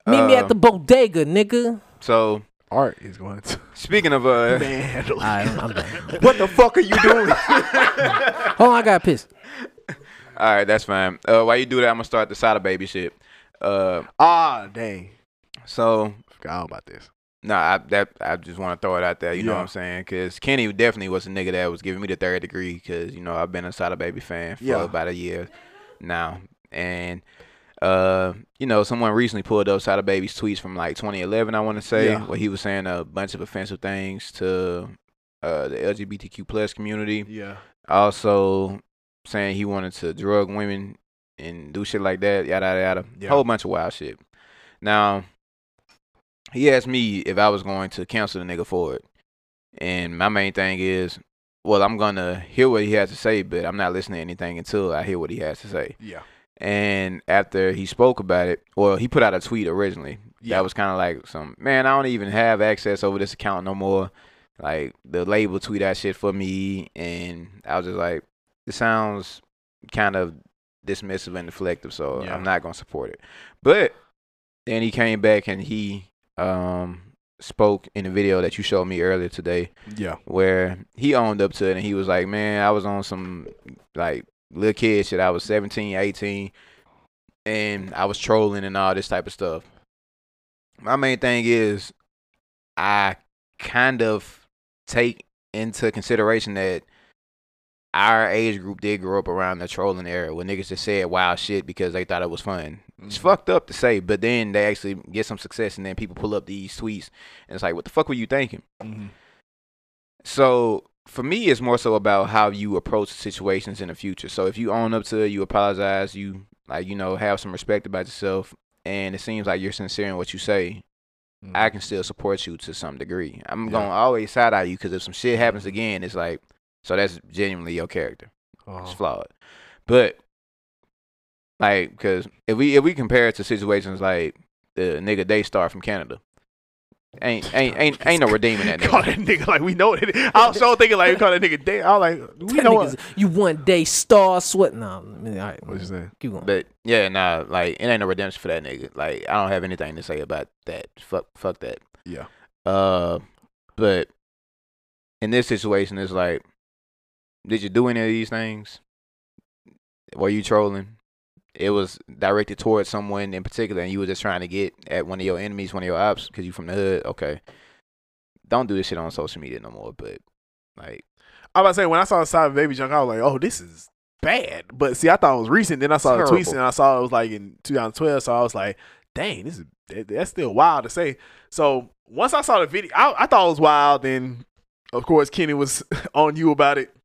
Speaker 1: Meet me at
Speaker 2: Uh,
Speaker 1: the bodega, nigga.
Speaker 2: So
Speaker 3: Art is going to
Speaker 2: speaking of uh,
Speaker 3: man.
Speaker 1: Alright, I'm- I'm done.
Speaker 2: what the fuck are you
Speaker 1: Hold
Speaker 2: doing?
Speaker 1: on, Oh, I got pissed.
Speaker 2: All right, that's fine. Uh, while you do that, I'm gonna start the soda baby shit. Uh,
Speaker 3: Ah, dang.
Speaker 2: so
Speaker 3: Forgot all about this.
Speaker 2: No, I that I just want to throw it out there. You know
Speaker 3: Yeah.
Speaker 2: what I'm saying? Because Kenny definitely was a nigga that was giving me the third degree. Because you know I've been a Sada Baby fan for
Speaker 3: Yeah.
Speaker 2: about a year now, and uh, you know someone recently pulled up Sada Baby's tweets from like 2011. I want to say
Speaker 3: Yeah.
Speaker 2: where he was saying a bunch of offensive things to uh the LGBTQ plus community.
Speaker 3: Yeah.
Speaker 2: Also saying he wanted to drug women and do shit like that. Yada yada yada.
Speaker 3: Yeah.
Speaker 2: Whole bunch of wild shit. Now he asked me if I was going to cancel the nigga for it. And my main thing is, well, I'm gonna hear what he has to say, but I'm not listening to anything until I hear what he has to say.
Speaker 3: Yeah.
Speaker 2: And after he spoke about it, well, he put out a tweet originally.
Speaker 3: Yeah.
Speaker 2: That was kind of like some man. I don't even have access over this account no more. Like the label tweet that shit for me, and I was just like, it sounds kind of dismissive and deflective, so
Speaker 3: Yeah.
Speaker 2: I'm not gonna support it. But then he came back and he um spoke in the video that you showed me earlier today
Speaker 3: Yeah.
Speaker 2: where he owned up to it and he was like, Man, I was on some like little kid shit. I was 17, 18, and I was trolling and all this type of stuff. My main thing is I kind of take into consideration that our age group did grow up around the trolling era where niggas just said wild shit because they thought it was fun. It's fucked up to say, but then they actually get some success and then people pull up these tweets and it's like, what the fuck were you thinking?
Speaker 3: Mhm.
Speaker 2: So for me, it's more so about how you approach situations in the future. So if you own up to it, you apologize, you like you know have some respect about yourself, and it seems like you're sincere in what you say.
Speaker 3: Mhm.
Speaker 2: I can still support you to some degree. I'm
Speaker 3: Yeah.
Speaker 2: gonna always side eye you because if some shit happens again, it's like so that's genuinely your character. It's
Speaker 3: Uh,
Speaker 2: flawed, but like because if we if we compare it to situations like the nigga Daystar from Canada, ain't ain't ain't ain't no redeeming that nigga.
Speaker 3: Call that nigga like we know it. I was so thinking like we call that nigga day. I was like, we
Speaker 1: That
Speaker 3: know
Speaker 1: nigga's-
Speaker 3: what.
Speaker 1: You want day star sweat? Nah, I mean, all right.
Speaker 3: What you saying?
Speaker 1: Keep going.
Speaker 2: But yeah, nah, like it ain't no redemption for that nigga. Like I don't have anything to say about that. Fuck, fuck that.
Speaker 3: Yeah.
Speaker 2: Uh, but in this situation, it's like, did you do any of these things? Were you trolling? It was directed towards someone in particular, and you were just trying to get at one of your enemies, one of your ops, because you from the hood. Okay, don't do this shit on social media no more. But like,
Speaker 3: I was about to say when I saw Cyber Baby Junk, I was like, oh, this is bad. But see, I thought it was recent. Then I saw the tweets
Speaker 2: Terrible.
Speaker 3: and I saw it was like in 2012. So I was like, dang, this is that- that's still wild to say. So once I saw the video, I, I thought it was wild. Then of course Kenny was on you about it.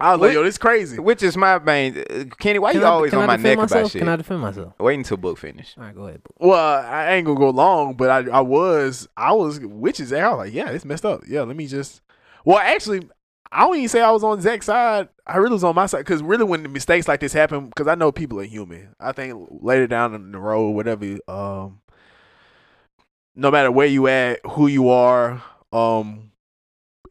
Speaker 3: I was like,
Speaker 2: What?
Speaker 3: yo, this crazy.
Speaker 2: which is my main, uh, Kenny. Why
Speaker 1: Can
Speaker 2: you
Speaker 1: I-
Speaker 2: always
Speaker 1: can
Speaker 2: on
Speaker 1: I
Speaker 2: my
Speaker 1: defend
Speaker 2: neck
Speaker 1: myself?
Speaker 2: about shit?
Speaker 1: Can I defend myself?
Speaker 2: Wait until book finish.
Speaker 1: All right, go ahead. Book.
Speaker 3: Well, I ain't gonna go long, but I I was I was which is I was like, yeah, it's messed up. Yeah, let me just. Well, actually, I don't even say I was on Zach's side. I really was on my side because really when mistakes like this happen, because I know people are human. I think later down in the road, whatever, um, no matter where you at, who you are, um,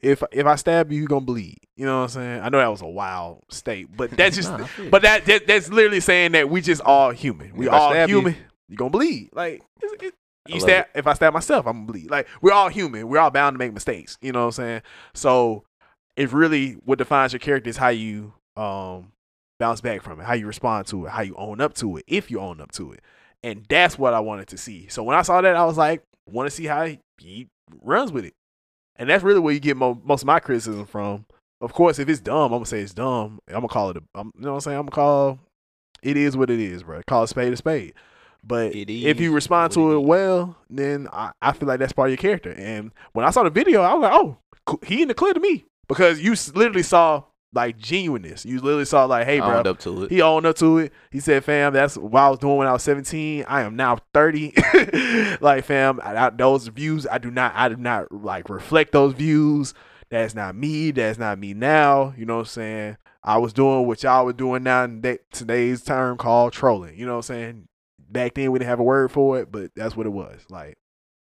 Speaker 3: if if I stab you, you gonna bleed. You know what I'm saying? I know that was a wild state, but that's just
Speaker 1: Nah, I feel you.
Speaker 3: but that, that that's literally saying that we just all human. We
Speaker 2: If I
Speaker 3: all
Speaker 2: stab you-
Speaker 3: human. You. gonna bleed. Like it's- it-
Speaker 2: I
Speaker 3: you
Speaker 2: love
Speaker 3: stab. If I stab myself, I'm gonna bleed. Like we're all human. We're all bound to make mistakes. You know what I'm saying? So it really what defines your character is how you um bounce back from it, how you respond to it, how you own up to it, if you own up to it. And that's what I wanted to see. So when I saw that, I was like, want to see how he runs with it. And that's really where you get mo- most of my criticism from. Of course, if it's dumb, I'm gonna say it's dumb. I'm gonna call it. A, I'm, you know what I'm saying? I'm gonna call it is what it is, bro. Call a spade a spade. But
Speaker 2: It
Speaker 3: if
Speaker 2: is
Speaker 3: you respond
Speaker 2: what
Speaker 3: to
Speaker 2: it
Speaker 3: it
Speaker 2: is.
Speaker 3: well, then I, I feel like that's part of your character. And when I saw the video, I was like, oh, cool. he in the clear to me because you s- literally saw like genuineness. You literally saw like, hey, bro,
Speaker 2: Owned up to it.
Speaker 3: he owned up to it. He said, "Fam, that's what I was doing when I was 17. I am now 30. like, fam, I, I- those views, I do not, I do not like reflect those views. That's not me. That's not me now. You know what I'm saying? I was doing what y'all were doing now in that today's term called trolling. You know what I'm saying? Back then we didn't have a word for it, but that's what it was. Like,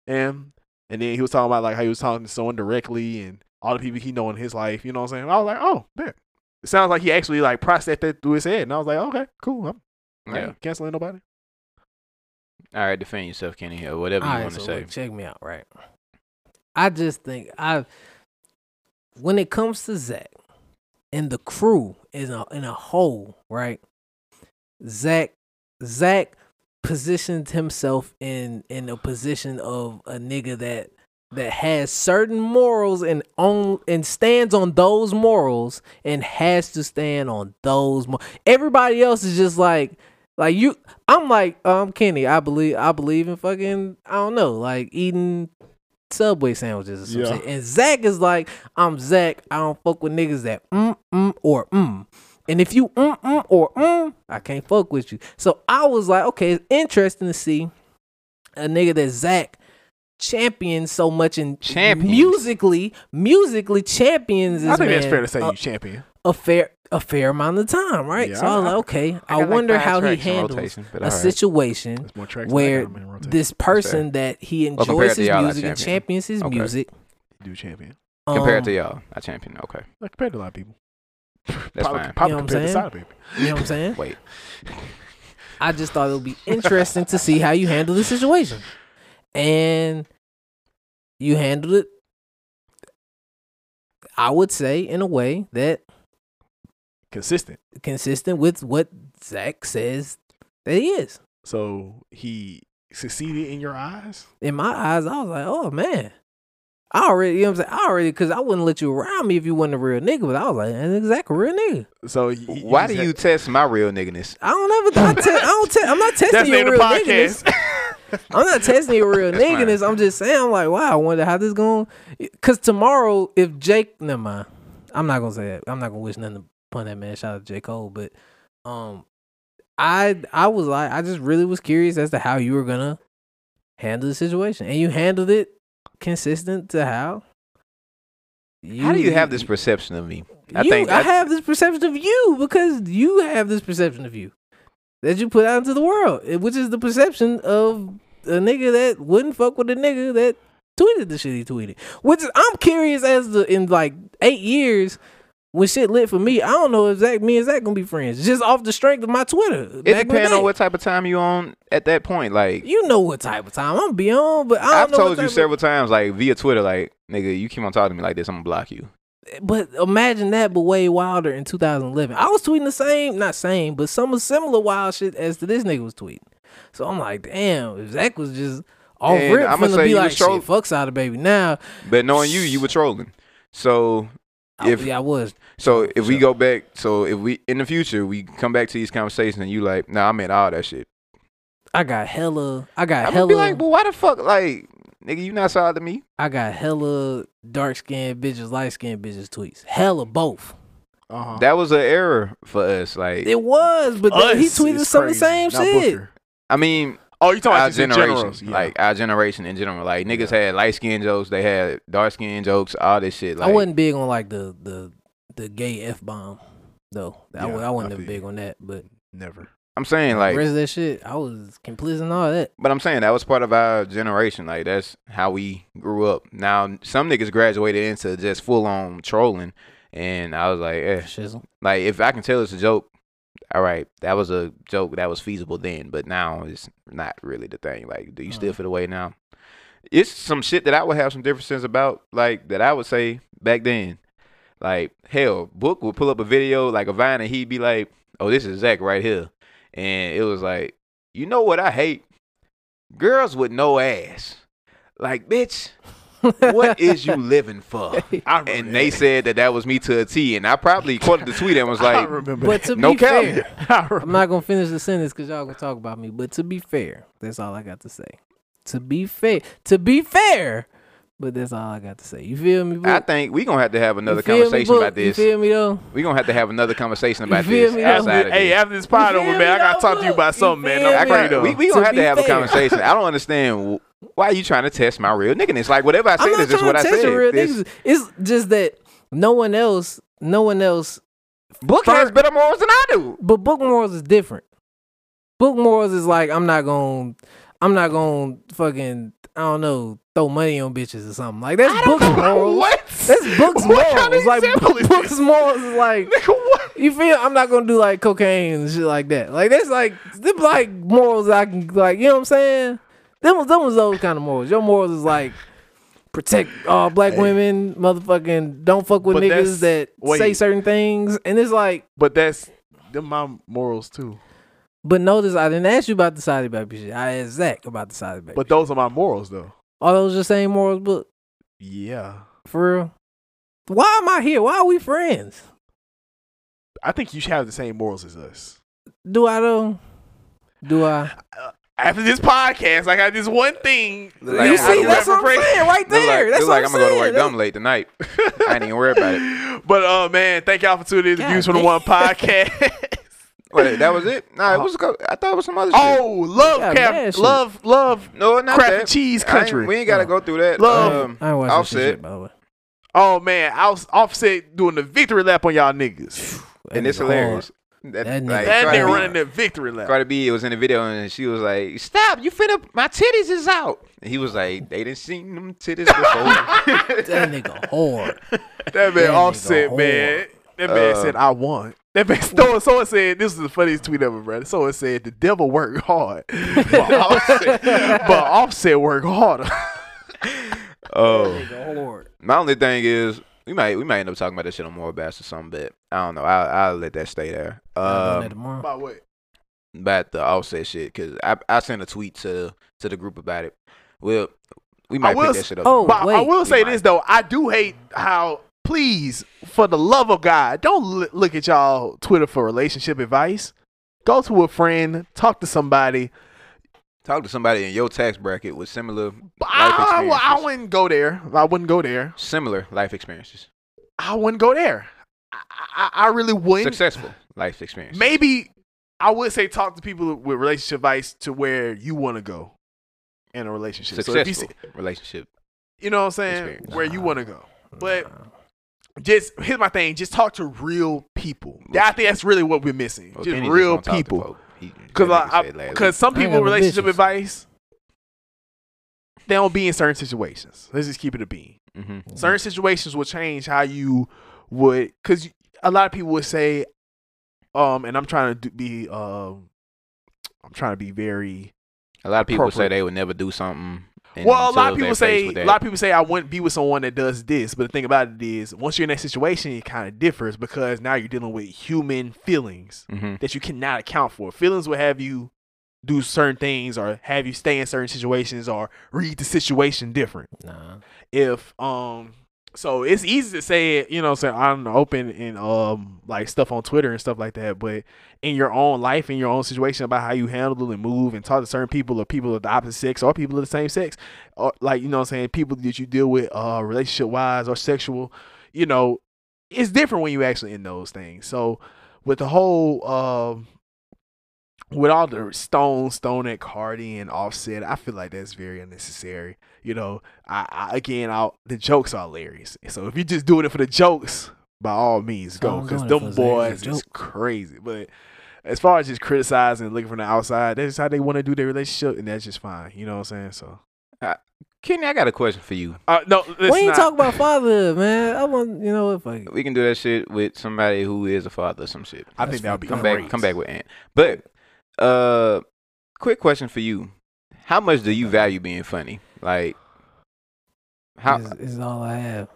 Speaker 3: and and then he was talking about like how he was talking to someone directly and all the people he know in his life. You know what I'm saying? I was like, oh, bet it sounds like he actually like processed that through his head. And I was like, okay, cool. I'm I
Speaker 2: Yeah.
Speaker 3: ain't canceling nobody.
Speaker 2: All right, defend yourself, Kenny Hill. Whatever you
Speaker 1: All right,
Speaker 2: want to
Speaker 1: so
Speaker 2: say.
Speaker 1: look, check me out, right? I just think I, when it comes to Zach and the crew is a, in a whole, right? Zach, Zach positioned himself in in a position of a nigga that that has certain morals and on and stands on those morals and has to stand on those. Mor- Everybody else is just like like you I'm like, um, Kenny, I believe I believe in fucking I don't know, like eating Subway sandwiches or
Speaker 3: Yeah.
Speaker 1: something. And Zach is like, I'm Zach. I don't fuck with niggas that mm mm or mm. And if you mm mm or mm, I can't fuck with you. So I was like, okay, it's interesting to see a nigga that Zach champions so much and
Speaker 2: Champions.
Speaker 1: musically, musically champions. This uh,
Speaker 3: I think
Speaker 1: man
Speaker 3: that's fair to say
Speaker 1: a,
Speaker 3: you champion.
Speaker 1: a fair a fair amount of time, right?
Speaker 3: Yeah,
Speaker 1: so I was
Speaker 3: I-
Speaker 1: like, okay, I, wonder how he handles a situation
Speaker 3: That's more tracks. than I
Speaker 1: where
Speaker 3: got him in rotation.
Speaker 1: this person that he
Speaker 2: Well, compared
Speaker 1: enjoys
Speaker 2: to
Speaker 1: his
Speaker 2: y'all, I
Speaker 1: music and
Speaker 2: champion.
Speaker 1: champions his
Speaker 2: Okay.
Speaker 1: music.
Speaker 3: You do champion.
Speaker 1: Um,
Speaker 2: compared to y'all. I champion. Okay,
Speaker 3: Like compared to a lot of people.
Speaker 2: that's
Speaker 3: probably
Speaker 2: fine.
Speaker 3: probably
Speaker 1: You know what
Speaker 3: compared to
Speaker 1: I'm
Speaker 3: side baby.
Speaker 1: you know what I'm saying?
Speaker 2: Wait,
Speaker 1: I just thought it would be interesting to see how you handle the situation, and you handled it. I would say in a way that
Speaker 3: Consistent.
Speaker 1: consistent with what Zach says that he is.
Speaker 3: So he succeeded in your eyes.
Speaker 1: in my eyes, I was like, oh man. I already, you know what I'm saying? I already, because I wouldn't let you around me if you wasn't a real nigga, but I was like, that's exactly a real nigga.
Speaker 3: So he, he-
Speaker 2: why do
Speaker 3: he's-
Speaker 2: you test my real nigganess?
Speaker 1: I don't ever, I, te- I don't te- I'm not
Speaker 3: That's
Speaker 1: testing
Speaker 3: the
Speaker 1: your
Speaker 3: name of
Speaker 1: real
Speaker 3: the
Speaker 1: nigga.
Speaker 3: podcast.
Speaker 1: I'm not testing your real
Speaker 2: That's fine.
Speaker 1: nigga. I'm just saying, I'm like, wow, I wonder how this going. Because tomorrow, if Jake, never mind. I'm not gonna say that. I'm not gonna wish nothing upon that man. Shout out to J Cole, but um, I I was like, I just really was curious as to how you were gonna handle the situation, and you handled it consistent to how.
Speaker 2: How do you have this perception of me? I
Speaker 1: you-
Speaker 2: think
Speaker 1: I
Speaker 2: that-
Speaker 1: have this perception of you because you have this perception of you that you put out into the world, eh, which is the perception of a nigga that wouldn't fuck with a nigga that tweeted the shit he tweeted. Which is- I'm curious as the in like eight years when shit lit for me, I don't know if Zach, me and Zach gonna be friends just off the strength of my Twitter.
Speaker 2: It
Speaker 1: back in the
Speaker 2: depends
Speaker 1: day.
Speaker 2: on what type of time you on at that point. Like
Speaker 1: you know what type of time I'm beyond, but I don't
Speaker 2: I've
Speaker 1: know what
Speaker 2: told
Speaker 1: type
Speaker 2: you
Speaker 1: of-
Speaker 2: several times, like via Twitter, like nigga, you keep on talking to me like this, I'm gonna block you.
Speaker 1: But imagine that, but way wilder in 2011. I was tweeting the same, not same, but some of similar wild shit as to this nigga was tweeting. So I'm like, damn, if Zach was just off
Speaker 2: And
Speaker 1: rip, I'm
Speaker 2: I'ma
Speaker 1: gonna
Speaker 2: say
Speaker 1: be
Speaker 2: you
Speaker 1: like,
Speaker 2: was troll-
Speaker 1: shit, fuck Sada Baby. Now,
Speaker 2: But knowing you, you were trolling. So
Speaker 1: I-
Speaker 2: If-
Speaker 1: yeah, I was.
Speaker 2: so if we
Speaker 1: Sure.
Speaker 2: go back, so if we in the future we come back to these conversations and you like, nah, I meant all that shit.
Speaker 1: I got hella, I got
Speaker 2: I'm gonna
Speaker 1: hella,
Speaker 2: be like, well, why the fuck, like, nigga, you not solid to me?
Speaker 1: I got hella dark skinned bitches, light skinned bitches tweets. Hella both.
Speaker 3: Uh-huh.
Speaker 2: That was an error for us. Like,
Speaker 1: It was, but then he
Speaker 3: Us
Speaker 1: tweeted
Speaker 3: is
Speaker 1: some of the same
Speaker 3: crazy, not
Speaker 1: shit.
Speaker 3: Booker.
Speaker 2: I mean,
Speaker 3: Oh, you talking about
Speaker 2: our
Speaker 3: just in
Speaker 2: generation,
Speaker 3: general? Yeah.
Speaker 2: like our generation in general, like niggas had light skin jokes, they had dark skin jokes, all this shit. Like,
Speaker 1: I wasn't big on like the the the gay f bomb though. I, wa-
Speaker 3: Yeah,
Speaker 1: I wasn't
Speaker 3: I
Speaker 1: ever
Speaker 3: feel you.
Speaker 1: big on that, but
Speaker 3: never.
Speaker 2: I'm saying like,
Speaker 1: the rest of that shit, I was complicit in all that.
Speaker 2: But I'm saying that was part of our generation. Like that's how we grew up. Now some niggas graduated into just full on trolling, and I was like, eh.
Speaker 1: Shizzle.
Speaker 2: like if I can tell it's a joke, all right, that was a joke that was feasible then, but now it's not really the thing. Like, do you still
Speaker 1: Mhm.
Speaker 2: feel the way now? It's some shit that I would have some differences about, like that I would say back then. Like hell, Book would pull up a video like a Vine, and he'd be like, "Oh, this is Zach right here," and it was like, you know what I hate? Girls with no ass. Like, bitch, what is you living for?
Speaker 3: I remember
Speaker 2: And they
Speaker 3: that.
Speaker 2: said that that was me to a T, and I probably quoted the tweet and was
Speaker 3: I
Speaker 2: like,
Speaker 3: remember
Speaker 1: But
Speaker 3: that.
Speaker 1: to
Speaker 2: No
Speaker 1: be
Speaker 2: cap.
Speaker 1: fair,
Speaker 3: I remember
Speaker 1: I'm not gonna finish the sentence because y'all gonna talk about me. But to be fair, that's all I got to say. To be fair, to be fair, but that's all I got to say. You feel me?
Speaker 2: I
Speaker 1: Book?
Speaker 2: think we gonna have to have
Speaker 1: You
Speaker 2: another
Speaker 1: feel me,
Speaker 2: conversation
Speaker 1: Book?
Speaker 2: about this.
Speaker 1: You feel me though?
Speaker 2: we gonna have to have another conversation about
Speaker 1: feel
Speaker 2: this
Speaker 1: me?
Speaker 2: outside of
Speaker 3: hey,
Speaker 2: this.
Speaker 3: after this pod
Speaker 1: You
Speaker 3: over,
Speaker 1: feel
Speaker 3: man, I
Speaker 1: me
Speaker 3: gotta
Speaker 1: though,
Speaker 3: talk to you about
Speaker 1: Book?
Speaker 3: something,
Speaker 1: You
Speaker 3: man.
Speaker 1: feel
Speaker 3: I'm
Speaker 2: I
Speaker 1: me?
Speaker 3: afraid
Speaker 2: can't,
Speaker 3: of.
Speaker 2: we, we
Speaker 1: To
Speaker 2: gonna have to
Speaker 1: be
Speaker 2: have a
Speaker 1: fair.
Speaker 2: conversation. I don't understand wh- why you trying to test my real nigginess. Like whatever I
Speaker 1: I'm
Speaker 2: said
Speaker 1: not
Speaker 2: is just
Speaker 1: trying
Speaker 2: what
Speaker 1: to
Speaker 2: I
Speaker 1: test
Speaker 2: said.
Speaker 1: a real
Speaker 2: This-
Speaker 1: niggas. It's just that no one else, no one else.
Speaker 2: Book has better morals than I do.
Speaker 1: But book morals is different. Book morals is like I'm not gonna, I'm not gonna fucking, I don't know, throw money on bitches or something like that's book morals.
Speaker 3: What?
Speaker 1: That's books
Speaker 3: What kind
Speaker 1: morals.
Speaker 3: of
Speaker 1: Like
Speaker 3: example is
Speaker 1: books
Speaker 3: this?
Speaker 1: morals is like
Speaker 3: Nigga, what?
Speaker 1: you feel. I'm not gonna do like cocaine and shit like that. Like that's like them like morals I can like you know what I'm saying. Them was them was those kind of morals. Your morals is like protect all black women, motherfucking don't fuck with
Speaker 3: But
Speaker 1: niggas
Speaker 3: that's-
Speaker 1: that say
Speaker 3: wait.
Speaker 1: certain things, and it's like.
Speaker 3: But that's them my morals too.
Speaker 1: But notice I didn't ask you about the Saudi baby shit. I asked Zach about the Saudi baby.
Speaker 3: But those are my morals though.
Speaker 1: are those the same morals book
Speaker 3: Yeah.
Speaker 1: for real? Why am I here? Why are we friends?
Speaker 3: I think you should have the same morals as us.
Speaker 1: Do I though? Do I?
Speaker 3: Uh, After this podcast, I got this one thing.
Speaker 2: Like,
Speaker 1: you
Speaker 2: I
Speaker 1: see,
Speaker 2: don't
Speaker 1: that's what I'm saying right
Speaker 2: Look
Speaker 1: there.
Speaker 2: like,
Speaker 1: that's
Speaker 2: look
Speaker 1: what
Speaker 2: like
Speaker 1: I'm
Speaker 2: I'm gonna
Speaker 1: saying.
Speaker 2: go to work
Speaker 1: That's-
Speaker 2: dumb late tonight. I ain't even worry about it.
Speaker 3: But uh man, thank y'all for tuning in to
Speaker 1: God
Speaker 3: Views from the
Speaker 1: damn.
Speaker 3: One podcast.
Speaker 2: Wait, that was it? Nah,
Speaker 1: Oh.
Speaker 2: it was. a co- I thought it was some other shit.
Speaker 3: oh, love
Speaker 1: Yeah,
Speaker 3: cap,
Speaker 1: mad shit.
Speaker 3: love, love.
Speaker 2: no, not
Speaker 3: Kraft
Speaker 2: that.
Speaker 3: and cheese
Speaker 2: I ain't-
Speaker 3: country.
Speaker 2: we ain't gotta
Speaker 1: No.
Speaker 2: go through that.
Speaker 3: Love.
Speaker 2: Um,
Speaker 1: I ain't watching
Speaker 2: Offset.
Speaker 1: shit, by the way.
Speaker 3: Oh man, I was offset doing the victory lap on y'all niggas.
Speaker 1: That
Speaker 2: and it's
Speaker 1: nigga hard.
Speaker 2: hilarious.
Speaker 1: That nigga Hey,
Speaker 2: like,
Speaker 3: That
Speaker 2: Cardi
Speaker 3: nigga
Speaker 2: B-
Speaker 3: running the victory lap.
Speaker 2: Cardi B was in the video and she was like, "Stop! You finna my titties is out." And he was like, "They didn't seen them titties before."
Speaker 1: That nigga hard.
Speaker 3: That
Speaker 1: That
Speaker 3: man
Speaker 1: nigga
Speaker 3: offset,
Speaker 1: whore.
Speaker 3: man. That man
Speaker 2: Uh,
Speaker 3: said, "I won." That man. Someone, someone said, "This is the funniest tweet ever, bro." Someone said, "The devil worked hard, but offset, but offset worked harder."
Speaker 2: oh,
Speaker 1: Hard.
Speaker 2: my only thing is we might we might end up talking about this shit on more bass or something, but I don't know. I I'll let that stay there.
Speaker 1: I'll do that
Speaker 2: Um,
Speaker 1: tomorrow.
Speaker 3: By what?
Speaker 2: about the offset shit because I I sent a tweet to to the group about it. Well, we might
Speaker 3: will
Speaker 2: pick that
Speaker 3: s-
Speaker 2: shit up.
Speaker 1: oh,
Speaker 2: tomorrow.
Speaker 3: But I
Speaker 1: Wait,
Speaker 3: will
Speaker 2: we
Speaker 3: say
Speaker 2: might.
Speaker 3: this though, I do hate how. Please, for the love of God, don't l- look at y'all Twitter for relationship advice. Go to a friend, talk to somebody.
Speaker 2: talk to somebody in your tax bracket with similar
Speaker 3: But
Speaker 2: Life
Speaker 3: I, I, I
Speaker 2: experiences.
Speaker 3: wouldn't go there. I wouldn't go there.
Speaker 2: similar life experiences,
Speaker 3: I wouldn't go there. I, I, I really wouldn't.
Speaker 2: successful life experiences.
Speaker 3: Maybe I would say talk to people with relationship advice to where you want to go in a relationship. So if you,
Speaker 2: successful
Speaker 3: see-
Speaker 2: relationship.
Speaker 3: you know what I'm saying?
Speaker 2: Experience.
Speaker 3: Where you want to go. But
Speaker 1: Nah.
Speaker 3: just here's my thing. Just talk to real people. Yeah, I think that's really what we're missing.
Speaker 2: Well,
Speaker 3: just
Speaker 2: Kenny
Speaker 3: real
Speaker 2: don't talk to
Speaker 3: people.
Speaker 2: folk. He-
Speaker 3: Because
Speaker 2: that nigga said
Speaker 3: I,
Speaker 2: last
Speaker 3: because some
Speaker 1: I ain't
Speaker 3: people
Speaker 1: got
Speaker 3: with
Speaker 1: no
Speaker 3: relationship
Speaker 1: bitches.
Speaker 3: advice, they don't be in certain situations. Let's just keep it a bean.
Speaker 2: week. Mhm.
Speaker 3: certain situations will change how you would because a lot of people would say um and i'm trying to do, be um i'm trying to be very
Speaker 2: A lot of people say
Speaker 3: Appropriate.
Speaker 2: they would never do something. and
Speaker 3: well a
Speaker 2: until
Speaker 3: lot
Speaker 2: they're
Speaker 3: of people
Speaker 2: faced
Speaker 3: say
Speaker 2: with
Speaker 3: a
Speaker 2: that.
Speaker 3: lot of people say i wouldn't be with someone that does this but the thing about it is once you're in that situation it kind of differs because now you're dealing with human feelings
Speaker 2: Mhm.
Speaker 3: that you cannot account for feelings will have you do certain things or have you stay in certain situations or read the situation different
Speaker 1: Nah.
Speaker 3: if um so it's easy to say it, you know, so I'm open and um like stuff on Twitter and stuff like that, but in your own life, in your own situation about how you handle and move and talk to certain people or people of the opposite sex or people of the same sex, or like you know what I'm saying, people that you deal with uh relationship wise or sexual, you know, it's different when you actually in those things. So with the whole um with all the stone, stone at Cardi and offset, I feel like that's very unnecessary. You know, I, I again, I, the jokes are hilarious. So if you're just doing it for the jokes, by all means, go
Speaker 1: I'm
Speaker 3: because
Speaker 1: doing it for
Speaker 3: them
Speaker 1: the
Speaker 3: boys
Speaker 1: joke.
Speaker 3: is crazy. But as far as just criticizing, and looking from the outside, that's how they want to do their relationship, and that's just fine. You know what I'm saying? So,
Speaker 2: Kenny, I got a question for you.
Speaker 3: uh, no, let's
Speaker 1: we ain't
Speaker 3: not-
Speaker 1: talk about fatherhood, man. I want you know what? Fuck it.
Speaker 2: We can do that shit with somebody who is a father or some shit.
Speaker 3: I think that would be
Speaker 2: Come
Speaker 3: great.
Speaker 2: back, come back with Ant. But, uh, quick question for you: How much do you value being funny? Like, how?
Speaker 1: Is, is all I have.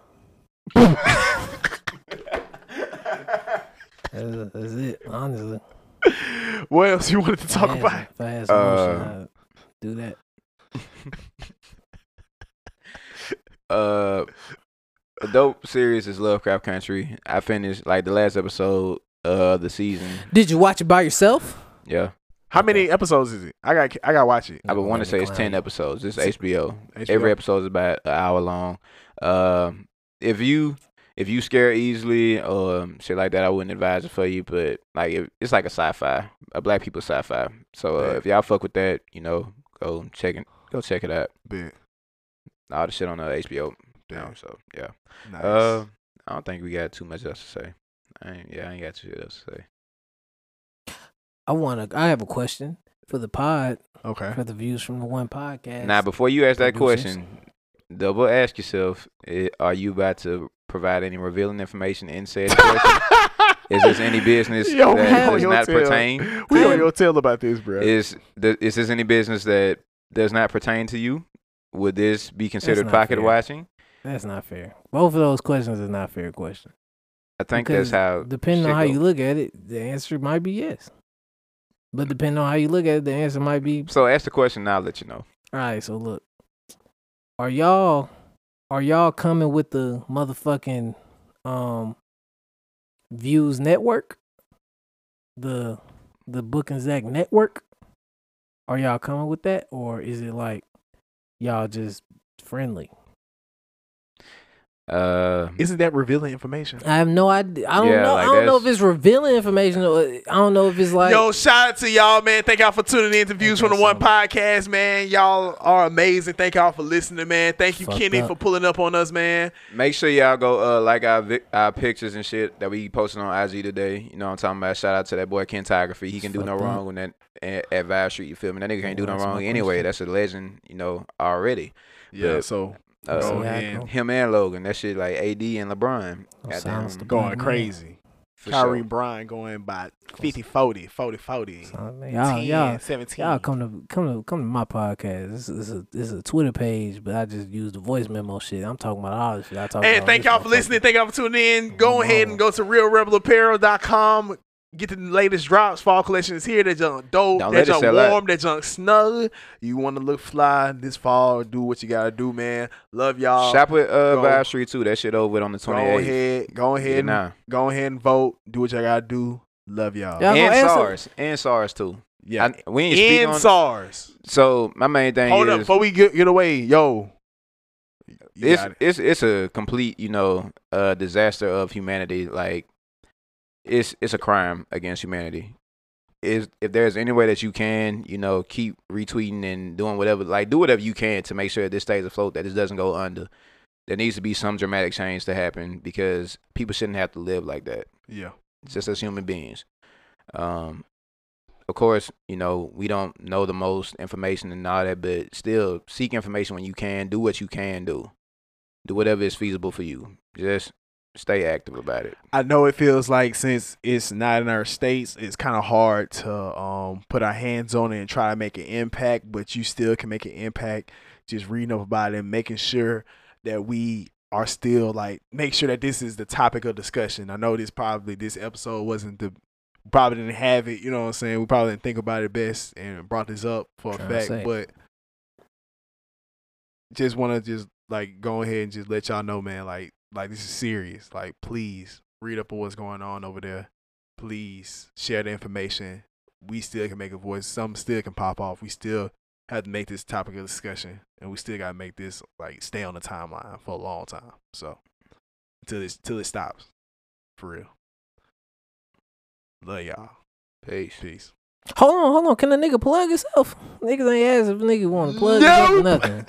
Speaker 1: That's, that's it. Honestly.
Speaker 3: What else you wanted to talk
Speaker 1: If I had-
Speaker 3: about?
Speaker 1: If I had some more shit,
Speaker 2: Uh,
Speaker 1: I'd do that.
Speaker 2: Uh, a dope series is Lovecraft Country. I finished like the last episode of the season.
Speaker 1: Did you watch it by yourself?
Speaker 2: Yeah,
Speaker 3: How many episodes is it? I got I got to watch it.
Speaker 2: I would want to say it's ten
Speaker 1: episodes.
Speaker 2: episodes. It's HBO.
Speaker 3: HBO.
Speaker 2: Every episode is about an hour long. Um, if you if you scare easily or shit like that, I wouldn't advise it for you. But like, if, it's like a sci-fi, a black people sci-fi. So uh,
Speaker 3: Yeah.
Speaker 2: if y'all fuck with that, you know, go check it. Go check it out.
Speaker 3: bit.
Speaker 2: All the shit on uh, HBO.
Speaker 3: Yeah.
Speaker 2: Now, so yeah.
Speaker 3: Nice.
Speaker 2: Uh, I don't think we got too much else to say. I ain't, yeah, I ain't got too much else to say.
Speaker 1: I want to. I have a question for the pod
Speaker 3: okay.
Speaker 1: for the views from the one podcast.
Speaker 2: Now, before you ask that
Speaker 1: Producers.
Speaker 2: question, double ask yourself: i- Are you about to provide any revealing information in said question? Is this any business
Speaker 3: Yo, we
Speaker 2: that
Speaker 1: on
Speaker 2: does
Speaker 3: your
Speaker 2: not
Speaker 3: tail.
Speaker 2: pertain?
Speaker 3: We on
Speaker 1: Well-
Speaker 3: your tail about this, bro.
Speaker 2: Is th- is this any business that does not pertain to you? Would this be considered
Speaker 1: not
Speaker 2: pocket
Speaker 1: fair.
Speaker 2: watching?
Speaker 1: that's not fair. Both of those questions is not fair question.
Speaker 2: I think
Speaker 1: Because
Speaker 2: that's how.
Speaker 1: Depending
Speaker 2: Uh, shit
Speaker 1: on how
Speaker 2: go.
Speaker 1: you look at it, the answer might be yes. But depending on how you look at it, the answer might be
Speaker 2: So ask the question. and I'll let you know.
Speaker 1: all right. So look, are y'all are y'all coming with the motherfucking um views network, the the book and Zach network? Are y'all coming with that, or is it like y'all just friendly?
Speaker 2: Uh,
Speaker 3: Isn't that revealing information?
Speaker 1: I have no idea. I don't
Speaker 2: Yeah,
Speaker 1: know.
Speaker 2: like,
Speaker 1: I don't know if
Speaker 2: that's-
Speaker 1: it's revealing information. Or I don't know if it's like
Speaker 3: Yo, shout out to y'all, man. Thank y'all for tuning in to Views from the
Speaker 1: Okay,
Speaker 3: One
Speaker 1: so-
Speaker 3: Podcast, man. Y'all are amazing. Thank y'all for listening, man. Thank you,
Speaker 1: Fucked
Speaker 3: Kenny,
Speaker 1: up.
Speaker 3: for pulling up on us, man.
Speaker 2: Make sure y'all go uh, like our vi- our pictures and shit that we posted on IG today. You know what I'm talking about? Shout out to that boy Kentography. He can do no
Speaker 1: Fucked up.
Speaker 2: wrong on that at, at Vibe Street. You feel me? That nigga can't do no
Speaker 1: That's
Speaker 2: wrong
Speaker 1: my
Speaker 2: anyway.
Speaker 1: question.
Speaker 2: That's a legend, you know, already. Yeah,
Speaker 3: so
Speaker 2: Uh,
Speaker 1: Go
Speaker 3: man.
Speaker 2: Him and Logan. That shit like AD and LeBron.
Speaker 1: Oh,
Speaker 2: Goddamn,
Speaker 1: sounds the-
Speaker 3: going
Speaker 1: Mhm.
Speaker 3: crazy.
Speaker 2: for
Speaker 3: Mm-hmm. Kyrie
Speaker 2: sure.
Speaker 3: Bryant going by 50 40, 40 40,
Speaker 1: y'all,
Speaker 3: 10,
Speaker 1: y'all,
Speaker 3: 17.
Speaker 1: Y'all come to come to come to my podcast. This is a this is a Twitter page, but I just use the voice memo shit. I'm talking about all this shit. I talk.
Speaker 3: And
Speaker 1: about
Speaker 3: thank
Speaker 1: this
Speaker 3: y'all for
Speaker 1: motherfucker.
Speaker 3: listening. Thank y'all for tuning in. Go ahead and go to realrebelapparel.com. Get the latest drops. Fall collection is here. That junk dope.
Speaker 2: Don't
Speaker 3: That
Speaker 2: let it
Speaker 3: junk
Speaker 2: sell out.
Speaker 3: warm. That junk snug. You want to look fly this fall? Do what you gotta do, man. Love y'all.
Speaker 2: Shop with uh,
Speaker 3: go-
Speaker 2: Vibe Street too. That shit over with on the
Speaker 3: go
Speaker 2: 28th.
Speaker 3: ahead. Go ahead.
Speaker 2: Yeah,
Speaker 3: and-
Speaker 2: nah.
Speaker 3: Go ahead and vote. Do what you all gotta do. Love y'all.
Speaker 1: Y'all-
Speaker 2: And
Speaker 1: gonna answer-
Speaker 2: SARS. And SARS too.
Speaker 3: Yeah.
Speaker 2: I- we ain't speak
Speaker 3: In
Speaker 2: on.
Speaker 3: SARS.
Speaker 2: so my main thing
Speaker 3: Hold
Speaker 2: is.
Speaker 3: up. Before we get, get away, yo. You
Speaker 2: it's
Speaker 3: got it.
Speaker 2: it's it's a complete you know uh disaster of humanity like it's it's a crime against humanity is if there's any way that you can you know keep retweeting and doing whatever like do whatever you can to make sure this stays afloat that this doesn't go under there needs to be some dramatic change to happen because people shouldn't have to live like that
Speaker 3: Yeah.
Speaker 2: just as human beings. Um, of course, you know we don't know the most information and all that, but still seek information when you can. Do what you can do. Do whatever is feasible for you. Just stay active about it.
Speaker 3: I know it feels like since it's not in our states, it's kind of hard to um, put our hands on it and try to make an impact, but you still can make an impact just reading up about it and making sure that we are still like, make sure that this is the topic of discussion. I know this probably, this episode wasn't the, probably didn't have it, you know what I'm saying? We probably didn't think about it best and brought this up for a
Speaker 1: Tryna
Speaker 3: fact,
Speaker 1: say.
Speaker 3: but just want to just like go ahead and just let y'all know, man. Like, like this is serious. Like, please read up on what's going on over there. Please share the information. We still can make a voice. Some still can pop off. We still have to make this topic of discussion, and we still gotta make this like stay on the timeline for a long time. So until it's till it stops, for real. Love y'all.
Speaker 2: Peace.
Speaker 3: Peace.
Speaker 1: Hold on, hold on. Can a nigga plug himself? Niggas ain't asked if a nigga want to plug himself or
Speaker 3: Nope.
Speaker 1: nothing.